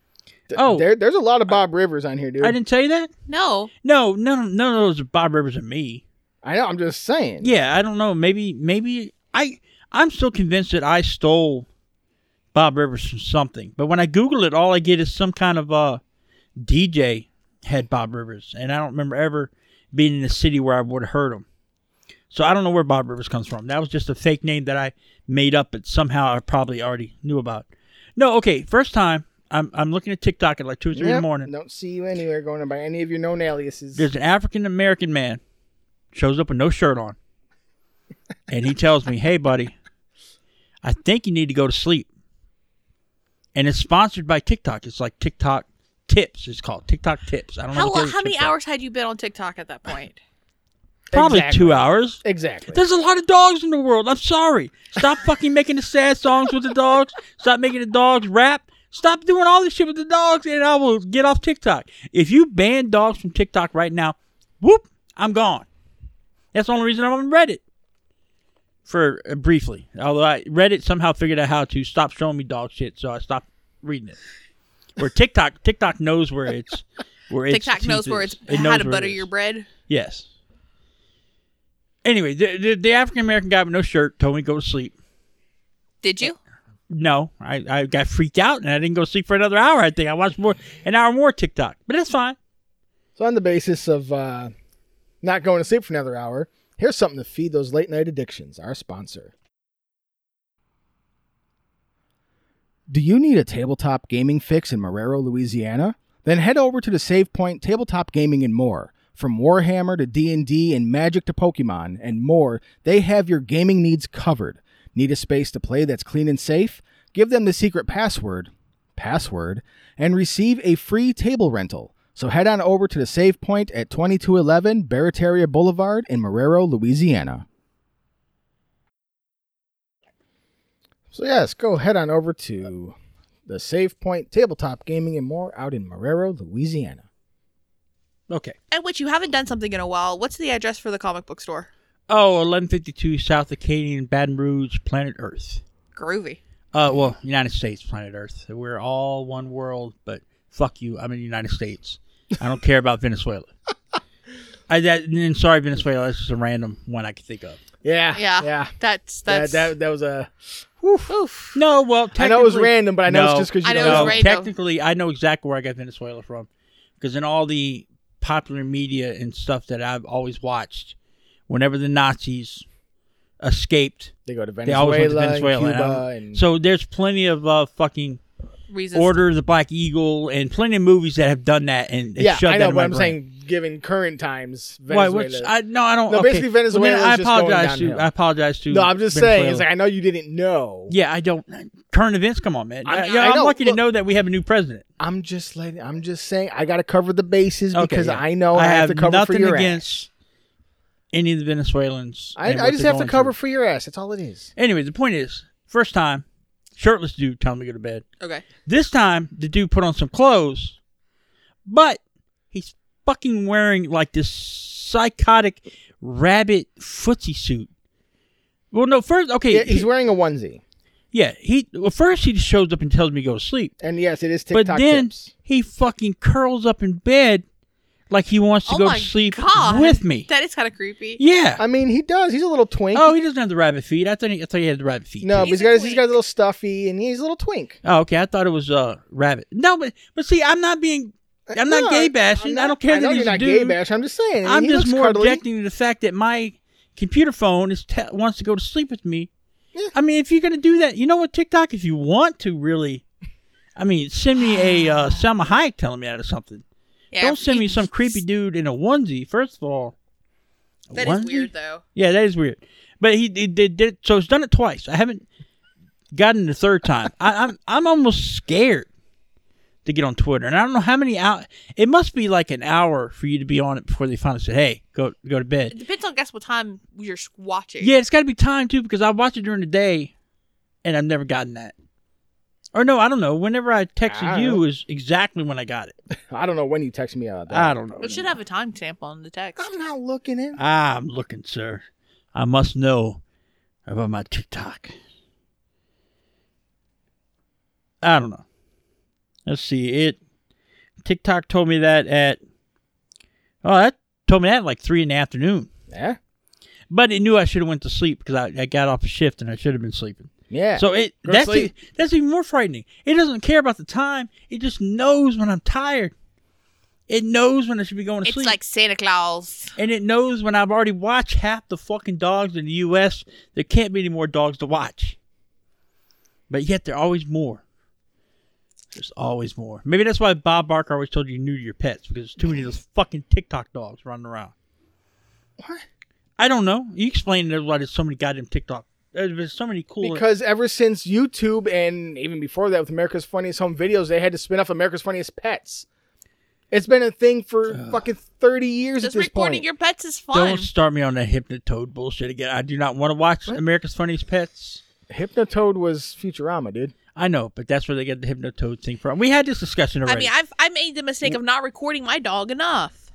[SPEAKER 1] Th-
[SPEAKER 2] oh.
[SPEAKER 1] there, there's a lot of Bob Rivers on here, dude.
[SPEAKER 2] I
[SPEAKER 1] I,
[SPEAKER 2] didn't tell you that.
[SPEAKER 3] No.
[SPEAKER 2] No, none, none of those are Bob Rivers and me.
[SPEAKER 1] know. I'm just saying.
[SPEAKER 2] Yeah, I don't know. Maybe, maybe I, I'm still convinced that I stole Bob Rivers from something. But when I Google it, all I get is some kind of uh, DJ had Bob Rivers, and I don't remember ever being in a city where I would have heard him. So I don't know where Bob Rivers comes from. That was just a fake name that I made up, but somehow I probably already knew about. No, okay. First time I'm I'm looking at TikTok at like two or three in the
[SPEAKER 1] Yep,
[SPEAKER 2] morning.
[SPEAKER 1] Don't see you anywhere going by any of your known aliases.
[SPEAKER 2] there's an African American man shows up with no shirt on, and he tells me, "Hey, buddy, I think you need to go to sleep." And it's sponsored by TikTok. It's like TikTok Tips. It's called TikTok Tips. I don't know
[SPEAKER 3] How
[SPEAKER 2] what the
[SPEAKER 3] lo-
[SPEAKER 2] other
[SPEAKER 3] how many
[SPEAKER 2] tips are.
[SPEAKER 3] hours had you been on TikTok at that point?
[SPEAKER 2] Probably
[SPEAKER 1] Exactly.
[SPEAKER 2] two hours.
[SPEAKER 1] exactly.
[SPEAKER 2] There's a lot of dogs in the world. I'm sorry. Stop fucking making the sad songs with the dogs. Stop making the dogs rap. Stop doing all this shit with the dogs, and I will get off TikTok. If you ban dogs from TikTok right now, whoop, I'm gone. That's the only reason I'm on Reddit. For uh, briefly, although I Reddit somehow figured out how to stop showing me dog shit, so I stopped reading it. Where TikTok, TikTok knows where it's where it's
[SPEAKER 3] TikTok knows where it's
[SPEAKER 2] it
[SPEAKER 3] how
[SPEAKER 2] knows
[SPEAKER 3] to
[SPEAKER 2] where it
[SPEAKER 3] butter
[SPEAKER 2] is.
[SPEAKER 3] your bread.
[SPEAKER 2] Yes. Anyway, the the, the African American guy with no shirt told me to go to sleep.
[SPEAKER 3] Did you?
[SPEAKER 2] No, I, I got freaked out and I didn't go to sleep for another hour. I think I watched more an hour more TikTok, but that's fine.
[SPEAKER 1] So on the basis of uh, not going to sleep for another hour, here's something to feed those late night addictions. Our sponsor. Do you need a tabletop gaming fix in Marrero, Louisiana? Then head over to the Save Point Tabletop Gaming and More. From Warhammer to D&D and Magic to Pokemon and more, they have your gaming needs covered. Need a space to play that's clean and safe? Give them the secret password, password, and receive a free table rental. So head on over to the Save Point at 2211 Barataria Boulevard in Marrero, Louisiana. So yes, go head on over to the Save Point Tabletop Gaming and more out in Marrero, Louisiana.
[SPEAKER 2] Okay.
[SPEAKER 3] And which you haven't done something in a while. What's the address for the comic book store?
[SPEAKER 2] Oh, 1152 South Acadian, Baton Rouge, planet Earth.
[SPEAKER 3] Groovy.
[SPEAKER 2] Uh, well, United States, planet Earth. We're all one world, but fuck you. I'm in the United States. I don't care about Venezuela. I that and sorry Venezuela. That's just a random one I could think of.
[SPEAKER 1] Yeah,
[SPEAKER 3] Yeah. That's that's
[SPEAKER 1] that that was a.
[SPEAKER 3] oof.
[SPEAKER 2] No, well,
[SPEAKER 1] I know it was
[SPEAKER 2] technically-
[SPEAKER 1] random, but I know
[SPEAKER 2] No.
[SPEAKER 1] it's just because you
[SPEAKER 3] I know
[SPEAKER 1] don't
[SPEAKER 3] it was
[SPEAKER 1] know.
[SPEAKER 2] No,
[SPEAKER 3] random.
[SPEAKER 2] technically, I know exactly where I got Venezuela from because in all the popular media and stuff that I've always watched, whenever the Nazis escaped,
[SPEAKER 1] They go to
[SPEAKER 2] they always went to
[SPEAKER 1] Venezuela, and
[SPEAKER 2] Venezuela. and I-
[SPEAKER 1] Cuba, and
[SPEAKER 2] so there's plenty of uh, fucking
[SPEAKER 3] Reasons.
[SPEAKER 2] Order of the Black Eagle and plenty of movies that have done that and it
[SPEAKER 1] yeah,
[SPEAKER 2] shoved
[SPEAKER 1] I
[SPEAKER 2] that
[SPEAKER 1] know,
[SPEAKER 2] in
[SPEAKER 1] but
[SPEAKER 2] my
[SPEAKER 1] I'm
[SPEAKER 2] brain.
[SPEAKER 1] saying given current times,
[SPEAKER 2] Why,
[SPEAKER 1] Venezuela.
[SPEAKER 2] which I no, I don't.
[SPEAKER 1] No,
[SPEAKER 2] okay.
[SPEAKER 1] basically
[SPEAKER 2] Well, then
[SPEAKER 1] Venezuela is
[SPEAKER 2] I
[SPEAKER 1] just going
[SPEAKER 2] apologize to.
[SPEAKER 1] downhill.
[SPEAKER 2] I apologize to.
[SPEAKER 1] no, I'm just saying. It's
[SPEAKER 2] Venezuela.
[SPEAKER 1] like I know you didn't know.
[SPEAKER 2] yeah, I don't. Current events, come on, man.
[SPEAKER 1] I-
[SPEAKER 2] I,
[SPEAKER 1] I
[SPEAKER 2] am
[SPEAKER 1] know,
[SPEAKER 2] lucky to
[SPEAKER 1] look-
[SPEAKER 2] know that we have a new president.
[SPEAKER 1] I'm just letting. I'm just saying. I gotta cover the bases
[SPEAKER 2] Okay,
[SPEAKER 1] because
[SPEAKER 2] yeah.
[SPEAKER 1] I know I, have, to cover
[SPEAKER 2] nothing
[SPEAKER 1] for your ass.
[SPEAKER 2] against any of the Venezuelans.
[SPEAKER 1] I,
[SPEAKER 2] and
[SPEAKER 1] I
[SPEAKER 2] what
[SPEAKER 1] just
[SPEAKER 2] they're
[SPEAKER 1] have to
[SPEAKER 2] going
[SPEAKER 1] cover
[SPEAKER 2] through.
[SPEAKER 1] for your ass. That's all it is.
[SPEAKER 2] Anyway, the point is, first time, shirtless dude telling me to go to bed.
[SPEAKER 3] Okay.
[SPEAKER 2] This time, the dude put on some clothes, but he's fucking wearing like this psychotic rabbit footsie suit. Well, no, first, okay,
[SPEAKER 1] Yeah, he's wearing a onesie,
[SPEAKER 2] yeah, he well, first he just shows up and tells me to go to sleep,
[SPEAKER 1] and yes, it is TikTok
[SPEAKER 2] but then
[SPEAKER 1] tips.
[SPEAKER 2] he fucking curls up in bed like he wants to
[SPEAKER 3] oh
[SPEAKER 2] go
[SPEAKER 3] my
[SPEAKER 2] to sleep
[SPEAKER 3] God.
[SPEAKER 2] with me.
[SPEAKER 3] That is kind of creepy.
[SPEAKER 2] yeah.
[SPEAKER 1] I mean, he does. He's a little twink.
[SPEAKER 2] oh, he doesn't have the rabbit feet. I thought he, I thought he had the rabbit feet.
[SPEAKER 1] no, but
[SPEAKER 2] too.
[SPEAKER 3] He's
[SPEAKER 1] he's
[SPEAKER 3] a
[SPEAKER 1] got his, he's
[SPEAKER 3] twink.
[SPEAKER 1] got a little stuffy, and he's a little twink.
[SPEAKER 2] Oh, okay. I thought it was uh rabbit. No, but but see, I'm not being. I'm not
[SPEAKER 1] No,
[SPEAKER 2] gay bashing.
[SPEAKER 1] I'm
[SPEAKER 2] I don't care
[SPEAKER 1] I know
[SPEAKER 2] that
[SPEAKER 1] you're
[SPEAKER 2] he's a
[SPEAKER 1] not
[SPEAKER 2] dude.
[SPEAKER 1] gay bash. I'm just saying. I
[SPEAKER 2] I'm
[SPEAKER 1] mean, he
[SPEAKER 2] just
[SPEAKER 1] looks
[SPEAKER 2] more
[SPEAKER 1] cuddly.
[SPEAKER 2] objecting to the fact that my computer phone is te- wants to go to sleep with me.
[SPEAKER 1] Yeah.
[SPEAKER 2] I mean, if you're gonna do that, you know what, TikTok, if you want to really, I mean, send me a uh, Selma Hayek telling me that or something.
[SPEAKER 3] Yeah,
[SPEAKER 2] don't send me
[SPEAKER 3] you-
[SPEAKER 2] some creepy dude in a onesie. First of all, a
[SPEAKER 3] That
[SPEAKER 2] onesie?
[SPEAKER 3] is weird though.
[SPEAKER 2] Yeah, that is weird. But he, he did, did so. He's done it twice. I haven't gotten the third time. I, I'm I'm almost scared to get on Twitter, and I don't know how many out. It must be like an hour for you to be on it before they finally say, "Hey, go go to
[SPEAKER 3] It
[SPEAKER 2] bed."
[SPEAKER 3] depends on guess what time you're s- watching.
[SPEAKER 2] Yeah, it's got to be time too because I watch it during the day, and I've never gotten that. Or no, I don't know. Whenever I
[SPEAKER 1] I
[SPEAKER 2] texted
[SPEAKER 1] don't
[SPEAKER 2] you
[SPEAKER 1] know.
[SPEAKER 2] is exactly when I got it.
[SPEAKER 1] I don't know when you text me about that.
[SPEAKER 2] I don't know.
[SPEAKER 3] It should have a timestamp on the text.
[SPEAKER 1] I'm not looking in.
[SPEAKER 2] I'm looking, sir. I must know about my TikTok. I don't know. Let's see. It TikTok told me that at oh that told me that at like three in the afternoon.
[SPEAKER 1] Yeah,
[SPEAKER 2] But it knew I should have went to sleep because I, I got off a shift and I should have been sleeping.
[SPEAKER 1] yeah.
[SPEAKER 2] So it
[SPEAKER 1] Go to
[SPEAKER 2] that's
[SPEAKER 1] sleep.
[SPEAKER 2] e- that's even more frightening. It doesn't care about the time. It just knows when I'm tired. It knows when I should be going to
[SPEAKER 3] It's
[SPEAKER 2] sleep
[SPEAKER 3] like Santa Claus.
[SPEAKER 2] and it knows when I've already watched half the fucking dogs in the U.S. There can't be any more dogs to watch. But yet there are always more. There's always more. Maybe that's why Bob Barker always told you new to your pets because there's too many of those fucking TikTok dogs running around.
[SPEAKER 1] What?
[SPEAKER 2] I don't know. You explain it why there's so many goddamn TikTok. There's there's so many cool.
[SPEAKER 1] because ever since YouTube and even before that with America's Funniest Home Videos, they had to spin off America's Funniest Pets. It's been a thing for fucking thirty years
[SPEAKER 3] Just
[SPEAKER 1] at this
[SPEAKER 3] recording
[SPEAKER 1] point.
[SPEAKER 3] your pets is fun.
[SPEAKER 2] don't start me on that hypnotoad bullshit again. I do not want to watch America's Funniest Pets.
[SPEAKER 1] Hypnotoad was Futurama, dude.
[SPEAKER 2] I know, but that's where they get the hypnotoad thing from. We had this discussion
[SPEAKER 3] I
[SPEAKER 2] already.
[SPEAKER 3] mean, I've I made the mistake of not recording my dog enough.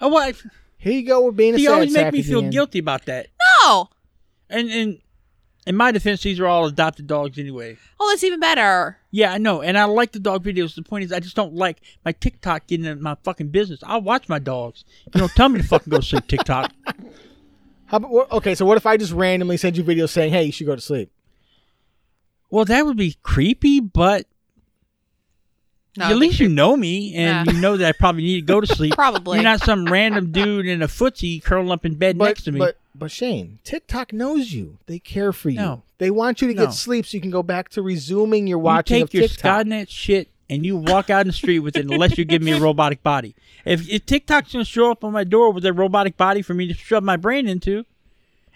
[SPEAKER 2] oh, well, I-
[SPEAKER 1] Here you go with being a
[SPEAKER 2] He
[SPEAKER 1] sad
[SPEAKER 2] always make
[SPEAKER 1] sack
[SPEAKER 2] me feel
[SPEAKER 1] again.
[SPEAKER 2] guilty about that.
[SPEAKER 1] Oh,
[SPEAKER 3] No.
[SPEAKER 2] And and in my defense, these are all adopted dogs anyway.
[SPEAKER 3] Oh, that's even better.
[SPEAKER 2] Yeah, I know, and I like the dog videos. The point is, I just don't like my TikTok getting in my fucking business. I watch my dogs. You don't tell me to fucking go to sleep, TikTok.
[SPEAKER 1] How about, wha- okay, so what if I just randomly send you videos saying, "Hey, you should go to sleep"?
[SPEAKER 2] Well, that would be creepy, but
[SPEAKER 3] No,
[SPEAKER 2] at least you know me and
[SPEAKER 3] Yeah.
[SPEAKER 2] you know that I probably need to go to sleep.
[SPEAKER 3] Probably.
[SPEAKER 2] You're not some random dude in a footsie curling up in bed
[SPEAKER 1] But
[SPEAKER 2] next to me.
[SPEAKER 1] but but Shane, TikTok knows you. They care for you.
[SPEAKER 2] No.
[SPEAKER 1] They want you to
[SPEAKER 2] No.
[SPEAKER 1] get sleep so you can go back to resuming your
[SPEAKER 2] you
[SPEAKER 1] watching
[SPEAKER 2] take
[SPEAKER 1] of
[SPEAKER 2] your
[SPEAKER 1] TikTok.
[SPEAKER 2] Skynet shit and you walk out in the street with it unless you give me a robotic body. If, if TikTok's gonna show up on my door with a robotic body for me to shove my brain into,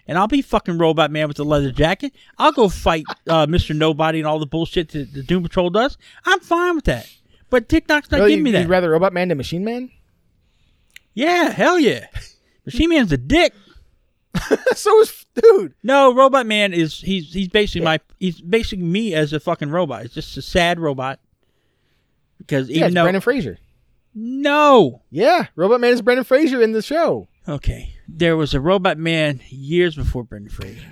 [SPEAKER 2] and I'll be fucking robot man with a leather jacket, I'll go fight uh, Mr. Nobody and all the bullshit that the Doom Patrol does. I'm fine with that. But TikTok's not
[SPEAKER 1] Really,
[SPEAKER 2] giving me
[SPEAKER 1] you-
[SPEAKER 2] that.
[SPEAKER 1] You'd rather Robot Man than Machine Man?
[SPEAKER 2] yeah, hell yeah. Machine Man's a dick.
[SPEAKER 1] so is dude.
[SPEAKER 2] No, Robot Man is he's he's basically my he's basically me as a fucking robot. It's just a sad robot. Because even
[SPEAKER 1] Yeah, it's
[SPEAKER 2] though
[SPEAKER 1] Brendan Fraser.
[SPEAKER 2] no,
[SPEAKER 1] Yeah, Robot Man is Brendan Fraser in the show.
[SPEAKER 2] Okay. There was a robot man years before Brendan Fraser.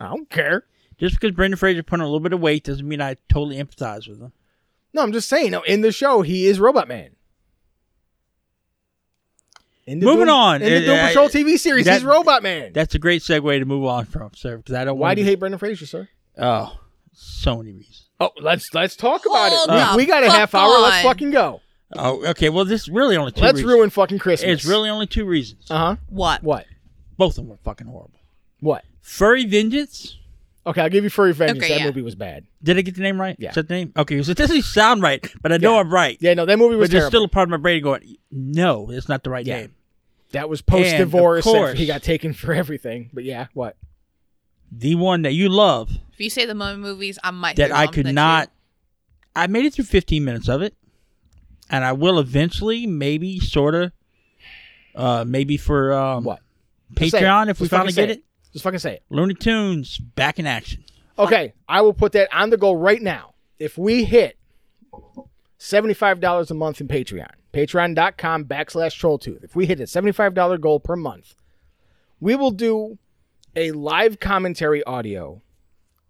[SPEAKER 1] I don't care.
[SPEAKER 2] Just because Brendan Fraser put on a little bit of weight doesn't mean I totally empathize with him.
[SPEAKER 1] No, I'm just saying. No, in the show, he is Robot Man. In the
[SPEAKER 2] Moving
[SPEAKER 1] Doom-
[SPEAKER 2] on.
[SPEAKER 1] In the
[SPEAKER 2] Uh,
[SPEAKER 1] Doom
[SPEAKER 2] uh,
[SPEAKER 1] Patrol TV series,
[SPEAKER 2] that-
[SPEAKER 1] he's Robot Man.
[SPEAKER 2] That's a great segue to move on from, sir, because I don't
[SPEAKER 1] Why
[SPEAKER 2] wanna
[SPEAKER 1] do you
[SPEAKER 2] be-
[SPEAKER 1] hate Brendan Fraser, sir?
[SPEAKER 2] Oh, so many reasons.
[SPEAKER 1] Oh, let's let's talk about
[SPEAKER 3] Hold
[SPEAKER 2] Uh,
[SPEAKER 1] it. We-
[SPEAKER 3] the
[SPEAKER 1] we got a
[SPEAKER 3] fuck
[SPEAKER 1] half hour. Let's
[SPEAKER 3] on.
[SPEAKER 1] fucking go.
[SPEAKER 2] Oh, okay. Well, this is really only 2
[SPEAKER 1] Let's
[SPEAKER 2] reasons.
[SPEAKER 1] ruin fucking Christmas.
[SPEAKER 2] It's really only two reasons.
[SPEAKER 1] uh huh.
[SPEAKER 3] what?
[SPEAKER 1] What?
[SPEAKER 2] Both of them were fucking horrible.
[SPEAKER 1] What?
[SPEAKER 2] Furry Vengeance.
[SPEAKER 1] Okay, I'll give you Furry Vengeance.
[SPEAKER 3] Okay,
[SPEAKER 1] that
[SPEAKER 3] yeah.
[SPEAKER 1] movie was bad.
[SPEAKER 2] Did I get the name right?
[SPEAKER 1] Yeah.
[SPEAKER 2] Is that the name? Okay, so it doesn't sound right, but I know
[SPEAKER 1] Yeah.
[SPEAKER 2] I'm right.
[SPEAKER 1] Yeah, no, that movie was
[SPEAKER 2] But there's
[SPEAKER 1] terrible.
[SPEAKER 2] still a part of my brain going, no, that's not the right
[SPEAKER 1] Yeah.
[SPEAKER 2] name.
[SPEAKER 1] that was
[SPEAKER 2] And, of
[SPEAKER 1] post divorce.
[SPEAKER 2] course-
[SPEAKER 1] He got taken for everything. But yeah, what?
[SPEAKER 2] The one that you love
[SPEAKER 3] If you say the moment movies, I might.
[SPEAKER 2] that
[SPEAKER 3] say
[SPEAKER 2] I
[SPEAKER 3] something
[SPEAKER 2] could
[SPEAKER 3] to you.
[SPEAKER 2] not. I made it through 15 minutes of it, and I will eventually, maybe, sort of, uh, maybe for um,
[SPEAKER 1] What? Just say it.
[SPEAKER 2] Patreon, if we
[SPEAKER 1] Just fucking
[SPEAKER 2] finally
[SPEAKER 1] say
[SPEAKER 2] get it.
[SPEAKER 1] Just fucking say it.
[SPEAKER 2] Looney Tunes back in action.
[SPEAKER 1] Okay, I will put that on the goal right now. If we hit $75 a month in Patreon, patreon.com backslash trolltooth, if we hit a $75 goal per month, we will do a live commentary audio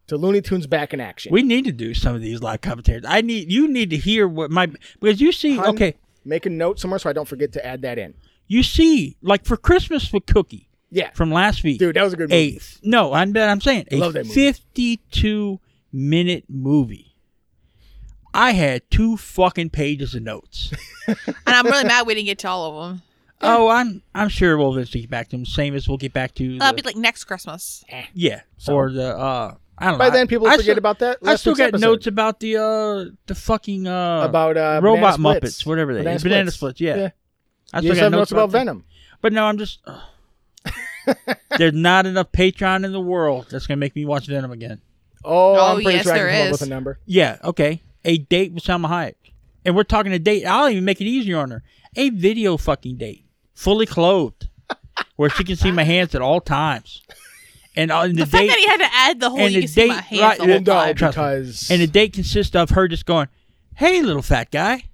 [SPEAKER 1] to Looney Tunes Back in Action.
[SPEAKER 2] We need to do some of these live commentaries. I need you need to hear what my because you see
[SPEAKER 1] Hun,
[SPEAKER 2] okay
[SPEAKER 1] Make a note somewhere so I don't forget to add that in.
[SPEAKER 2] you see like for Christmas with Cookie
[SPEAKER 1] Yeah.
[SPEAKER 2] from last week.
[SPEAKER 1] Dude, that was a good movie.
[SPEAKER 2] a no, I'm I'm saying a
[SPEAKER 1] Love that movie.
[SPEAKER 2] 52 minute movie. I had two fucking pages of notes.
[SPEAKER 3] And I'm really mad we didn't get to all of them.
[SPEAKER 2] oh, I'm I'm sure we'll eventually get back to them. Same as we'll get back to
[SPEAKER 3] That'll
[SPEAKER 2] the,
[SPEAKER 3] be like next Christmas.
[SPEAKER 2] yeah or the uh I don't know.
[SPEAKER 1] By then, people
[SPEAKER 2] I
[SPEAKER 1] forget
[SPEAKER 2] still-
[SPEAKER 1] about that.
[SPEAKER 2] I
[SPEAKER 1] last
[SPEAKER 2] still
[SPEAKER 1] week's
[SPEAKER 2] got
[SPEAKER 1] episode.
[SPEAKER 2] notes about the uh the fucking uh
[SPEAKER 1] about uh,
[SPEAKER 2] robot
[SPEAKER 1] Banana
[SPEAKER 2] Muppets, whatever they- Banana Splits, yeah. I
[SPEAKER 1] You just have notes about
[SPEAKER 2] that.
[SPEAKER 1] Venom.
[SPEAKER 2] But no, I'm just. ugh. There's not enough Patreon in the world that's gonna make me watch Venom again.
[SPEAKER 1] Oh,
[SPEAKER 3] Oh,
[SPEAKER 1] I'm pretty
[SPEAKER 3] yes,
[SPEAKER 1] sure I can
[SPEAKER 3] there
[SPEAKER 1] come up
[SPEAKER 3] is.
[SPEAKER 1] with a number.
[SPEAKER 2] Yeah, okay. A date with Salma Hayek, and we're talking a date. I'll even make it easier on her. A video fucking date, fully clothed, where she can see my hands at all times, and on the,
[SPEAKER 3] The fact
[SPEAKER 2] date.
[SPEAKER 3] that he had to add the whole
[SPEAKER 2] and
[SPEAKER 3] you
[SPEAKER 2] the
[SPEAKER 3] can see my
[SPEAKER 2] date-
[SPEAKER 3] hands
[SPEAKER 2] right,
[SPEAKER 3] the whole
[SPEAKER 2] and the-
[SPEAKER 3] time.
[SPEAKER 1] No,
[SPEAKER 2] Trust me.
[SPEAKER 1] because
[SPEAKER 2] And the date consists of her just going, "Hey, little fat guy,"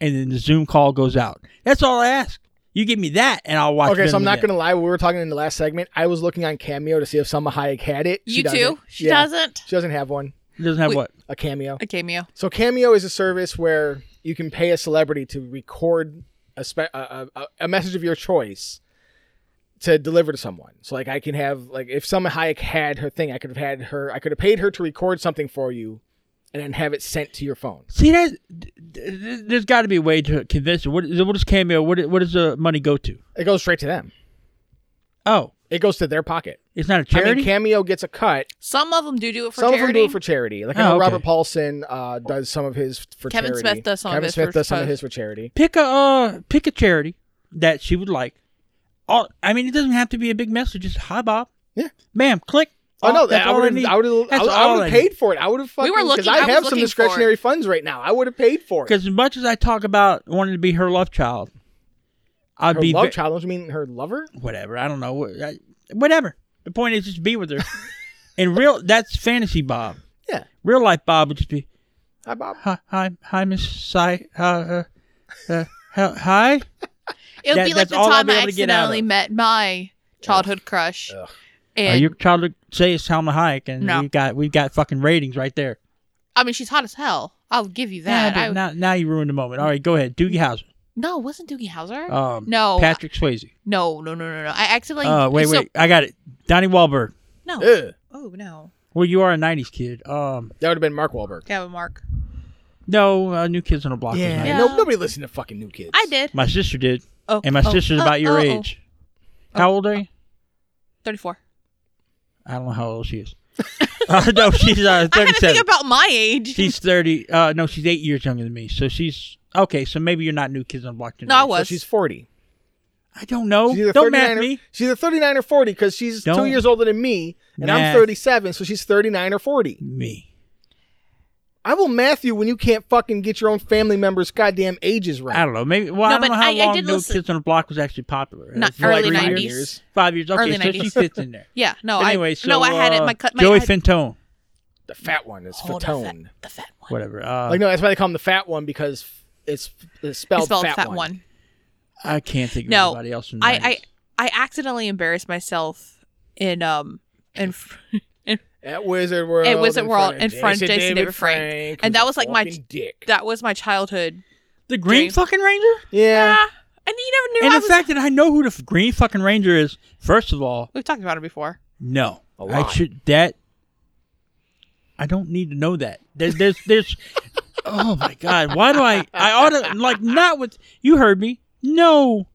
[SPEAKER 2] and then the Zoom call goes out. That's all I ask. You give me that, and I'll watch.
[SPEAKER 1] Okay, so I'm not
[SPEAKER 2] going
[SPEAKER 1] gonna lie. When we were talking in the last segment, I was looking on Cameo to see if Selma Hayek had it. She
[SPEAKER 3] You
[SPEAKER 1] doesn't.
[SPEAKER 3] too? She
[SPEAKER 1] Yeah.
[SPEAKER 3] doesn't?
[SPEAKER 1] She doesn't have one.
[SPEAKER 2] to. Doesn't have
[SPEAKER 3] we-
[SPEAKER 2] what?
[SPEAKER 1] A Cameo.
[SPEAKER 3] A cameo.
[SPEAKER 1] So Cameo is a service where you can pay a celebrity to record a spe- a, a, a message of your choice to deliver to someone. So like I can have like if Selma Hayek had her thing, I could have had her. I could have paid her to record something for you, and then have it sent to your phone.
[SPEAKER 2] See that? th- th- There's got to be a way to convince. What, is- what is cameo? What, what does the money go to?
[SPEAKER 1] It goes straight to them.
[SPEAKER 2] Oh,
[SPEAKER 1] It goes to their pocket.
[SPEAKER 2] it's not a
[SPEAKER 1] I
[SPEAKER 2] charity.
[SPEAKER 1] mean, Cameo gets a cut,
[SPEAKER 3] Some of them do do it for
[SPEAKER 1] some
[SPEAKER 3] charity.
[SPEAKER 1] of them do it for charity. Like I
[SPEAKER 2] Oh,
[SPEAKER 1] know
[SPEAKER 2] okay.
[SPEAKER 1] Robert Paulson uh, does some of his for
[SPEAKER 3] Kevin
[SPEAKER 1] charity.
[SPEAKER 3] Smith does some of
[SPEAKER 1] Kevin
[SPEAKER 3] his
[SPEAKER 1] Smith
[SPEAKER 3] for-
[SPEAKER 1] does some
[SPEAKER 3] for-
[SPEAKER 1] of his for charity.
[SPEAKER 2] pick a uh, pick a charity that she would like. All I mean, it doesn't have to be a big message. Just hi, Bob.
[SPEAKER 1] Yeah.
[SPEAKER 2] Ma'am, click.
[SPEAKER 1] Oh, no,
[SPEAKER 2] that's
[SPEAKER 1] that I
[SPEAKER 2] all
[SPEAKER 1] would
[SPEAKER 2] need.
[SPEAKER 1] have. I would have.
[SPEAKER 2] That's
[SPEAKER 1] I
[SPEAKER 2] all
[SPEAKER 1] would
[SPEAKER 2] I
[SPEAKER 1] have
[SPEAKER 2] need.
[SPEAKER 1] paid for it. I would have fucking.
[SPEAKER 3] were
[SPEAKER 1] Because
[SPEAKER 3] looking-
[SPEAKER 1] I
[SPEAKER 3] I was
[SPEAKER 1] have some
[SPEAKER 3] looking for
[SPEAKER 1] discretionary funds right now. I would have paid for it.
[SPEAKER 2] Because as much as I talk about wanting to be her love child, I'd
[SPEAKER 1] Her
[SPEAKER 2] be
[SPEAKER 1] love
[SPEAKER 2] ve-
[SPEAKER 1] child. Don't you mean her lover?
[SPEAKER 2] whatever. I don't know. wh- I- Whatever. The point is just be with her. and real, that's fantasy, Bob.
[SPEAKER 1] Yeah.
[SPEAKER 2] Real life, Bob would just be.
[SPEAKER 1] Hi, Bob.
[SPEAKER 2] hi, hi, hi, Miss Sy. Uh, uh, uh, hi- hi.
[SPEAKER 3] It would
[SPEAKER 2] That-
[SPEAKER 3] be like
[SPEAKER 2] that's
[SPEAKER 3] the
[SPEAKER 2] all I'll
[SPEAKER 3] time
[SPEAKER 2] be
[SPEAKER 3] I
[SPEAKER 2] able to get out
[SPEAKER 3] accidentally
[SPEAKER 2] of.
[SPEAKER 3] met my childhood crush.
[SPEAKER 1] Ugh.
[SPEAKER 2] Uh,
[SPEAKER 3] And
[SPEAKER 2] your child would say it's Salma Hayek, and
[SPEAKER 3] No.
[SPEAKER 2] we've got we've got fucking ratings right there.
[SPEAKER 3] I mean, she's hot as hell. I'll give you
[SPEAKER 2] Yeah,
[SPEAKER 3] that.
[SPEAKER 2] but
[SPEAKER 3] I,
[SPEAKER 2] now now you ruined the moment. All right, go ahead, Doogie Howser.
[SPEAKER 3] no, it wasn't Doogie Howser.
[SPEAKER 2] Um,
[SPEAKER 3] no,
[SPEAKER 2] Patrick Swayze.
[SPEAKER 3] no, no, no, no, no. I accidentally.
[SPEAKER 2] Uh, wait,
[SPEAKER 3] so-
[SPEAKER 2] wait, I got it. Donnie Wahlberg.
[SPEAKER 3] No.
[SPEAKER 1] Ugh.
[SPEAKER 3] Oh no,
[SPEAKER 2] Well, you are a '90s kid. Um,
[SPEAKER 1] That would have been Mark Wahlberg.
[SPEAKER 3] Gavin Mark. no
[SPEAKER 2] no, uh, New Kids on the Block. was
[SPEAKER 1] Yeah.
[SPEAKER 2] nice.
[SPEAKER 3] Yeah.
[SPEAKER 1] No, nobody listened to fucking New Kids.
[SPEAKER 3] I did.
[SPEAKER 2] My sister did,
[SPEAKER 3] Oh,
[SPEAKER 2] and my
[SPEAKER 3] oh,
[SPEAKER 2] sister's
[SPEAKER 3] oh,
[SPEAKER 2] about your
[SPEAKER 3] oh, oh.
[SPEAKER 2] age. How old are you?
[SPEAKER 3] Thirty-four.
[SPEAKER 2] I don't know how old she is. uh, no, she's uh,
[SPEAKER 3] I gotta
[SPEAKER 2] thirty-seven.
[SPEAKER 3] think about my age.
[SPEAKER 2] she's thirty. Uh, no, she's eight years younger than me. So she's okay. So maybe you're not New Kids on the Block.
[SPEAKER 3] no, I
[SPEAKER 2] generation.
[SPEAKER 1] So
[SPEAKER 3] was.
[SPEAKER 1] she's forty.
[SPEAKER 2] I don't know.
[SPEAKER 1] She's either
[SPEAKER 2] Oh, Don't
[SPEAKER 1] 39
[SPEAKER 2] math
[SPEAKER 1] or,
[SPEAKER 2] me.
[SPEAKER 1] She's either thirty-nine or forty because she's two
[SPEAKER 2] Don't
[SPEAKER 1] years older than me, and I'm
[SPEAKER 2] math.
[SPEAKER 1] thirty-seven. So she's thirty-nine or forty.
[SPEAKER 2] Me.
[SPEAKER 1] I will math you when you can't fucking get your own family members' goddamn ages right.
[SPEAKER 2] I don't know. Maybe. Well,
[SPEAKER 3] No,
[SPEAKER 2] I don't
[SPEAKER 3] but
[SPEAKER 2] know how
[SPEAKER 3] I- I
[SPEAKER 2] long
[SPEAKER 3] did
[SPEAKER 2] No
[SPEAKER 3] listen-
[SPEAKER 2] Kids on the Block was actually popular.
[SPEAKER 3] Not
[SPEAKER 2] For like
[SPEAKER 3] early
[SPEAKER 2] three
[SPEAKER 3] 90s.
[SPEAKER 2] years? Five years. Okay,
[SPEAKER 3] Early
[SPEAKER 2] so she
[SPEAKER 3] 90s.
[SPEAKER 2] fits in there.
[SPEAKER 3] yeah. No.
[SPEAKER 2] anyway,
[SPEAKER 3] I,
[SPEAKER 2] so
[SPEAKER 3] no, I had it.
[SPEAKER 2] uh,
[SPEAKER 3] My cut. My,
[SPEAKER 2] Joey
[SPEAKER 3] I had-
[SPEAKER 2] Fintone,
[SPEAKER 1] The fat one is
[SPEAKER 3] Oh, the fat-
[SPEAKER 1] Fatone.
[SPEAKER 3] The fat one.
[SPEAKER 2] whatever. Uh,
[SPEAKER 1] Like no, that's why they call him the fat one because f- it's, it's spelled,
[SPEAKER 3] It's spelled
[SPEAKER 1] fat, one.
[SPEAKER 2] I can't think of
[SPEAKER 3] No,
[SPEAKER 2] anybody else. From the
[SPEAKER 3] I,
[SPEAKER 2] 90s.
[SPEAKER 3] I I accidentally embarrassed myself in um in fr-
[SPEAKER 1] At Wizard World.
[SPEAKER 3] At Wizard
[SPEAKER 1] in
[SPEAKER 3] World,
[SPEAKER 1] front of
[SPEAKER 3] in front of Jason David Frank. And
[SPEAKER 1] who's
[SPEAKER 3] that
[SPEAKER 1] a
[SPEAKER 3] was, like, my-
[SPEAKER 1] fucking dick.
[SPEAKER 3] that was my childhood.
[SPEAKER 2] the Green
[SPEAKER 3] James-
[SPEAKER 2] fucking Ranger.
[SPEAKER 1] yeah.
[SPEAKER 3] Ah, and you never knew.
[SPEAKER 2] And
[SPEAKER 3] I
[SPEAKER 2] the
[SPEAKER 3] was,
[SPEAKER 2] fact that I know who the f- Green fucking Ranger is, first of all,
[SPEAKER 3] we've talked about it before.
[SPEAKER 2] no,
[SPEAKER 1] A
[SPEAKER 2] I
[SPEAKER 1] lot.
[SPEAKER 2] should that. I don't need to know that. There's, there's, there's. oh my god! Why do I? I ought to like not with you. Heard me? No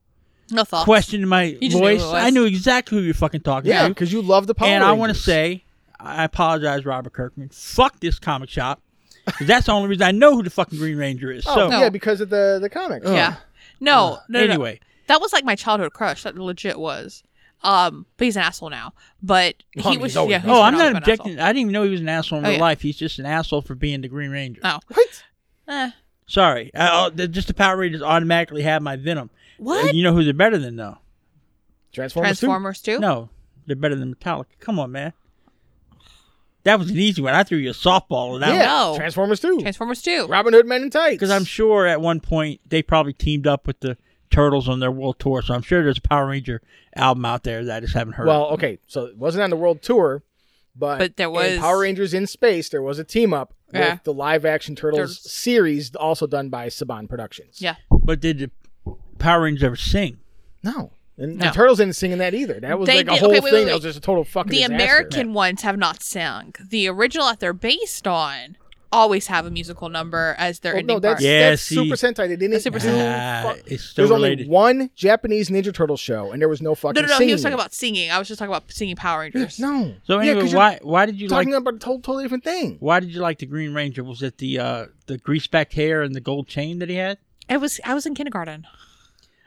[SPEAKER 3] No thought.
[SPEAKER 2] question in my
[SPEAKER 3] You just knew who it
[SPEAKER 2] voice.
[SPEAKER 3] was.
[SPEAKER 2] I knew exactly who you're fucking talking
[SPEAKER 1] Yeah,
[SPEAKER 2] to.
[SPEAKER 1] because you love the Power
[SPEAKER 2] and I want to
[SPEAKER 1] Rangers.
[SPEAKER 2] say, I apologize, Robert Kirkman. Fuck this comic shop. 'cause that's the only reason I know who the fucking Green Ranger is.
[SPEAKER 1] Oh,
[SPEAKER 2] so Oh.
[SPEAKER 1] yeah, because of the, the comics.
[SPEAKER 3] yeah. No, no, no.
[SPEAKER 2] anyway,
[SPEAKER 3] that was like my childhood crush. That legit was. Um, but he's an asshole now. But
[SPEAKER 1] Well, I
[SPEAKER 3] he
[SPEAKER 1] mean,
[SPEAKER 3] was.
[SPEAKER 1] he's always
[SPEAKER 3] Yeah,
[SPEAKER 1] been
[SPEAKER 3] he's
[SPEAKER 2] oh,
[SPEAKER 3] been
[SPEAKER 2] I'm not
[SPEAKER 3] always been an
[SPEAKER 2] objecting. I didn't even know he was an asshole in
[SPEAKER 3] Oh,
[SPEAKER 2] real
[SPEAKER 3] yeah.
[SPEAKER 2] life. He's just an asshole for being the Green Ranger.
[SPEAKER 3] asshole.
[SPEAKER 1] What?
[SPEAKER 3] No.
[SPEAKER 1] Uh,
[SPEAKER 3] Eh.
[SPEAKER 2] Sorry, uh, I, oh, the, just the Power Rangers automatically have my venom.
[SPEAKER 3] What?
[SPEAKER 2] You know who they're better than though?
[SPEAKER 1] Transformers. two.
[SPEAKER 3] Transformers too.
[SPEAKER 2] No, they're better than Metallica. Come on, man. That was an easy one. I threw you a softball on that
[SPEAKER 1] Yeah.
[SPEAKER 3] No.
[SPEAKER 1] Transformers two.
[SPEAKER 3] Transformers too.
[SPEAKER 1] Robin Hood Men in Tights.
[SPEAKER 2] because I'm sure at one point they probably teamed up with the Turtles on their world tour. So I'm sure there's a Power Ranger album out there that I just haven't heard.
[SPEAKER 1] Well, okay, so it wasn't on the world tour, but
[SPEAKER 3] But there
[SPEAKER 1] in
[SPEAKER 3] was-
[SPEAKER 1] Power Rangers in Space. There was a team up
[SPEAKER 3] Yeah.
[SPEAKER 1] with the live action Turtles,
[SPEAKER 3] Turtles.
[SPEAKER 1] series, also done by Saban Productions.
[SPEAKER 3] Yeah.
[SPEAKER 2] but did the Power Rangers ever sing?
[SPEAKER 1] No. And
[SPEAKER 3] No.
[SPEAKER 1] the Turtles didn't sing in that either. That was
[SPEAKER 3] They
[SPEAKER 1] like a
[SPEAKER 3] did-
[SPEAKER 1] whole
[SPEAKER 3] okay, wait,
[SPEAKER 1] thing.
[SPEAKER 3] wait,
[SPEAKER 1] That was just a total fucking
[SPEAKER 3] The
[SPEAKER 1] disaster.
[SPEAKER 3] American ones have not sung. The original that they're based on always have a musical number as their
[SPEAKER 1] Well,
[SPEAKER 3] ending
[SPEAKER 1] Oh, no, that's,
[SPEAKER 3] part.
[SPEAKER 2] Yeah,
[SPEAKER 1] that's
[SPEAKER 2] see-
[SPEAKER 1] Super Sentai. They didn't.
[SPEAKER 3] That's Super
[SPEAKER 1] do
[SPEAKER 2] Sentai.
[SPEAKER 1] fuck-
[SPEAKER 2] Ah, it's still
[SPEAKER 1] There's only
[SPEAKER 2] related.
[SPEAKER 1] one Japanese Ninja Turtle show, and there was no fucking.
[SPEAKER 3] No, no, no. He
[SPEAKER 1] singing.
[SPEAKER 3] was talking about singing. I was just talking about singing Power Rangers.
[SPEAKER 1] No.
[SPEAKER 2] So
[SPEAKER 1] Yeah,
[SPEAKER 2] anyway,
[SPEAKER 1] 'cause you're
[SPEAKER 2] why why did you like
[SPEAKER 1] talking about a to- totally different thing?
[SPEAKER 2] why did you like the Green Ranger? Was it the uh, the grease back hair and the gold chain that he had?
[SPEAKER 3] I was I was in kindergarten.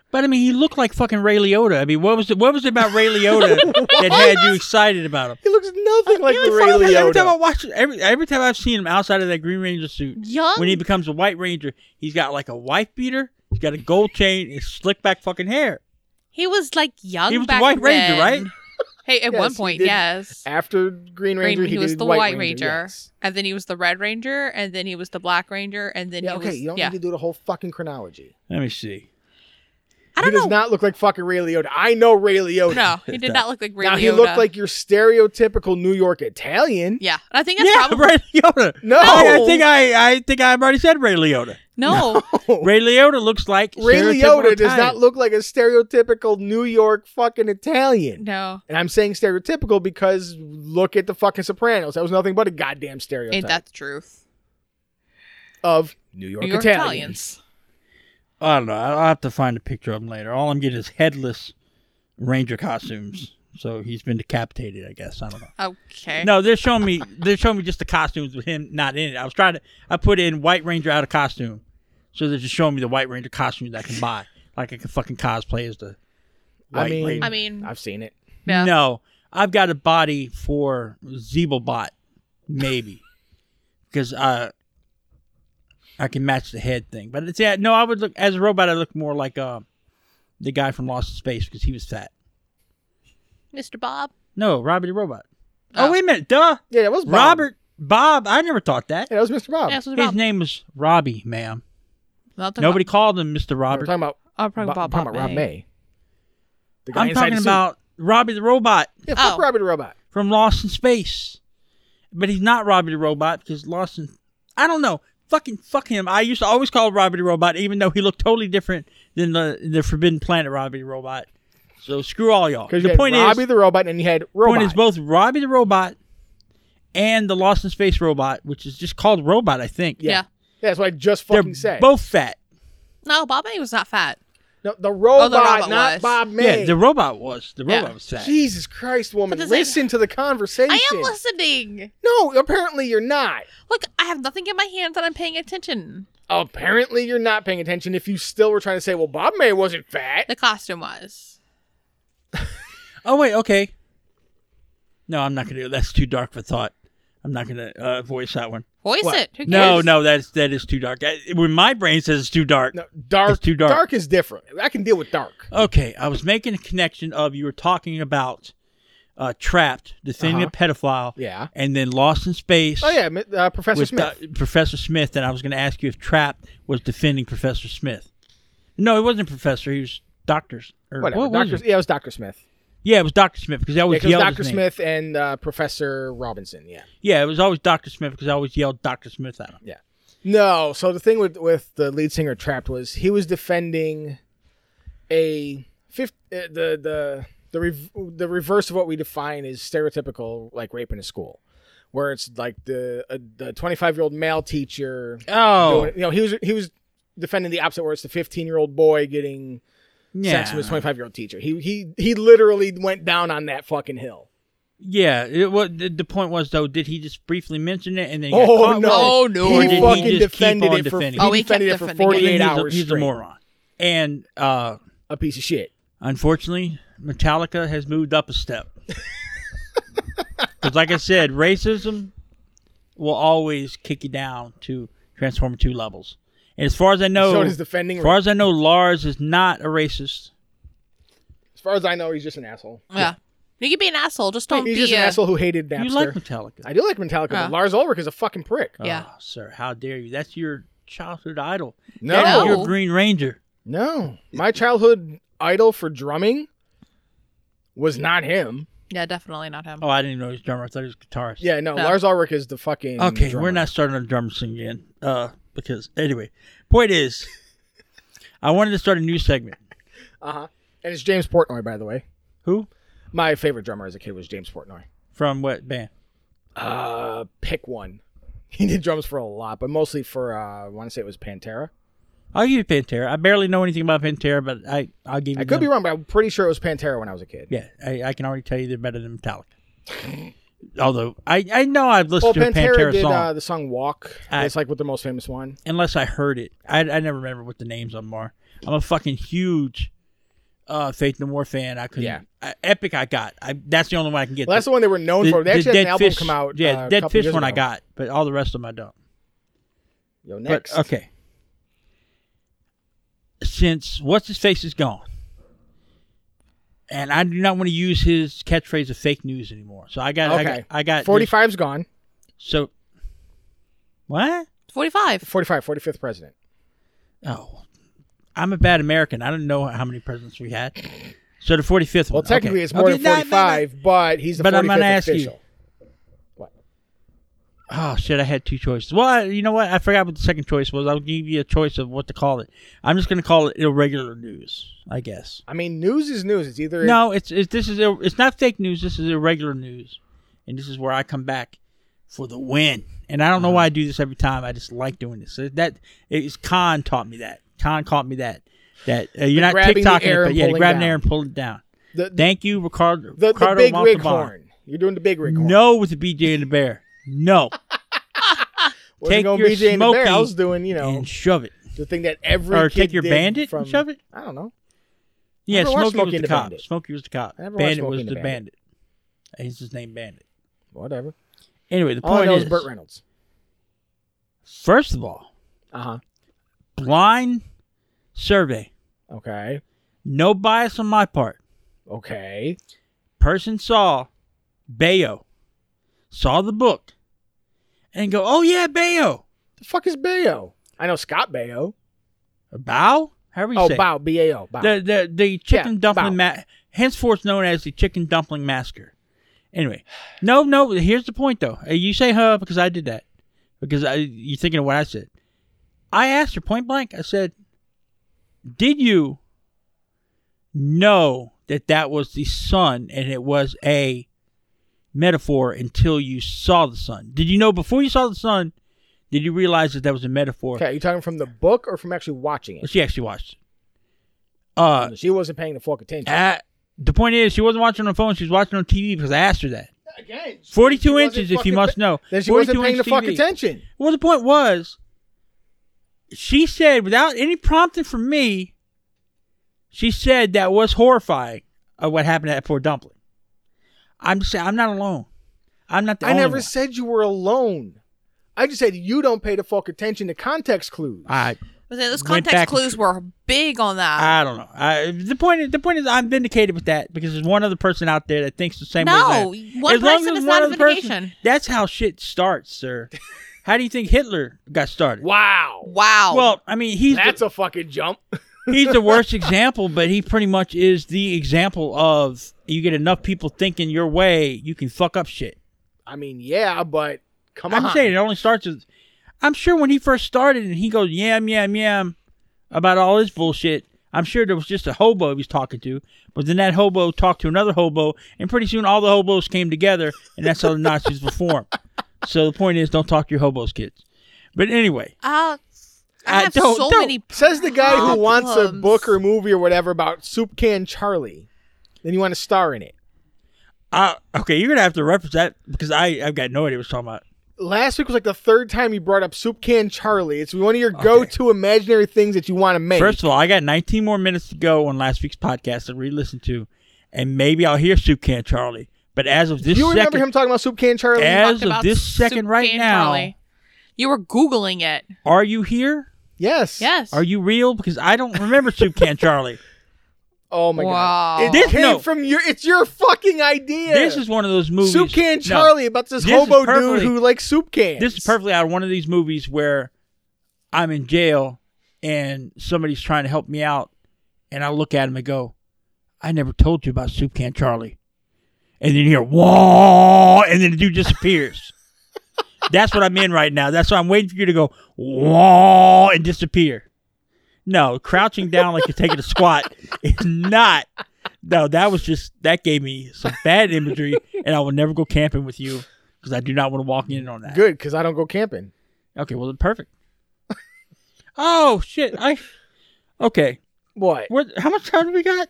[SPEAKER 2] But I mean, he looked like fucking Ray Liotta. I mean, what was it? What was it about Ray Liotta that had you excited about him?
[SPEAKER 1] He looks nothing like
[SPEAKER 2] Every
[SPEAKER 1] the Ray
[SPEAKER 2] fucking- Every
[SPEAKER 1] Liotta.
[SPEAKER 2] time I watch, every every time I've seen him outside of that Green Ranger suit,
[SPEAKER 3] Young.
[SPEAKER 2] when he becomes a White Ranger, he's got like a wife beater. He's got a gold chain and slick back fucking hair.
[SPEAKER 3] he was like young.
[SPEAKER 2] He was the
[SPEAKER 3] back
[SPEAKER 2] White Ranger,
[SPEAKER 3] then.
[SPEAKER 2] right?
[SPEAKER 3] Hey, at
[SPEAKER 1] Yes,
[SPEAKER 3] one
[SPEAKER 1] he
[SPEAKER 3] point,
[SPEAKER 1] did.
[SPEAKER 3] yes.
[SPEAKER 1] After Green
[SPEAKER 3] Green-
[SPEAKER 1] Ranger,
[SPEAKER 3] he, was
[SPEAKER 1] did
[SPEAKER 3] the White, Ranger,
[SPEAKER 1] yes.
[SPEAKER 3] and then he was the Red Ranger, and then he was the Black Ranger, and then
[SPEAKER 1] Yeah,
[SPEAKER 3] he
[SPEAKER 1] okay,
[SPEAKER 3] was
[SPEAKER 1] you don't
[SPEAKER 3] yeah.
[SPEAKER 1] need to do the whole fucking chronology.
[SPEAKER 2] Let me see.
[SPEAKER 3] I
[SPEAKER 1] He
[SPEAKER 3] don't
[SPEAKER 1] does
[SPEAKER 3] know.
[SPEAKER 1] not look like fucking Ray Liotta. I know Ray Liotta.
[SPEAKER 3] no, he did not look like Ray
[SPEAKER 1] now
[SPEAKER 3] Liotta.
[SPEAKER 1] he looked like your stereotypical New York Italian.
[SPEAKER 3] yeah. And I think that's
[SPEAKER 2] yeah,
[SPEAKER 3] probably
[SPEAKER 2] Ray Liotta.
[SPEAKER 1] No,
[SPEAKER 2] I, I think I, I think I already said Ray Liotta.
[SPEAKER 3] no.
[SPEAKER 2] Ray Liotta looks like
[SPEAKER 1] Ray
[SPEAKER 2] stereotypical
[SPEAKER 1] Liotta does
[SPEAKER 2] Italian.
[SPEAKER 1] not look like a stereotypical New York fucking Italian.
[SPEAKER 3] No,
[SPEAKER 1] And I'm saying stereotypical because look at the fucking Sopranos. That was nothing but a goddamn stereotype
[SPEAKER 3] ain't that the truth?
[SPEAKER 1] of New York,
[SPEAKER 3] New York
[SPEAKER 1] Italians.
[SPEAKER 3] Italians.
[SPEAKER 2] I don't know. I'll I'll have to find a picture of him later. All I'm getting is headless Ranger costumes. So he's been decapitated, I guess. I don't know.
[SPEAKER 3] Okay.
[SPEAKER 2] No, they're showing me. They're showing me just the costumes with him not in it. I was trying to. I put in White Ranger out of costume, so they're just showing me the White Ranger costumes I can buy. Like I can fucking cosplay as the.
[SPEAKER 1] I
[SPEAKER 2] White
[SPEAKER 1] mean-
[SPEAKER 2] Ranger.
[SPEAKER 3] I mean,
[SPEAKER 1] I've seen it.
[SPEAKER 3] yeah.
[SPEAKER 2] No, I've got a body for Zeeblebot, maybe, because uh, I can match the head thing. But it's yeah, no, I would look as a robot. I look more like uh, the guy from Lost in Space because he was fat.
[SPEAKER 3] Mr. Bob.
[SPEAKER 2] No, Robert the Robot.
[SPEAKER 3] Oh.
[SPEAKER 2] Oh wait a minute, duh,
[SPEAKER 1] Yeah, that was Bob.
[SPEAKER 2] Robert Bob. I never thought that.
[SPEAKER 1] Yeah, that was Mr. Bob.
[SPEAKER 3] Yeah, so it's
[SPEAKER 2] His
[SPEAKER 3] Bob.
[SPEAKER 2] name was Robbie, ma'am.
[SPEAKER 3] No, I'm talking
[SPEAKER 2] Nobody called him Mr.
[SPEAKER 1] We're
[SPEAKER 2] Robert.
[SPEAKER 1] talking about
[SPEAKER 3] About, I'm talking
[SPEAKER 1] Bo-
[SPEAKER 3] about
[SPEAKER 1] talking
[SPEAKER 3] Bob
[SPEAKER 1] about Rob
[SPEAKER 3] May.
[SPEAKER 1] May. The guy
[SPEAKER 2] I'm
[SPEAKER 1] inside the
[SPEAKER 2] talking
[SPEAKER 1] suit.
[SPEAKER 2] about Robbie the Robot
[SPEAKER 1] yeah, fuck
[SPEAKER 3] Oh.
[SPEAKER 1] Robert the Robot.
[SPEAKER 2] from Lost in Space. But he's not Robbie the Robot because Lost in I don't know. Fucking fuck him. I used to always call Robbie the Robot, even though he looked totally different than the the Forbidden Planet Robbie the Robot. So screw all y'all.
[SPEAKER 1] Because
[SPEAKER 2] The
[SPEAKER 1] had
[SPEAKER 2] point
[SPEAKER 1] Robbie
[SPEAKER 2] is,
[SPEAKER 1] the Robot and you had
[SPEAKER 2] the
[SPEAKER 1] Robot.
[SPEAKER 2] point is both Robbie the Robot and the Lost in Space Robot, which is just called Robot, I think.
[SPEAKER 3] Yeah.
[SPEAKER 1] Yeah, that's what I just
[SPEAKER 2] they're
[SPEAKER 1] fucking said.
[SPEAKER 2] both fat.
[SPEAKER 3] No, Bob May was not fat.
[SPEAKER 1] No, the robot,
[SPEAKER 3] Oh, robot
[SPEAKER 1] not
[SPEAKER 3] was.
[SPEAKER 1] Bob May.
[SPEAKER 2] Yeah, the robot was the
[SPEAKER 3] Yeah.
[SPEAKER 2] robot was fat.
[SPEAKER 1] Jesus Christ, woman!
[SPEAKER 3] But does it-
[SPEAKER 1] Listen to the conversation.
[SPEAKER 3] I am listening.
[SPEAKER 1] No, apparently you're not.
[SPEAKER 3] Look, I have nothing in my hand that I'm paying attention.
[SPEAKER 1] Apparently you're not paying attention. If you still were trying to say, well, Bob May wasn't fat.
[SPEAKER 3] The costume was.
[SPEAKER 2] Oh wait, okay. No, I'm not gonna. That's too dark for thought. I'm not gonna uh, voice that one.
[SPEAKER 3] Voice
[SPEAKER 1] What?
[SPEAKER 3] it. Who
[SPEAKER 2] No,
[SPEAKER 3] cares?
[SPEAKER 2] no, that's that is too dark. I, when my brain says it's too dark.
[SPEAKER 1] No, dark.
[SPEAKER 2] It's too dark.
[SPEAKER 1] is different. I can deal with dark.
[SPEAKER 2] Okay, I was making a connection of you were talking about uh, trapped, the thing
[SPEAKER 1] Uh-huh.
[SPEAKER 2] the pedophile,
[SPEAKER 1] Yeah.
[SPEAKER 2] and then lost in space.
[SPEAKER 1] Oh yeah, mi- uh, Professor
[SPEAKER 2] with
[SPEAKER 1] Smith.
[SPEAKER 2] Do- Professor Smith, and I was going to ask you if Trapped was defending Professor Smith. No, it wasn't Professor. He was doctors. Or,
[SPEAKER 1] Whatever.
[SPEAKER 2] what was
[SPEAKER 1] Doctor.
[SPEAKER 2] it?
[SPEAKER 1] Yeah, it was Doctor Smith.
[SPEAKER 2] Yeah, it was Doctor Smith because I
[SPEAKER 1] Yeah,
[SPEAKER 2] always
[SPEAKER 1] 'cause it was
[SPEAKER 2] yelled
[SPEAKER 1] Doctor
[SPEAKER 2] his name.
[SPEAKER 1] Smith and uh, Professor Robinson. Yeah.
[SPEAKER 2] Yeah, it was always Doctor Smith because I always yelled Doctor Smith at him.
[SPEAKER 1] No. So the thing with with the lead singer Trapped was he was defending a fifth uh, the the the rev- the reverse of what we define is stereotypical like rape in a school, where it's like the uh, the twenty five year old male teacher.
[SPEAKER 2] Oh,
[SPEAKER 1] doing- you know he was he was defending the opposite where it's the fifteen year old boy getting
[SPEAKER 2] yeah,
[SPEAKER 1] sex with his twenty five year old teacher. He he he literally went down on that fucking hill.
[SPEAKER 2] yeah. It, what the, the point was though? Did he just briefly mention it and then? he got
[SPEAKER 1] Oh
[SPEAKER 2] caught
[SPEAKER 1] no!
[SPEAKER 2] with it?
[SPEAKER 3] Oh, no.
[SPEAKER 1] He
[SPEAKER 3] Or did he
[SPEAKER 1] fucking
[SPEAKER 2] just keep
[SPEAKER 1] defended
[SPEAKER 2] on
[SPEAKER 1] it for
[SPEAKER 2] defending
[SPEAKER 1] he
[SPEAKER 3] it? Oh, he
[SPEAKER 1] defended
[SPEAKER 3] kept
[SPEAKER 1] it for
[SPEAKER 3] defending it.
[SPEAKER 1] forty eight
[SPEAKER 2] He's a-
[SPEAKER 1] hours.
[SPEAKER 2] He's a
[SPEAKER 1] straight.
[SPEAKER 2] moron. And uh,
[SPEAKER 1] A piece of shit.
[SPEAKER 2] Unfortunately, Metallica has moved up a step. Because, like I said, racism will always kick you down to Transformer 2 levels. And as Oh. far as I know,
[SPEAKER 1] so is defending.
[SPEAKER 2] as far as I know, Lars is not a racist.
[SPEAKER 1] As far as I know, he's just an asshole.
[SPEAKER 3] Yeah. You can be an asshole. Just don't
[SPEAKER 1] He's
[SPEAKER 3] be
[SPEAKER 1] just an
[SPEAKER 3] a- Ah.
[SPEAKER 1] asshole who hated Napster.
[SPEAKER 2] You like Metallica?
[SPEAKER 1] I do like Metallica,
[SPEAKER 3] Yeah.
[SPEAKER 1] but Lars Ulrich is a fucking prick.
[SPEAKER 3] Yeah.
[SPEAKER 2] Oh, sir, how dare you? That's your childhood idol.
[SPEAKER 1] No,
[SPEAKER 2] That's
[SPEAKER 3] No.
[SPEAKER 2] your Green Ranger.
[SPEAKER 1] no. My childhood idol for drumming was not him.
[SPEAKER 3] Yeah, definitely not him.
[SPEAKER 2] Oh, I didn't even know he was a drummer. I thought he was a guitarist.
[SPEAKER 1] Yeah, no.
[SPEAKER 3] No.
[SPEAKER 1] Lars Ulrich is the fucking.
[SPEAKER 2] Okay,
[SPEAKER 1] drummer.
[SPEAKER 2] we're not starting a drum thing again. Uh, because anyway, point is, I wanted to start a new segment.
[SPEAKER 1] Uh huh. And it's James Portnoy, by the way.
[SPEAKER 2] Who
[SPEAKER 1] My favorite drummer as a kid was James Portnoy.
[SPEAKER 2] from what band?
[SPEAKER 1] Uh, pick one. He did drums for a lot, but mostly for uh, I want to say it was Pantera.
[SPEAKER 2] I'll give you Pantera. I barely know anything about Pantera, but I I'll give you.
[SPEAKER 1] I could be
[SPEAKER 2] them.
[SPEAKER 1] wrong, but I'm pretty sure it was Pantera when I was a kid.
[SPEAKER 2] Yeah, I, I can already tell you they're better than Metallica. Although I, I know I've
[SPEAKER 1] Well,
[SPEAKER 2] listened to a
[SPEAKER 1] Pantera,
[SPEAKER 2] Pantera
[SPEAKER 1] did
[SPEAKER 2] song
[SPEAKER 1] uh, the song "Walk."
[SPEAKER 2] I-
[SPEAKER 1] it's like with the most famous one.
[SPEAKER 2] unless I heard it. I, I never remember what the names of them are. I'm a fucking huge uh, Faith No More fan. I couldn't.
[SPEAKER 1] Yeah.
[SPEAKER 2] I, Epic, I got. I, that's the only one I can get.
[SPEAKER 1] Well, that's the one they were known Oh, for. They actually had an album
[SPEAKER 2] Fish,
[SPEAKER 1] come out.
[SPEAKER 2] Yeah,
[SPEAKER 1] uh, a
[SPEAKER 2] Dead
[SPEAKER 1] couple
[SPEAKER 2] Fish
[SPEAKER 1] years
[SPEAKER 2] one I
[SPEAKER 1] ago.
[SPEAKER 2] got, but all the rest of them I don't.
[SPEAKER 1] Yo, next.
[SPEAKER 2] But okay. Since what's his face is gone, and I do not want to use his catchphrase of fake news anymore. So I got. I got.
[SPEAKER 1] okay.
[SPEAKER 2] I got this-
[SPEAKER 1] 45's gone.
[SPEAKER 2] So what?
[SPEAKER 3] 45.
[SPEAKER 1] 45, 45th president.
[SPEAKER 2] Oh, I'm a bad American. I don't know how many presidents we had. So the 45th
[SPEAKER 1] Well,
[SPEAKER 2] one.
[SPEAKER 1] technically,
[SPEAKER 2] okay.
[SPEAKER 1] it's more
[SPEAKER 2] Okay,
[SPEAKER 1] than
[SPEAKER 2] no, no, no.
[SPEAKER 1] 45, but he's the
[SPEAKER 2] But
[SPEAKER 1] 45th
[SPEAKER 2] I'm gonna ask you.
[SPEAKER 1] official.
[SPEAKER 2] Oh shit! I had two choices. Well, I, you know what? I forgot what the second choice was. I'll give you a choice of what to call it. I'm just gonna call it irregular news, I guess.
[SPEAKER 1] I mean, news is news. It's either
[SPEAKER 2] No, it's, it's this is ir- it's not fake news. This is irregular news, and this is where I come back for the win. And I don't know why I do this every time. I just like doing this. So That is Khan taught me that. Khan taught me that that uh, you're not
[SPEAKER 1] grabbing the
[SPEAKER 2] TikToking it,
[SPEAKER 1] air
[SPEAKER 2] but
[SPEAKER 1] and
[SPEAKER 2] yeah,
[SPEAKER 1] pulling
[SPEAKER 2] grabbing
[SPEAKER 1] down.
[SPEAKER 2] air and pull it down.
[SPEAKER 1] the, the,
[SPEAKER 2] Thank you, Ricardo.
[SPEAKER 1] the,
[SPEAKER 2] Ricardo
[SPEAKER 1] big rig
[SPEAKER 2] Montalban.
[SPEAKER 1] horn. You're doing the big rig horn.
[SPEAKER 2] No, with the BJ and the bear. No,
[SPEAKER 1] Wasn't
[SPEAKER 2] take
[SPEAKER 1] going
[SPEAKER 2] your
[SPEAKER 1] BJ and the Bear. I
[SPEAKER 2] Smokey
[SPEAKER 1] was doing, you know,
[SPEAKER 2] and shove it.
[SPEAKER 1] the thing that every
[SPEAKER 2] or
[SPEAKER 1] kid
[SPEAKER 2] take your
[SPEAKER 1] did
[SPEAKER 2] bandit
[SPEAKER 1] from,
[SPEAKER 2] and shove it?
[SPEAKER 1] I don't know.
[SPEAKER 2] Yeah,
[SPEAKER 1] never watched
[SPEAKER 2] Smokey
[SPEAKER 1] Smokey
[SPEAKER 2] was
[SPEAKER 1] and
[SPEAKER 2] the
[SPEAKER 1] the
[SPEAKER 2] cop.
[SPEAKER 1] Bandit.
[SPEAKER 2] Smokey was the cop.
[SPEAKER 1] I never watched
[SPEAKER 2] Bandit
[SPEAKER 1] Smokey
[SPEAKER 2] was
[SPEAKER 1] and
[SPEAKER 2] the
[SPEAKER 1] the
[SPEAKER 2] bandit.
[SPEAKER 1] Bandit.
[SPEAKER 2] He's his name Bandit.
[SPEAKER 1] Whatever.
[SPEAKER 2] Anyway, the
[SPEAKER 1] All I
[SPEAKER 2] point
[SPEAKER 1] know
[SPEAKER 2] is,
[SPEAKER 1] is Burt Reynolds.
[SPEAKER 2] first of all,
[SPEAKER 1] Uh huh.
[SPEAKER 2] blind survey,
[SPEAKER 1] Okay.
[SPEAKER 2] no bias on my part.
[SPEAKER 1] Okay.
[SPEAKER 2] Person saw Bayo, saw the book, and go, oh yeah, Bayo,
[SPEAKER 1] The fuck is Bayo? I know Scott Bayo.
[SPEAKER 2] or bow, however you
[SPEAKER 1] Oh,
[SPEAKER 2] say. it.
[SPEAKER 1] Bao. B A O. Bao.
[SPEAKER 2] The the the chicken
[SPEAKER 1] Yeah,
[SPEAKER 2] dumpling
[SPEAKER 1] bow.
[SPEAKER 2] ma- henceforth known as the chicken dumpling massacre. Anyway, no, no. Here's the point though. Uh, You say huh because I did that because I you're thinking of what I said. I asked her point blank. I said, "Did you know that that was the sun and it was a metaphor until you saw the sun? Did you know before you saw the sun? Did you realize that that was a metaphor?"
[SPEAKER 1] Okay, you talking from the book or from actually watching it?
[SPEAKER 2] She actually watched. it. Uh,
[SPEAKER 1] She wasn't paying the full attention.
[SPEAKER 2] uh, the point is, she wasn't watching on the phone. She was watching on TV because I asked her that. 42 inches, if you must know.
[SPEAKER 1] Then she
[SPEAKER 2] 42
[SPEAKER 1] wasn't paying the
[SPEAKER 2] inch
[SPEAKER 1] fuck
[SPEAKER 2] TV.
[SPEAKER 1] attention.
[SPEAKER 2] Well, the point was, she said, without any prompting from me, she said that was horrifying of what happened at Fort Dumpling. I'm just saying, I'm not alone. I'm not the
[SPEAKER 1] I
[SPEAKER 2] only
[SPEAKER 1] never
[SPEAKER 2] one.
[SPEAKER 1] said you were alone. I just said you don't pay the fuck attention to context clues.
[SPEAKER 2] I,
[SPEAKER 3] Was it- Those
[SPEAKER 2] Went back- Ah,
[SPEAKER 3] context clues were big on that.
[SPEAKER 2] I don't know. I, the point is, the point is, I'm vindicated with that because there's one other person out there that thinks the same way.
[SPEAKER 3] No,
[SPEAKER 2] as I am.
[SPEAKER 3] one
[SPEAKER 2] As long as
[SPEAKER 3] person
[SPEAKER 2] there's
[SPEAKER 3] is
[SPEAKER 2] one
[SPEAKER 3] not a
[SPEAKER 2] other person,
[SPEAKER 3] vindication.
[SPEAKER 2] that's how shit starts, sir. how do you think Hitler got started?
[SPEAKER 1] wow.
[SPEAKER 3] wow.
[SPEAKER 2] Well, I mean, he's
[SPEAKER 1] That's
[SPEAKER 2] the,
[SPEAKER 1] a fucking jump.
[SPEAKER 2] he's the worst example, but he pretty much is the example of you get enough people thinking your way, you can fuck up shit.
[SPEAKER 1] I mean, yeah, but come
[SPEAKER 2] I'm
[SPEAKER 1] on.
[SPEAKER 2] saying it only starts with. I'm sure when he first started and he goes yam yam yam about all his bullshit. I'm sure there was just a hobo he was talking to, but then that hobo talked to another hobo, and pretty soon all the hobos came together, and that's how the Nazis were formed. So the point is, don't talk to your hobos, kids. But anyway,
[SPEAKER 3] I'll-
[SPEAKER 2] I
[SPEAKER 3] Uh, I have
[SPEAKER 2] don't-
[SPEAKER 3] so
[SPEAKER 2] don't-
[SPEAKER 3] many.
[SPEAKER 1] Says the guy who wants a
[SPEAKER 3] Problems.
[SPEAKER 1] book or movie or whatever about Soup Can Charlie. Then you want to star in it.
[SPEAKER 2] I, okay, you're gonna have to reference that because I I've got no idea what you're talking about.
[SPEAKER 1] Last week was like the third time you brought up Soup Can Charlie. It's one of your go-to imaginary things that you want to make.
[SPEAKER 2] First of all, I got 19 more minutes to go on last week's podcast to re-listen to, and maybe I'll hear Soup Can Charlie. But as of this
[SPEAKER 1] you remember
[SPEAKER 2] second,
[SPEAKER 1] him talking about Soup Can Charlie?
[SPEAKER 2] as
[SPEAKER 3] talked
[SPEAKER 2] of
[SPEAKER 3] about
[SPEAKER 2] this
[SPEAKER 3] soup
[SPEAKER 2] second right
[SPEAKER 3] can
[SPEAKER 2] now-
[SPEAKER 3] trolley. You were Googling it.
[SPEAKER 2] are you here?
[SPEAKER 1] yes.
[SPEAKER 3] Yes.
[SPEAKER 2] Are you real? Because I don't remember Soup Can Charlie.
[SPEAKER 1] Oh my god!
[SPEAKER 3] Wow.
[SPEAKER 1] It
[SPEAKER 2] This-
[SPEAKER 1] came
[SPEAKER 2] no.
[SPEAKER 1] from your. It's your fucking idea.
[SPEAKER 2] This is one of those movies.
[SPEAKER 1] Soup Can
[SPEAKER 2] no.
[SPEAKER 1] Charlie about this,
[SPEAKER 2] This is
[SPEAKER 1] hobo dude
[SPEAKER 2] perfectly-
[SPEAKER 1] who likes soup cans.
[SPEAKER 2] This is perfectly out of one of these movies where I'm in jail and somebody's trying to help me out, and I look at him and go, "I never told you about Soup Can Charlie," and then you hear "wah," and then the dude disappears. That's what I'm in right now. That's why I'm waiting for you to go "wah" and disappear. No, crouching down like you're taking a squat is not. No, that was just that gave me some bad imagery, and I will never go camping with you because I do not want to walk in on that.
[SPEAKER 1] Good because I don't go camping.
[SPEAKER 2] Okay, well then perfect. oh shit! I okay.
[SPEAKER 1] What?
[SPEAKER 2] What? How much time do we got?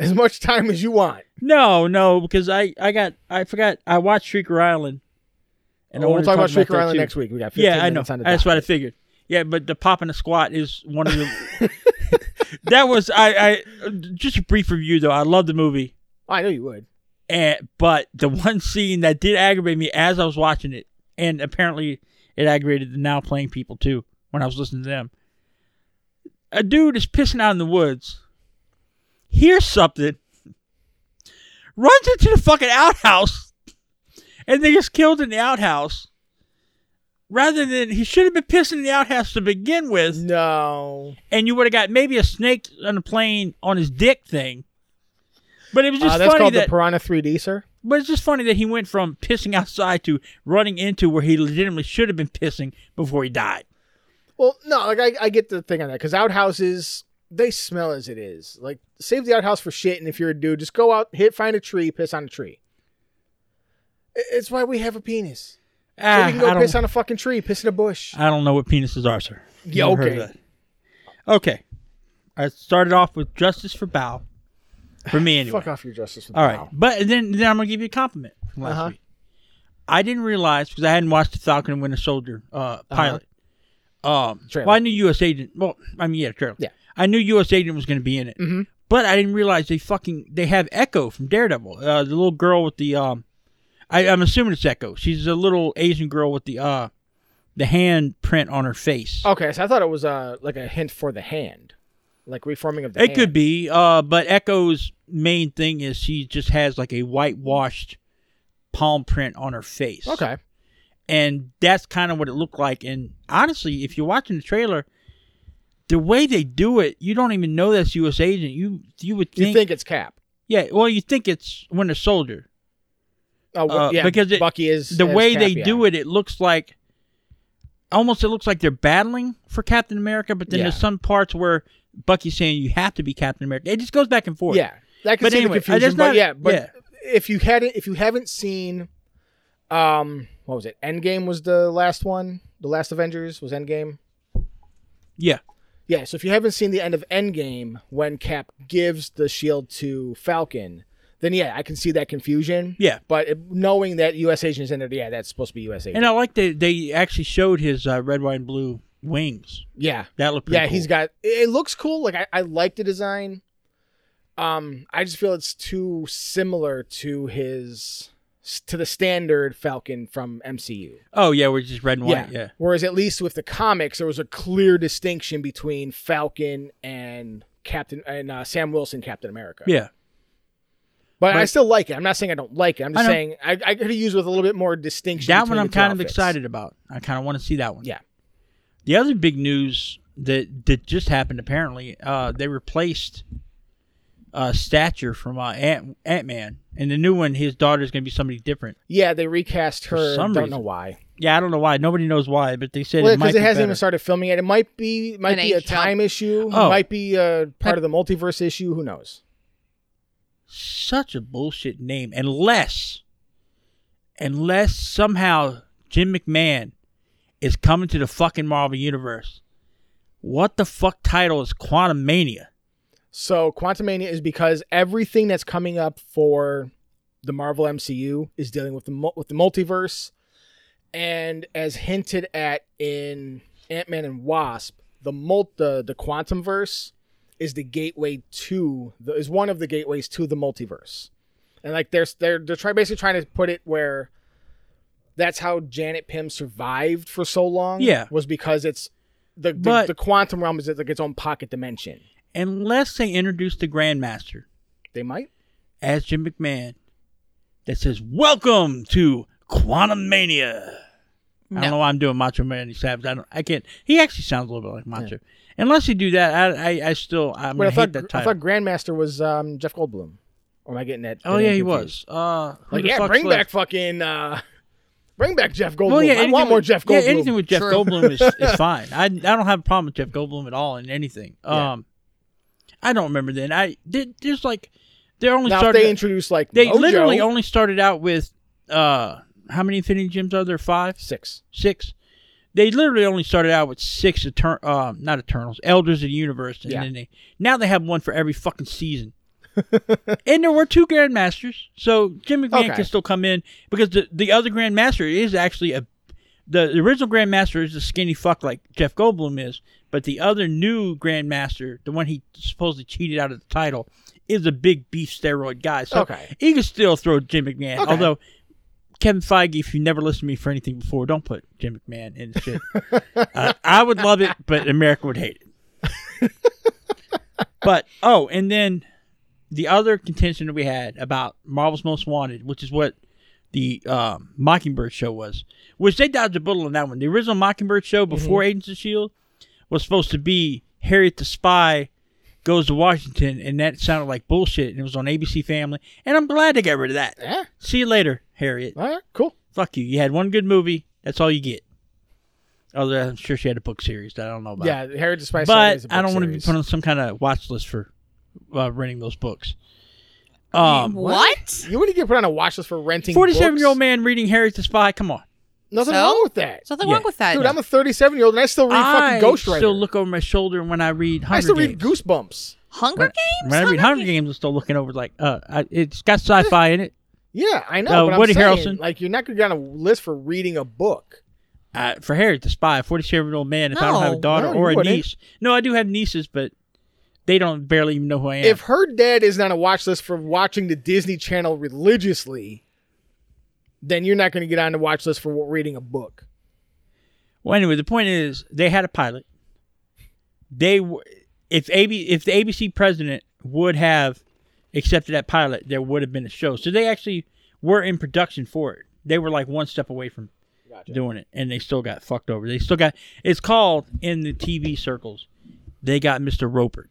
[SPEAKER 1] As much time as you want.
[SPEAKER 2] No, no, because I I got I forgot I watched Shrieker Island,
[SPEAKER 1] And
[SPEAKER 2] I
[SPEAKER 1] Oh, we'll
[SPEAKER 2] wanted to
[SPEAKER 1] talk about Shaker
[SPEAKER 2] that
[SPEAKER 1] Island
[SPEAKER 2] too.
[SPEAKER 1] next week. We got 15
[SPEAKER 2] Yeah, I know.
[SPEAKER 1] minutes on the
[SPEAKER 2] That's
[SPEAKER 1] dot.
[SPEAKER 2] what I figured. Yeah, but the pop and the squat is one of the. that was I I just a brief review though. I love the movie,
[SPEAKER 1] Oh, I know you would.
[SPEAKER 2] and but the one scene that did aggravate me as I was watching it, and apparently it aggravated the now playing people too when I was listening to them. A dude is pissing out in the woods, hears something, runs into the fucking outhouse, and they just killed in the outhouse. Rather than he should have been pissing in the outhouse to begin with
[SPEAKER 1] No.
[SPEAKER 2] and you would have got maybe a snake on a plane on his dick thing. But it was just
[SPEAKER 1] Uh, that's
[SPEAKER 2] funny
[SPEAKER 1] called
[SPEAKER 2] that.
[SPEAKER 1] the Piranha 3D, sir.
[SPEAKER 2] but it's just funny that he went from pissing outside to running into where he legitimately should have been pissing before he died.
[SPEAKER 1] Well, no, like I, I get the thing on that because outhouses they smell as it is. Like save the outhouse for shit, and if you're a dude, just go out, hit, find a tree, piss on a tree. I- It's why we have a penis. So
[SPEAKER 2] Ah,
[SPEAKER 1] we can go
[SPEAKER 2] I,
[SPEAKER 1] piss
[SPEAKER 2] don't,
[SPEAKER 1] on a fucking tree, piss in a bush.
[SPEAKER 2] I don't know what penises are, sir.
[SPEAKER 1] Yeah,
[SPEAKER 2] Never heard
[SPEAKER 1] okay.
[SPEAKER 2] of that. Okay. I started off with justice for bow. For me, anyway.
[SPEAKER 1] Fuck off your justice. With
[SPEAKER 2] All
[SPEAKER 1] the
[SPEAKER 2] right,
[SPEAKER 1] mouth.
[SPEAKER 2] but then then I'm gonna give you a compliment from last
[SPEAKER 1] Uh-huh.
[SPEAKER 2] week. I didn't realize because I hadn't watched the Falcon and Winter Soldier uh, pilot. Um,
[SPEAKER 1] Uh-huh. Trailer.
[SPEAKER 2] well, I knew U.S. Agent. Well, I mean, yeah, trailer.
[SPEAKER 1] Yeah.
[SPEAKER 2] I knew U.S. Agent was gonna be in it,
[SPEAKER 1] Mhm.
[SPEAKER 2] but I didn't realize they fucking they have Echo from Daredevil, uh, the little girl with the um, I, I'm assuming it's Echo. She's a little Asian girl with the uh, the hand print on her face.
[SPEAKER 1] Okay, so I thought it was uh like a hint for the hand, like reforming of the.
[SPEAKER 2] It
[SPEAKER 1] hand.
[SPEAKER 2] could be, uh, but Echo's main thing is she just has like a whitewashed palm print on her face.
[SPEAKER 1] Okay.
[SPEAKER 2] And that's kind of what it looked like. And honestly, if you're watching the trailer, the way they do it, you don't even know that's U.S. agent. You you would
[SPEAKER 1] You
[SPEAKER 2] think,
[SPEAKER 1] think it's Cap?
[SPEAKER 2] yeah. Well, you think it's Winter Soldier.
[SPEAKER 1] Oh,
[SPEAKER 2] Uh,
[SPEAKER 1] yeah.
[SPEAKER 2] because it-
[SPEAKER 1] Bucky is
[SPEAKER 2] The way they do it, it looks like almost it looks like they're battling for Captain America. But then
[SPEAKER 1] Yeah.
[SPEAKER 2] there's some parts where Bucky's saying you have to be Captain America. It just goes back and forth.
[SPEAKER 1] Yeah, that can
[SPEAKER 2] But
[SPEAKER 1] see
[SPEAKER 2] anyway, I
[SPEAKER 1] the confusion.
[SPEAKER 2] just
[SPEAKER 1] But
[SPEAKER 2] not-
[SPEAKER 1] yeah, but
[SPEAKER 2] yeah.
[SPEAKER 1] if you hadn't, if you haven't seen, um, what was it? Endgame was the last one. The last Avengers was Endgame.
[SPEAKER 2] Yeah.
[SPEAKER 1] Yeah, so if you haven't seen the end of Endgame when Cap gives the shield to Falcon, then yeah, I can see that confusion.
[SPEAKER 2] Yeah.
[SPEAKER 1] But it, knowing that U.S. agent is in there, yeah, that's supposed to be U.S. agent.
[SPEAKER 2] And I like that they actually showed his uh, red, white, and blue wings.
[SPEAKER 1] yeah,
[SPEAKER 2] That looked pretty
[SPEAKER 1] yeah,
[SPEAKER 2] cool.
[SPEAKER 1] he's got. It it looks cool. Like I, I like the design. Um, I just feel it's too similar to his to the standard Falcon from MCU.
[SPEAKER 2] Oh yeah, we're just red and white. Yeah.
[SPEAKER 1] Whereas at least with the comics, there was a clear distinction between Falcon and Captain and uh, Sam Wilson, Captain America.
[SPEAKER 2] Yeah.
[SPEAKER 1] But, I
[SPEAKER 2] But-
[SPEAKER 1] still like it. I'm not saying I don't like it. I'm
[SPEAKER 2] I
[SPEAKER 1] just
[SPEAKER 2] know.
[SPEAKER 1] saying I, I could have used with a little bit more distinction.
[SPEAKER 2] That
[SPEAKER 1] between
[SPEAKER 2] one I'm
[SPEAKER 1] the two
[SPEAKER 2] kind of
[SPEAKER 1] outfits.
[SPEAKER 2] excited about. I kind of want to see that one.
[SPEAKER 1] Yeah.
[SPEAKER 2] The other big news that that just happened apparently, uh, they replaced uh, Stature from uh, Ant Ant Man, and the new one, his daughter's gonna be somebody different.
[SPEAKER 1] Yeah, they recast her.
[SPEAKER 2] some
[SPEAKER 1] don't
[SPEAKER 2] reason.
[SPEAKER 1] know why.
[SPEAKER 2] Yeah, I don't know why. Nobody knows why, but they said
[SPEAKER 1] Well,
[SPEAKER 2] it might
[SPEAKER 1] because
[SPEAKER 2] be
[SPEAKER 1] it hasn't
[SPEAKER 2] better.
[SPEAKER 1] even started filming yet. It might be might
[SPEAKER 3] An
[SPEAKER 1] be a
[SPEAKER 3] age jump.
[SPEAKER 1] time issue.
[SPEAKER 2] Oh.
[SPEAKER 1] It might be uh, part of the multiverse issue. Who knows?
[SPEAKER 2] such a bullshit name unless unless somehow Jim McMahon is coming to the fucking Marvel universe. What the fuck title is Quantum Mania?
[SPEAKER 1] So Quantumania is because everything that's coming up for the Marvel MCU is dealing with the mul- with the multiverse, and as hinted at in Ant Man and Wasp, the mul- the the quantum verse is the gateway to the, is one of the gateways to the multiverse, and like there's they're they're try, basically trying to put it where that's how Janet Pym survived for so long.
[SPEAKER 2] Yeah.
[SPEAKER 1] was because it's the the,
[SPEAKER 2] But-
[SPEAKER 1] the quantum realm is like its own pocket dimension.
[SPEAKER 2] unless they introduce the Grandmaster
[SPEAKER 1] They might.
[SPEAKER 2] as Jim McMahon that says, Welcome to Quantum Mania. I don't know why I'm doing Macho Man Savage. I don't. I can't. He actually sounds a little bit like Macho. Unless you do that, I, I, I still. I'm
[SPEAKER 1] But
[SPEAKER 2] gonna
[SPEAKER 1] I thought
[SPEAKER 2] hate that
[SPEAKER 1] I
[SPEAKER 2] title.
[SPEAKER 1] thought Grandmaster was um, Jeff Goldblum. Or am I getting that?
[SPEAKER 2] oh
[SPEAKER 1] that
[SPEAKER 2] yeah, he
[SPEAKER 1] confused?
[SPEAKER 2] was. Uh, who
[SPEAKER 1] Like
[SPEAKER 2] the
[SPEAKER 1] yeah,
[SPEAKER 2] fuck's
[SPEAKER 1] bring
[SPEAKER 2] left?
[SPEAKER 1] back fucking uh, bring back Jeff Goldblum.
[SPEAKER 2] Well, yeah,
[SPEAKER 1] I
[SPEAKER 2] anything
[SPEAKER 1] want more
[SPEAKER 2] with-
[SPEAKER 1] Jeff
[SPEAKER 2] yeah,
[SPEAKER 1] Goldblum.
[SPEAKER 2] anything with Jeff
[SPEAKER 3] True.
[SPEAKER 2] Goldblum is, is fine. I I don't have a problem with Jeff Goldblum at all in anything.
[SPEAKER 1] Yeah.
[SPEAKER 2] Um, I don't remember then. I did. There's like they're only
[SPEAKER 1] now if
[SPEAKER 2] started.
[SPEAKER 1] they introduce like
[SPEAKER 2] they
[SPEAKER 1] Mojo-
[SPEAKER 2] literally only started out with uh how many Infinity Gems are there? Five,
[SPEAKER 1] six.
[SPEAKER 2] six. They literally only started out with six etern um not Eternals, Elders of the Universe, and
[SPEAKER 1] Yeah.
[SPEAKER 2] then they now they have one for every fucking season. and there were two Grandmasters, so Jim McMahon
[SPEAKER 1] Okay.
[SPEAKER 2] can still come in because the the other Grandmaster is actually a the, the original Grandmaster is a skinny fuck like Jeff Goldblum is, but the other new Grandmaster, the one he supposedly cheated out of the title, is a big beef steroid guy. So
[SPEAKER 1] Okay.
[SPEAKER 2] he can still throw Jim McMahon.
[SPEAKER 1] Okay.
[SPEAKER 2] Although Kevin Feige, if you never listened to me for anything before, don't put Jim McMahon in the shit. uh, I would love it, but America would hate it. but oh, and then the other contention that we had about Marvel's Most Wanted, which is what the um, Mockingbird show was, which they dodged a bullet on that one. The original Mockingbird show before Agents of Shield E was supposed to be Harriet the Spy goes to Washington, and that sounded like bullshit, and it was on ABC Family, and I'm glad they got rid of that.
[SPEAKER 1] Yeah.
[SPEAKER 2] See you later, Harriet.
[SPEAKER 1] All right. Cool.
[SPEAKER 2] Fuck you. You had one good movie. That's all you get. Although I'm sure she had a book series that I don't know about.
[SPEAKER 1] Yeah. Harry the Spy Saga
[SPEAKER 2] but
[SPEAKER 1] is a book
[SPEAKER 2] I don't want to be
[SPEAKER 1] series.
[SPEAKER 2] put on some kind of watch list for uh, renting those books. Um,
[SPEAKER 3] what?
[SPEAKER 1] You wouldn't get put on a watch list for renting.
[SPEAKER 2] forty-seven-year-old
[SPEAKER 1] books?
[SPEAKER 2] man reading Harriet the Spy. Come on,
[SPEAKER 1] Nothing
[SPEAKER 3] So?
[SPEAKER 1] wrong with that.
[SPEAKER 3] There's nothing
[SPEAKER 2] Yeah.
[SPEAKER 3] wrong with that.
[SPEAKER 1] Dude, I'm a 37 year old and I still read
[SPEAKER 2] I
[SPEAKER 1] fucking Ghost Rider.
[SPEAKER 2] still look over my shoulder when I read. Hunger
[SPEAKER 1] I still read
[SPEAKER 2] Games.
[SPEAKER 1] Goosebumps.
[SPEAKER 3] Hunger
[SPEAKER 2] When,
[SPEAKER 3] Games.
[SPEAKER 2] when I read Hunger
[SPEAKER 3] Games.
[SPEAKER 2] Games, I'm still looking over like, uh, I, it's got sci-fi in it.
[SPEAKER 1] Yeah, I know.
[SPEAKER 2] Uh,
[SPEAKER 1] but I'm
[SPEAKER 2] Woody
[SPEAKER 1] saying,
[SPEAKER 2] Harrelson.
[SPEAKER 1] Like, you're not going to get on a list for reading a book.
[SPEAKER 2] uh, for Harriet the Spy, a 47 year old man, if I don't have a
[SPEAKER 3] No,
[SPEAKER 2] daughter
[SPEAKER 1] no,
[SPEAKER 2] or a
[SPEAKER 1] you wouldn't.
[SPEAKER 2] niece. No, I do have nieces, but they don't barely even know who I am.
[SPEAKER 1] If her dad isn't on a watch list for watching the Disney Channel religiously, then you're not going to get on the watch list for reading a book.
[SPEAKER 2] well, anyway, the point is they had a pilot. They, w- if AB, if the ABC president would have accepted that pilot, there would have been a show. So they actually were in production for it. They were like one step away from doing it, and they still got fucked over. They still got. It's called in the TV circles. They got Mr. Roper.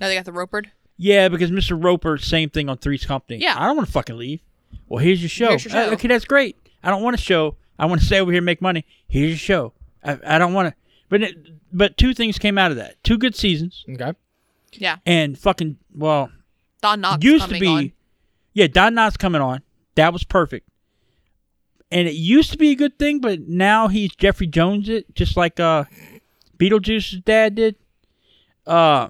[SPEAKER 3] No, they got the ropered.
[SPEAKER 2] Yeah, because Mr. Roper, same thing on Three's Company.
[SPEAKER 3] Yeah.
[SPEAKER 2] I don't want to fucking leave. Well, here's your show.
[SPEAKER 3] Here's your
[SPEAKER 2] Uh,
[SPEAKER 3] show.
[SPEAKER 2] okay, that's great. I don't want a show. I want to stay over here and make money. Here's your show. I, I don't want to. But it, but two things came out of that. Two good seasons
[SPEAKER 1] Okay.
[SPEAKER 3] Yeah,
[SPEAKER 2] and fucking well
[SPEAKER 3] Don Knox
[SPEAKER 2] used to
[SPEAKER 3] coming
[SPEAKER 2] be.
[SPEAKER 3] on.
[SPEAKER 2] Yeah, Don Knotts coming on. That was perfect. And it used to be a good thing, but now he's Jeffrey Jones it, just like uh Beetlejuice's dad did. Uh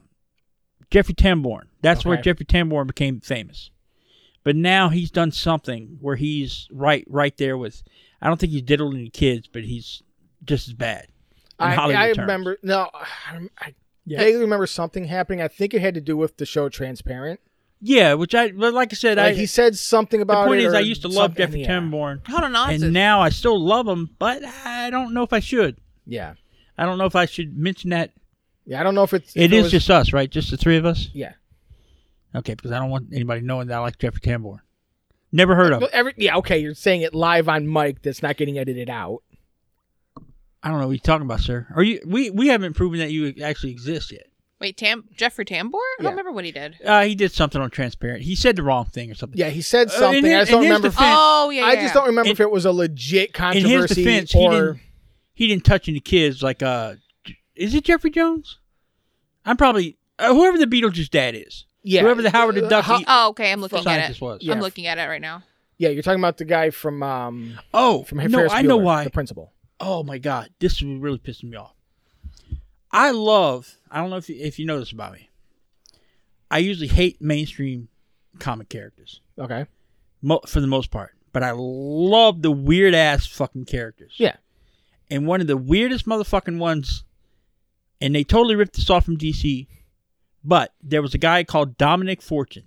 [SPEAKER 2] Jeffrey Tamborn. That's where
[SPEAKER 1] Okay.
[SPEAKER 2] Jeffrey Tamborn became famous. But now he's done something where he's right right there with I don't think he's diddled any kids, but he's just as bad. in
[SPEAKER 1] I,
[SPEAKER 2] Hollywood
[SPEAKER 1] I
[SPEAKER 2] terms.
[SPEAKER 1] remember. No, I, I vaguely remember something happening. I think it had to do with the show Transparent.
[SPEAKER 2] Yeah, which I but like I said,
[SPEAKER 1] Like,
[SPEAKER 2] I
[SPEAKER 1] he said something
[SPEAKER 2] the
[SPEAKER 1] about
[SPEAKER 2] point
[SPEAKER 1] it
[SPEAKER 2] is
[SPEAKER 1] or
[SPEAKER 2] I used to love
[SPEAKER 1] something-
[SPEAKER 2] Jeffrey
[SPEAKER 1] yeah.
[SPEAKER 2] Tamborn.
[SPEAKER 3] Hold on, Oz
[SPEAKER 2] and
[SPEAKER 3] is-
[SPEAKER 2] now I still love him, but I don't know if I should.
[SPEAKER 1] Yeah.
[SPEAKER 2] I don't know if I should mention that.
[SPEAKER 1] Yeah, I don't know if it's. if
[SPEAKER 2] it is
[SPEAKER 1] was-
[SPEAKER 2] just us, right? Just the three of us.
[SPEAKER 1] Yeah.
[SPEAKER 2] Okay, because I don't want anybody knowing that I like Jeffrey Tambor. Never heard of.
[SPEAKER 1] No,
[SPEAKER 2] him.
[SPEAKER 1] every, yeah, okay, you're saying it live on mic that's not getting edited out.
[SPEAKER 2] I don't know what you're talking about, sir. Are you? We we haven't proven that you actually exist yet.
[SPEAKER 3] Wait, Tam Jeffrey Tambor? I
[SPEAKER 1] Yeah.
[SPEAKER 3] don't remember what he did.
[SPEAKER 2] Uh, he did something on Transparent. He said the wrong thing or something.
[SPEAKER 1] Yeah, he said
[SPEAKER 2] Uh, in
[SPEAKER 1] something. I
[SPEAKER 2] his-
[SPEAKER 1] just don't
[SPEAKER 2] in his
[SPEAKER 1] remember. if-
[SPEAKER 2] defense-
[SPEAKER 3] Oh yeah,
[SPEAKER 1] I
[SPEAKER 3] yeah,
[SPEAKER 1] just don't remember
[SPEAKER 2] In-
[SPEAKER 1] if it was a legit
[SPEAKER 2] in his
[SPEAKER 1] controversy
[SPEAKER 2] defense, he
[SPEAKER 1] or
[SPEAKER 2] didn't. He didn't touch any kids. Like, uh, J- is it Jeffrey Jones? I'm probably uh, whoever the Beetlejuice dad is.
[SPEAKER 1] yeah,
[SPEAKER 2] whoever the Howard the
[SPEAKER 1] Uh,
[SPEAKER 2] Duck
[SPEAKER 1] ho-
[SPEAKER 2] eat-
[SPEAKER 3] Oh okay, I'm looking at
[SPEAKER 2] Scientist
[SPEAKER 3] it.
[SPEAKER 2] was.
[SPEAKER 1] Yeah.
[SPEAKER 3] I'm looking at it right now.
[SPEAKER 1] yeah, you're talking about the guy from um
[SPEAKER 2] Oh,
[SPEAKER 1] from
[SPEAKER 2] no,
[SPEAKER 1] Ferris
[SPEAKER 2] I know
[SPEAKER 1] Bueller,
[SPEAKER 2] why.
[SPEAKER 1] the principal.
[SPEAKER 2] oh my god, this is really pissing me off. I love. I don't know if you, if you know this about me. I usually hate mainstream comic characters
[SPEAKER 1] Okay,
[SPEAKER 2] mo- for the most part, but I love the weird ass fucking characters.
[SPEAKER 1] yeah,
[SPEAKER 2] And one of the weirdest motherfucking ones, and they totally ripped this off from DC. But there was a guy called Dominic Fortune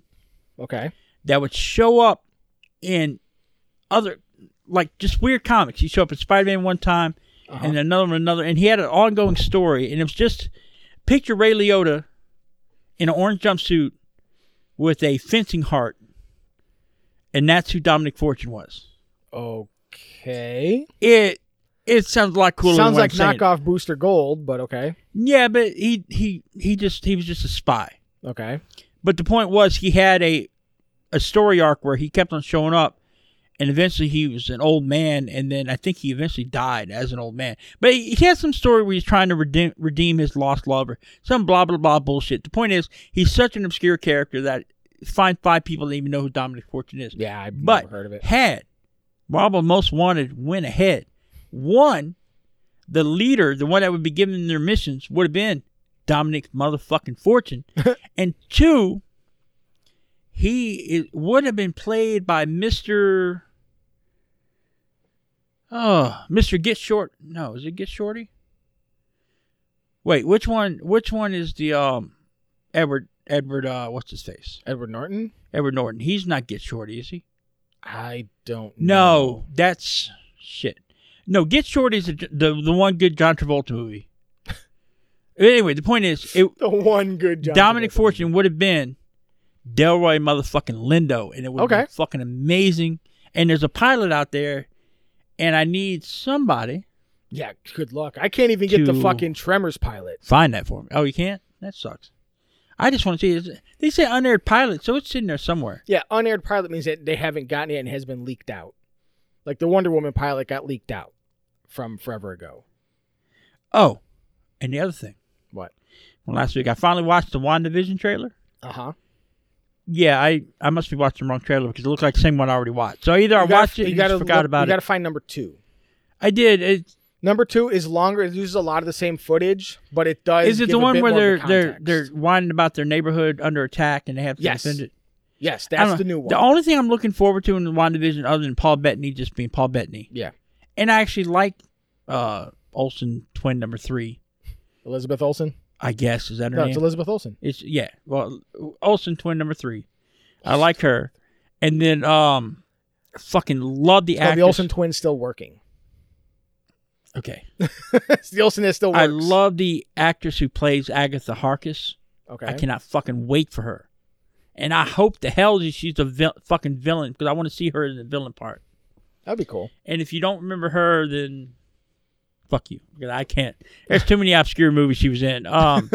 [SPEAKER 1] okay,
[SPEAKER 2] that would show up in other like just weird comics. He showed up in Spider Man one time
[SPEAKER 1] Uh-huh.
[SPEAKER 2] and another one another and he had an ongoing story and it was just picture Ray Liotta in an orange jumpsuit with a fencing heart, and that's who Dominic Fortune was.
[SPEAKER 1] Okay.
[SPEAKER 2] It it sounds a lot cooler.
[SPEAKER 1] Sounds
[SPEAKER 2] than what
[SPEAKER 1] like
[SPEAKER 2] I'm saying.
[SPEAKER 1] knockoff Booster Gold, but okay.
[SPEAKER 2] Yeah, but he he he just he was just a spy.
[SPEAKER 1] Okay.
[SPEAKER 2] But the point was he had a a story arc where he kept on showing up and eventually he was an old man and then I think he eventually died as an old man. But he, he had some story where he's trying to redeem redeem his lost lover. Some blah blah blah bullshit. The point is he's such an obscure character that find five people that even know who Dominic Fortune is.
[SPEAKER 1] Yeah, I've
[SPEAKER 2] But
[SPEAKER 1] never heard of it.
[SPEAKER 2] had Marvel Most Wanted went ahead, one, the leader, the one that would be giving their missions, would have been Dominic motherfucking Fortune, and two, he is, would have been played by Mister. Oh, Mister Get Short. No, is it Get Shorty? Wait, which one? Which one is the um, Edward? Edward, uh, what's his face?
[SPEAKER 1] Edward Norton?
[SPEAKER 2] Edward Norton. He's not Get Shorty, is he?
[SPEAKER 1] I don't
[SPEAKER 2] No, that's shit. No, Get Short is the, the the one good John Travolta movie. anyway, the point is, it,
[SPEAKER 1] know. The one good John
[SPEAKER 2] Dominic
[SPEAKER 1] Travolta.
[SPEAKER 2] Fortune would have been Delroy motherfucking Lindo, and it would have
[SPEAKER 1] Okay.
[SPEAKER 2] been fucking amazing. And there's a pilot out there, and I need somebody
[SPEAKER 1] Yeah, good luck. I can't even get the
[SPEAKER 2] To-
[SPEAKER 1] fucking Tremors pilot.
[SPEAKER 2] find that for me. Oh, you can't? That sucks. I just want to see. It. They say unaired pilot, so it's sitting there somewhere.
[SPEAKER 1] Yeah, unaired pilot means that they haven't gotten it and has been leaked out. Like the Wonder Woman pilot got leaked out from forever ago.
[SPEAKER 2] Oh, and the other thing,
[SPEAKER 1] What?
[SPEAKER 2] well, last week I finally watched the WandaVision trailer.
[SPEAKER 1] Uh huh.
[SPEAKER 2] Yeah, I, I must be watching the wrong trailer because it looked like the same one I already watched. So either I watched it and just forgot about
[SPEAKER 1] You
[SPEAKER 2] it.
[SPEAKER 1] gotta find number two.
[SPEAKER 2] I did. It,
[SPEAKER 1] Number two is longer. It uses a lot of the same footage, but it does.
[SPEAKER 2] is it
[SPEAKER 1] uh, give
[SPEAKER 2] the
[SPEAKER 1] a
[SPEAKER 2] one
[SPEAKER 1] bit
[SPEAKER 2] where
[SPEAKER 1] more
[SPEAKER 2] they're
[SPEAKER 1] of a
[SPEAKER 2] they're
[SPEAKER 1] context.
[SPEAKER 2] they're whining about their neighborhood under attack and they have to
[SPEAKER 1] Yes.
[SPEAKER 2] defend it?
[SPEAKER 1] Yes,
[SPEAKER 2] I don't
[SPEAKER 1] that's the
[SPEAKER 2] know.
[SPEAKER 1] new one.
[SPEAKER 2] The only thing I'm looking forward to in the WandaVision other than Paul Bettany just being Paul Bettany.
[SPEAKER 1] yeah,
[SPEAKER 2] And I actually like uh Olsen twin number three,
[SPEAKER 1] Elizabeth Olsen.
[SPEAKER 2] I guess. Is that her
[SPEAKER 1] No,
[SPEAKER 2] name?
[SPEAKER 1] it's Elizabeth Olsen.
[SPEAKER 2] It's yeah. Well, Olsen twin number three. I like her. And then um fucking love the
[SPEAKER 1] It's called the
[SPEAKER 2] actress.
[SPEAKER 1] Olsen twins still working.
[SPEAKER 2] okay.
[SPEAKER 1] It's the Olsen that still works.
[SPEAKER 2] I love the actress who plays Agatha Harkis.
[SPEAKER 1] Okay.
[SPEAKER 2] I cannot fucking wait for her. And I hope the hell that she's a vil- fucking villain because I want to see her in the villain part.
[SPEAKER 1] That'd be cool.
[SPEAKER 2] And if you don't remember her, then fuck you because I can't. There's too many obscure movies she was in. Um,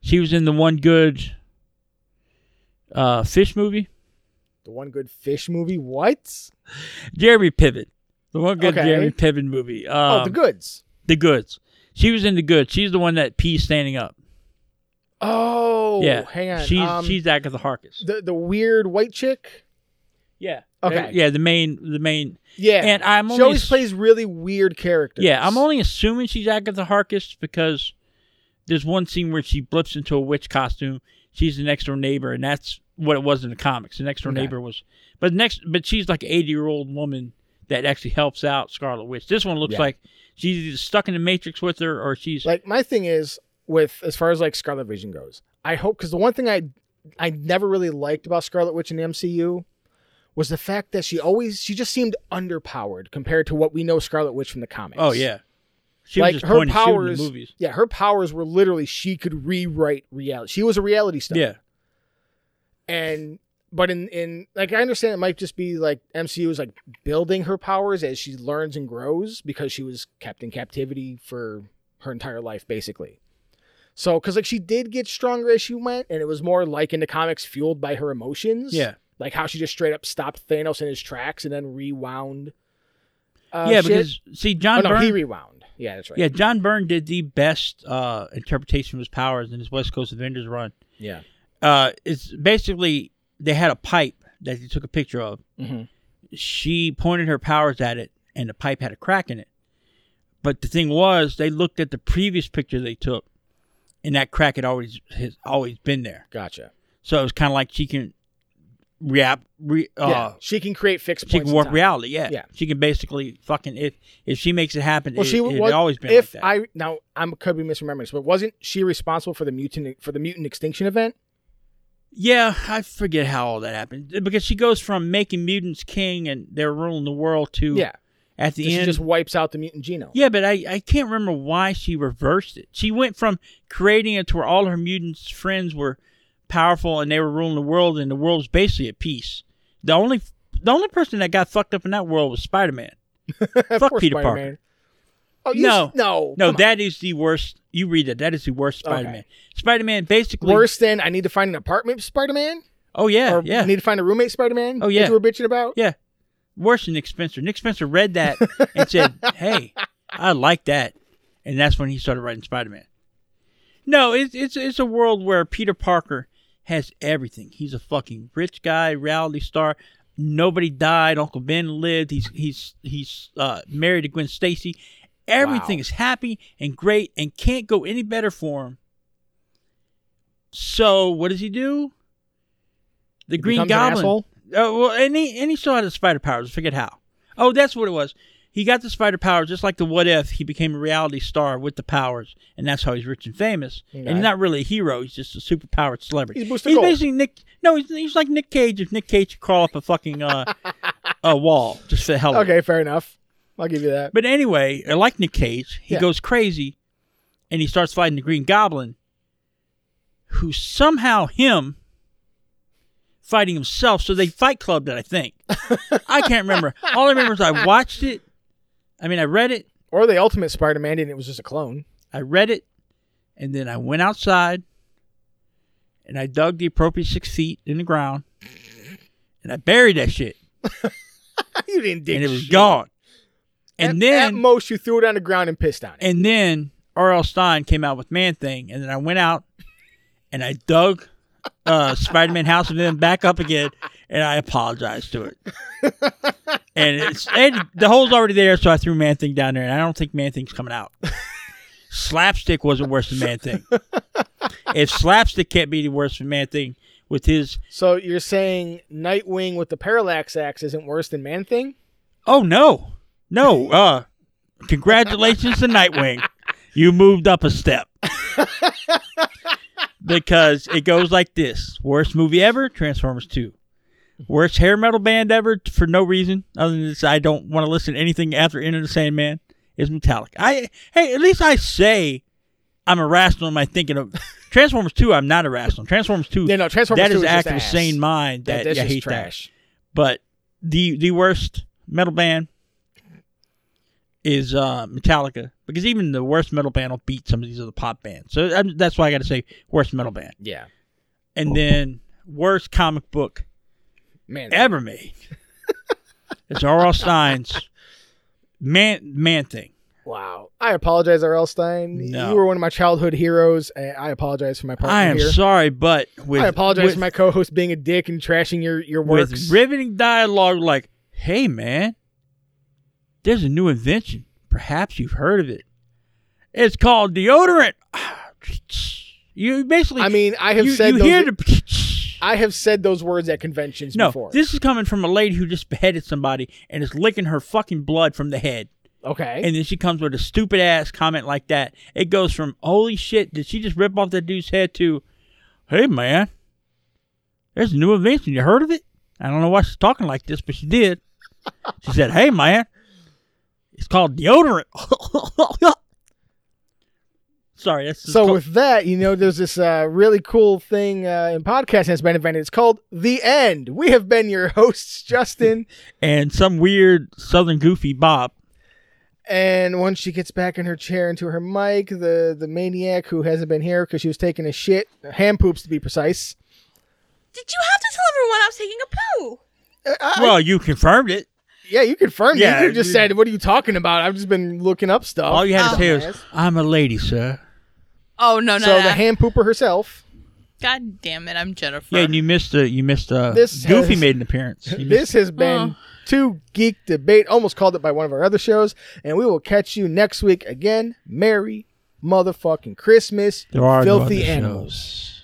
[SPEAKER 2] she was in the one good uh, fish movie,
[SPEAKER 1] The one good fish movie. What?
[SPEAKER 2] Jeremy Piven. The one good
[SPEAKER 1] Okay.
[SPEAKER 2] Jeremy Piven movie. Um,
[SPEAKER 1] oh, the goods.
[SPEAKER 2] the goods. She was in the goods. She's the one that pees standing up.
[SPEAKER 1] Oh,
[SPEAKER 2] yeah,
[SPEAKER 1] Hang on.
[SPEAKER 2] She's
[SPEAKER 1] um,
[SPEAKER 2] she's Agatha Harkis.
[SPEAKER 1] the the weird white chick.
[SPEAKER 2] Yeah.
[SPEAKER 1] Okay.
[SPEAKER 2] Yeah, the main the main.
[SPEAKER 1] Yeah.
[SPEAKER 2] And I'm
[SPEAKER 1] she
[SPEAKER 2] only
[SPEAKER 1] always
[SPEAKER 2] ass-
[SPEAKER 1] plays really weird characters.
[SPEAKER 2] Yeah, I'm only assuming she's Agatha Harkis because there's one scene where she blips into a witch costume. She's the next door neighbor, and that's what it was in the comics. The next door
[SPEAKER 1] Okay.
[SPEAKER 2] neighbor was, but next, but she's like an 80 year old woman that actually helps out Scarlet Witch. This one looks
[SPEAKER 1] Yeah.
[SPEAKER 2] like she's either stuck in the Matrix with her, or she's
[SPEAKER 1] like my thing is with as far as like Scarlet Vision goes. I hope because the one thing I I never really liked about Scarlet Witch in the MCU was the fact that she always she just seemed underpowered compared to what we know Scarlet Witch from the comics.
[SPEAKER 2] oh yeah, she
[SPEAKER 1] like
[SPEAKER 2] was just
[SPEAKER 1] her
[SPEAKER 2] pointing shooting
[SPEAKER 1] powers.
[SPEAKER 2] in the movies.
[SPEAKER 1] Yeah, her powers were literally she could rewrite reality. She was a reality star.
[SPEAKER 2] Yeah,
[SPEAKER 1] and but in in like I understand it might just be like MCU is like building her powers as she learns and grows because she was kept in captivity for her entire life basically. So cuz like she did get stronger as she went and it was more like in the comics fueled by her emotions.
[SPEAKER 2] yeah,
[SPEAKER 1] Like how she just straight up stopped Thanos in his tracks and then rewound. Uh,
[SPEAKER 2] yeah.
[SPEAKER 1] shit.
[SPEAKER 2] Because see,
[SPEAKER 1] oh,
[SPEAKER 2] John
[SPEAKER 1] no,
[SPEAKER 2] Byrne,
[SPEAKER 1] he rewound. Yeah, that's right.
[SPEAKER 2] yeah, John Byrne did the best uh, interpretation of his powers in his West Coast Avengers run.
[SPEAKER 1] Yeah.
[SPEAKER 2] uh, it's basically they had a pipe that they took a picture of.
[SPEAKER 1] Mhm.
[SPEAKER 2] She pointed her powers at it, and the pipe had a crack in it. But the thing was, they looked at the previous picture they took, and that crack had always has always been there.
[SPEAKER 1] Gotcha.
[SPEAKER 2] So it was kind of like she can reap, re, uh,
[SPEAKER 1] yeah. She can create fixed
[SPEAKER 2] she
[SPEAKER 1] points
[SPEAKER 2] can
[SPEAKER 1] in
[SPEAKER 2] warp
[SPEAKER 1] time.
[SPEAKER 2] reality. Yeah.
[SPEAKER 1] Yeah.
[SPEAKER 2] she can basically fucking if if she makes it happen.
[SPEAKER 1] Well,
[SPEAKER 2] it,
[SPEAKER 1] she
[SPEAKER 2] it had
[SPEAKER 1] was
[SPEAKER 2] always been
[SPEAKER 1] if
[SPEAKER 2] like that.
[SPEAKER 1] I now I'm could be misremembering this, but wasn't she responsible for the mutant for the mutant extinction event?
[SPEAKER 2] Yeah, I forget eh, how all that happened because she goes from making mutants king and they're ruling the world to
[SPEAKER 1] Yeah,
[SPEAKER 2] at the
[SPEAKER 1] She
[SPEAKER 2] end.
[SPEAKER 1] just wipes out the mutant genome.
[SPEAKER 2] Yeah, but I, I can't remember why she reversed it. She went from creating it to where all her mutants friends were powerful and they were ruling the world and the world was basically at peace. The only the only person that got fucked up in that world was Spider Man.
[SPEAKER 1] Of
[SPEAKER 2] fuck
[SPEAKER 1] course
[SPEAKER 2] Peter
[SPEAKER 1] Spider-Man. Oh, you
[SPEAKER 2] No.
[SPEAKER 1] s- no,
[SPEAKER 2] No,
[SPEAKER 1] come on.
[SPEAKER 2] that is the worst you read it, that is the worst
[SPEAKER 1] Okay.
[SPEAKER 2] Spider Man. Spider Man basically
[SPEAKER 1] worse than I need to find an apartment, Spider-Man,
[SPEAKER 2] Oh yeah,
[SPEAKER 1] or
[SPEAKER 2] yeah.
[SPEAKER 1] I need to find a roommate, Spider-Man.
[SPEAKER 2] Oh,
[SPEAKER 1] that
[SPEAKER 2] yeah.
[SPEAKER 1] you were bitching about.
[SPEAKER 2] Yeah. Worse than Nick Spencer. Nick Spencer read that and said, Hey, I like that. And that's when he started writing Spider Man. No, it's it's it's a world where Peter Parker has everything. He's a fucking rich guy, reality star. Nobody died. Uncle Ben lived. He's he's he's uh, married to Gwen Stacy. Everything
[SPEAKER 1] Wow.
[SPEAKER 2] is happy and great and can't go any better for him. So what does he do? The
[SPEAKER 1] He
[SPEAKER 2] Green
[SPEAKER 1] becomes an
[SPEAKER 2] Goblin.
[SPEAKER 1] asshole?
[SPEAKER 2] Oh well, and he and he still had his spider powers. I forget how. Oh, that's what it was. He got the spider powers just like the What If. He became a reality star with the powers, and that's how he's rich and famous. And
[SPEAKER 1] Okay.
[SPEAKER 2] he's not really a hero. He's just a superpowered celebrity.
[SPEAKER 1] He's Booster
[SPEAKER 2] he's
[SPEAKER 1] Gold.
[SPEAKER 2] basically Nick. No, he's, he's like Nick Cage. If Nick Cage could crawl up a fucking uh, a wall just for the hell of it.
[SPEAKER 1] Okay, fair enough. I'll give you that.
[SPEAKER 2] But anyway, uh, like Nick Cage, he
[SPEAKER 1] Yeah.
[SPEAKER 2] goes crazy and he starts fighting the Green Goblin, who somehow him fighting himself. So they fight club that I think. I can't remember. All I remember is I watched it. I mean, I read it.
[SPEAKER 1] Or the Ultimate Spider-Man, and it was just a clone.
[SPEAKER 2] I read it. And then I went outside and I dug the appropriate six feet in the ground and I buried that shit.
[SPEAKER 1] you didn't dig.
[SPEAKER 2] and it was
[SPEAKER 1] shit.
[SPEAKER 2] gone.
[SPEAKER 1] At-
[SPEAKER 2] And
[SPEAKER 1] at
[SPEAKER 2] then.
[SPEAKER 1] most, you threw it on the ground and pissed on it.
[SPEAKER 2] And then R.L. Stein came out with Man Thing, and then I went out and I dug uh, Spider Man House and then back up again, and I apologized to it. And it's and the hole's already there, so I threw Man Thing down there, and I don't think Man Thing's coming out. Slapstick wasn't worse than Man Thing. If Slapstick can't be any worse than Man Thing with his
[SPEAKER 1] so you're saying Nightwing with the parallax axe isn't worse than Man Thing?
[SPEAKER 2] oh no no uh congratulations to Nightwing, you moved up a step. because it goes like this: worst movie ever, Transformers Two; worst hair metal band ever for no reason other than this. I don't want to listen to anything after Enter the Sandman is Metallic. I hey, at least I say I'm irrational in my thinking of Transformers Two. I'm not irrational. Transformers Two.
[SPEAKER 1] Yeah, no, Transformers
[SPEAKER 2] that
[SPEAKER 1] 2
[SPEAKER 2] is
[SPEAKER 1] is just
[SPEAKER 2] active,
[SPEAKER 1] ass.
[SPEAKER 2] sane mind. That,
[SPEAKER 1] that's
[SPEAKER 2] yeah, I
[SPEAKER 1] just
[SPEAKER 2] hate that
[SPEAKER 1] trash.
[SPEAKER 2] but the the worst metal band is uh, Metallica because even the worst metal band will beat some of these other pop bands. So i that's why I got to say worst metal band,
[SPEAKER 1] Yeah, Oh.
[SPEAKER 2] and then worst comic book
[SPEAKER 1] Man Thing.
[SPEAKER 2] ever made. it's R.L. Stein's man man thing.
[SPEAKER 1] Wow. I apologize, R.L. Stein.
[SPEAKER 2] No.
[SPEAKER 1] You were one of my childhood heroes. and I apologize for my partner
[SPEAKER 2] I am
[SPEAKER 1] here.
[SPEAKER 2] sorry, but with
[SPEAKER 1] I apologize
[SPEAKER 2] with,
[SPEAKER 1] for my co-host being a dick and trashing your your works.
[SPEAKER 2] with riveting dialogue like, "Hey man, there's a new invention. Perhaps you've heard of it. It's called deodorant." You basically,
[SPEAKER 1] I mean, I have
[SPEAKER 2] you,
[SPEAKER 1] said
[SPEAKER 2] you
[SPEAKER 1] those. e-
[SPEAKER 2] hear the.
[SPEAKER 1] I have said those words at conventions
[SPEAKER 2] No,
[SPEAKER 1] before.
[SPEAKER 2] this is coming from a lady who just beheaded somebody and is licking her fucking blood from the head.
[SPEAKER 1] okay.
[SPEAKER 2] And then she comes with a stupid ass comment like that. It goes from, holy shit, did she just rip off that dude's head to, hey man, there's a new invention. You heard of it? I don't know why she's talking like this, but she did. She said, hey man, it's called deodorant. Sorry, that's just
[SPEAKER 1] so
[SPEAKER 2] called-
[SPEAKER 1] with that, you know, there's this uh, really cool thing uh, in podcasting that's been invented. It's called the end. We have been your hosts, Justin,
[SPEAKER 2] and some weird southern goofy Bob.
[SPEAKER 1] and once she gets back in her chair into her mic, the the maniac who hasn't been here because she was taking a shit, ham poops to be precise.
[SPEAKER 4] Did you have to tell everyone I was taking a poo?
[SPEAKER 1] Uh, I-
[SPEAKER 2] Well, you confirmed it.
[SPEAKER 1] Yeah, you confirmed
[SPEAKER 2] Yeah,
[SPEAKER 1] it. You could've just
[SPEAKER 2] you-
[SPEAKER 1] said, "What are you talking about?" I've just been looking up stuff.
[SPEAKER 2] All you had to say was,
[SPEAKER 1] Dumbass.
[SPEAKER 2] I'm a lady, sir.
[SPEAKER 3] Oh no, no,
[SPEAKER 1] so
[SPEAKER 3] no.
[SPEAKER 1] the hand pooper herself.
[SPEAKER 3] God damn it, I'm Jennifer.
[SPEAKER 2] Yeah, and you missed a you missed a
[SPEAKER 1] This
[SPEAKER 2] Goofy
[SPEAKER 1] has-
[SPEAKER 2] made an appearance. You missed-
[SPEAKER 1] This has
[SPEAKER 2] Oh.
[SPEAKER 1] been Two Geek Debate. Almost called it by one of our other shows, and we will catch you next week again. Merry motherfucking Christmas, you
[SPEAKER 2] there are no
[SPEAKER 1] filthy
[SPEAKER 2] other
[SPEAKER 1] animals.
[SPEAKER 2] shows.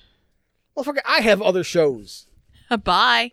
[SPEAKER 1] Motherfucker, I have other shows.
[SPEAKER 3] Uh, Bye.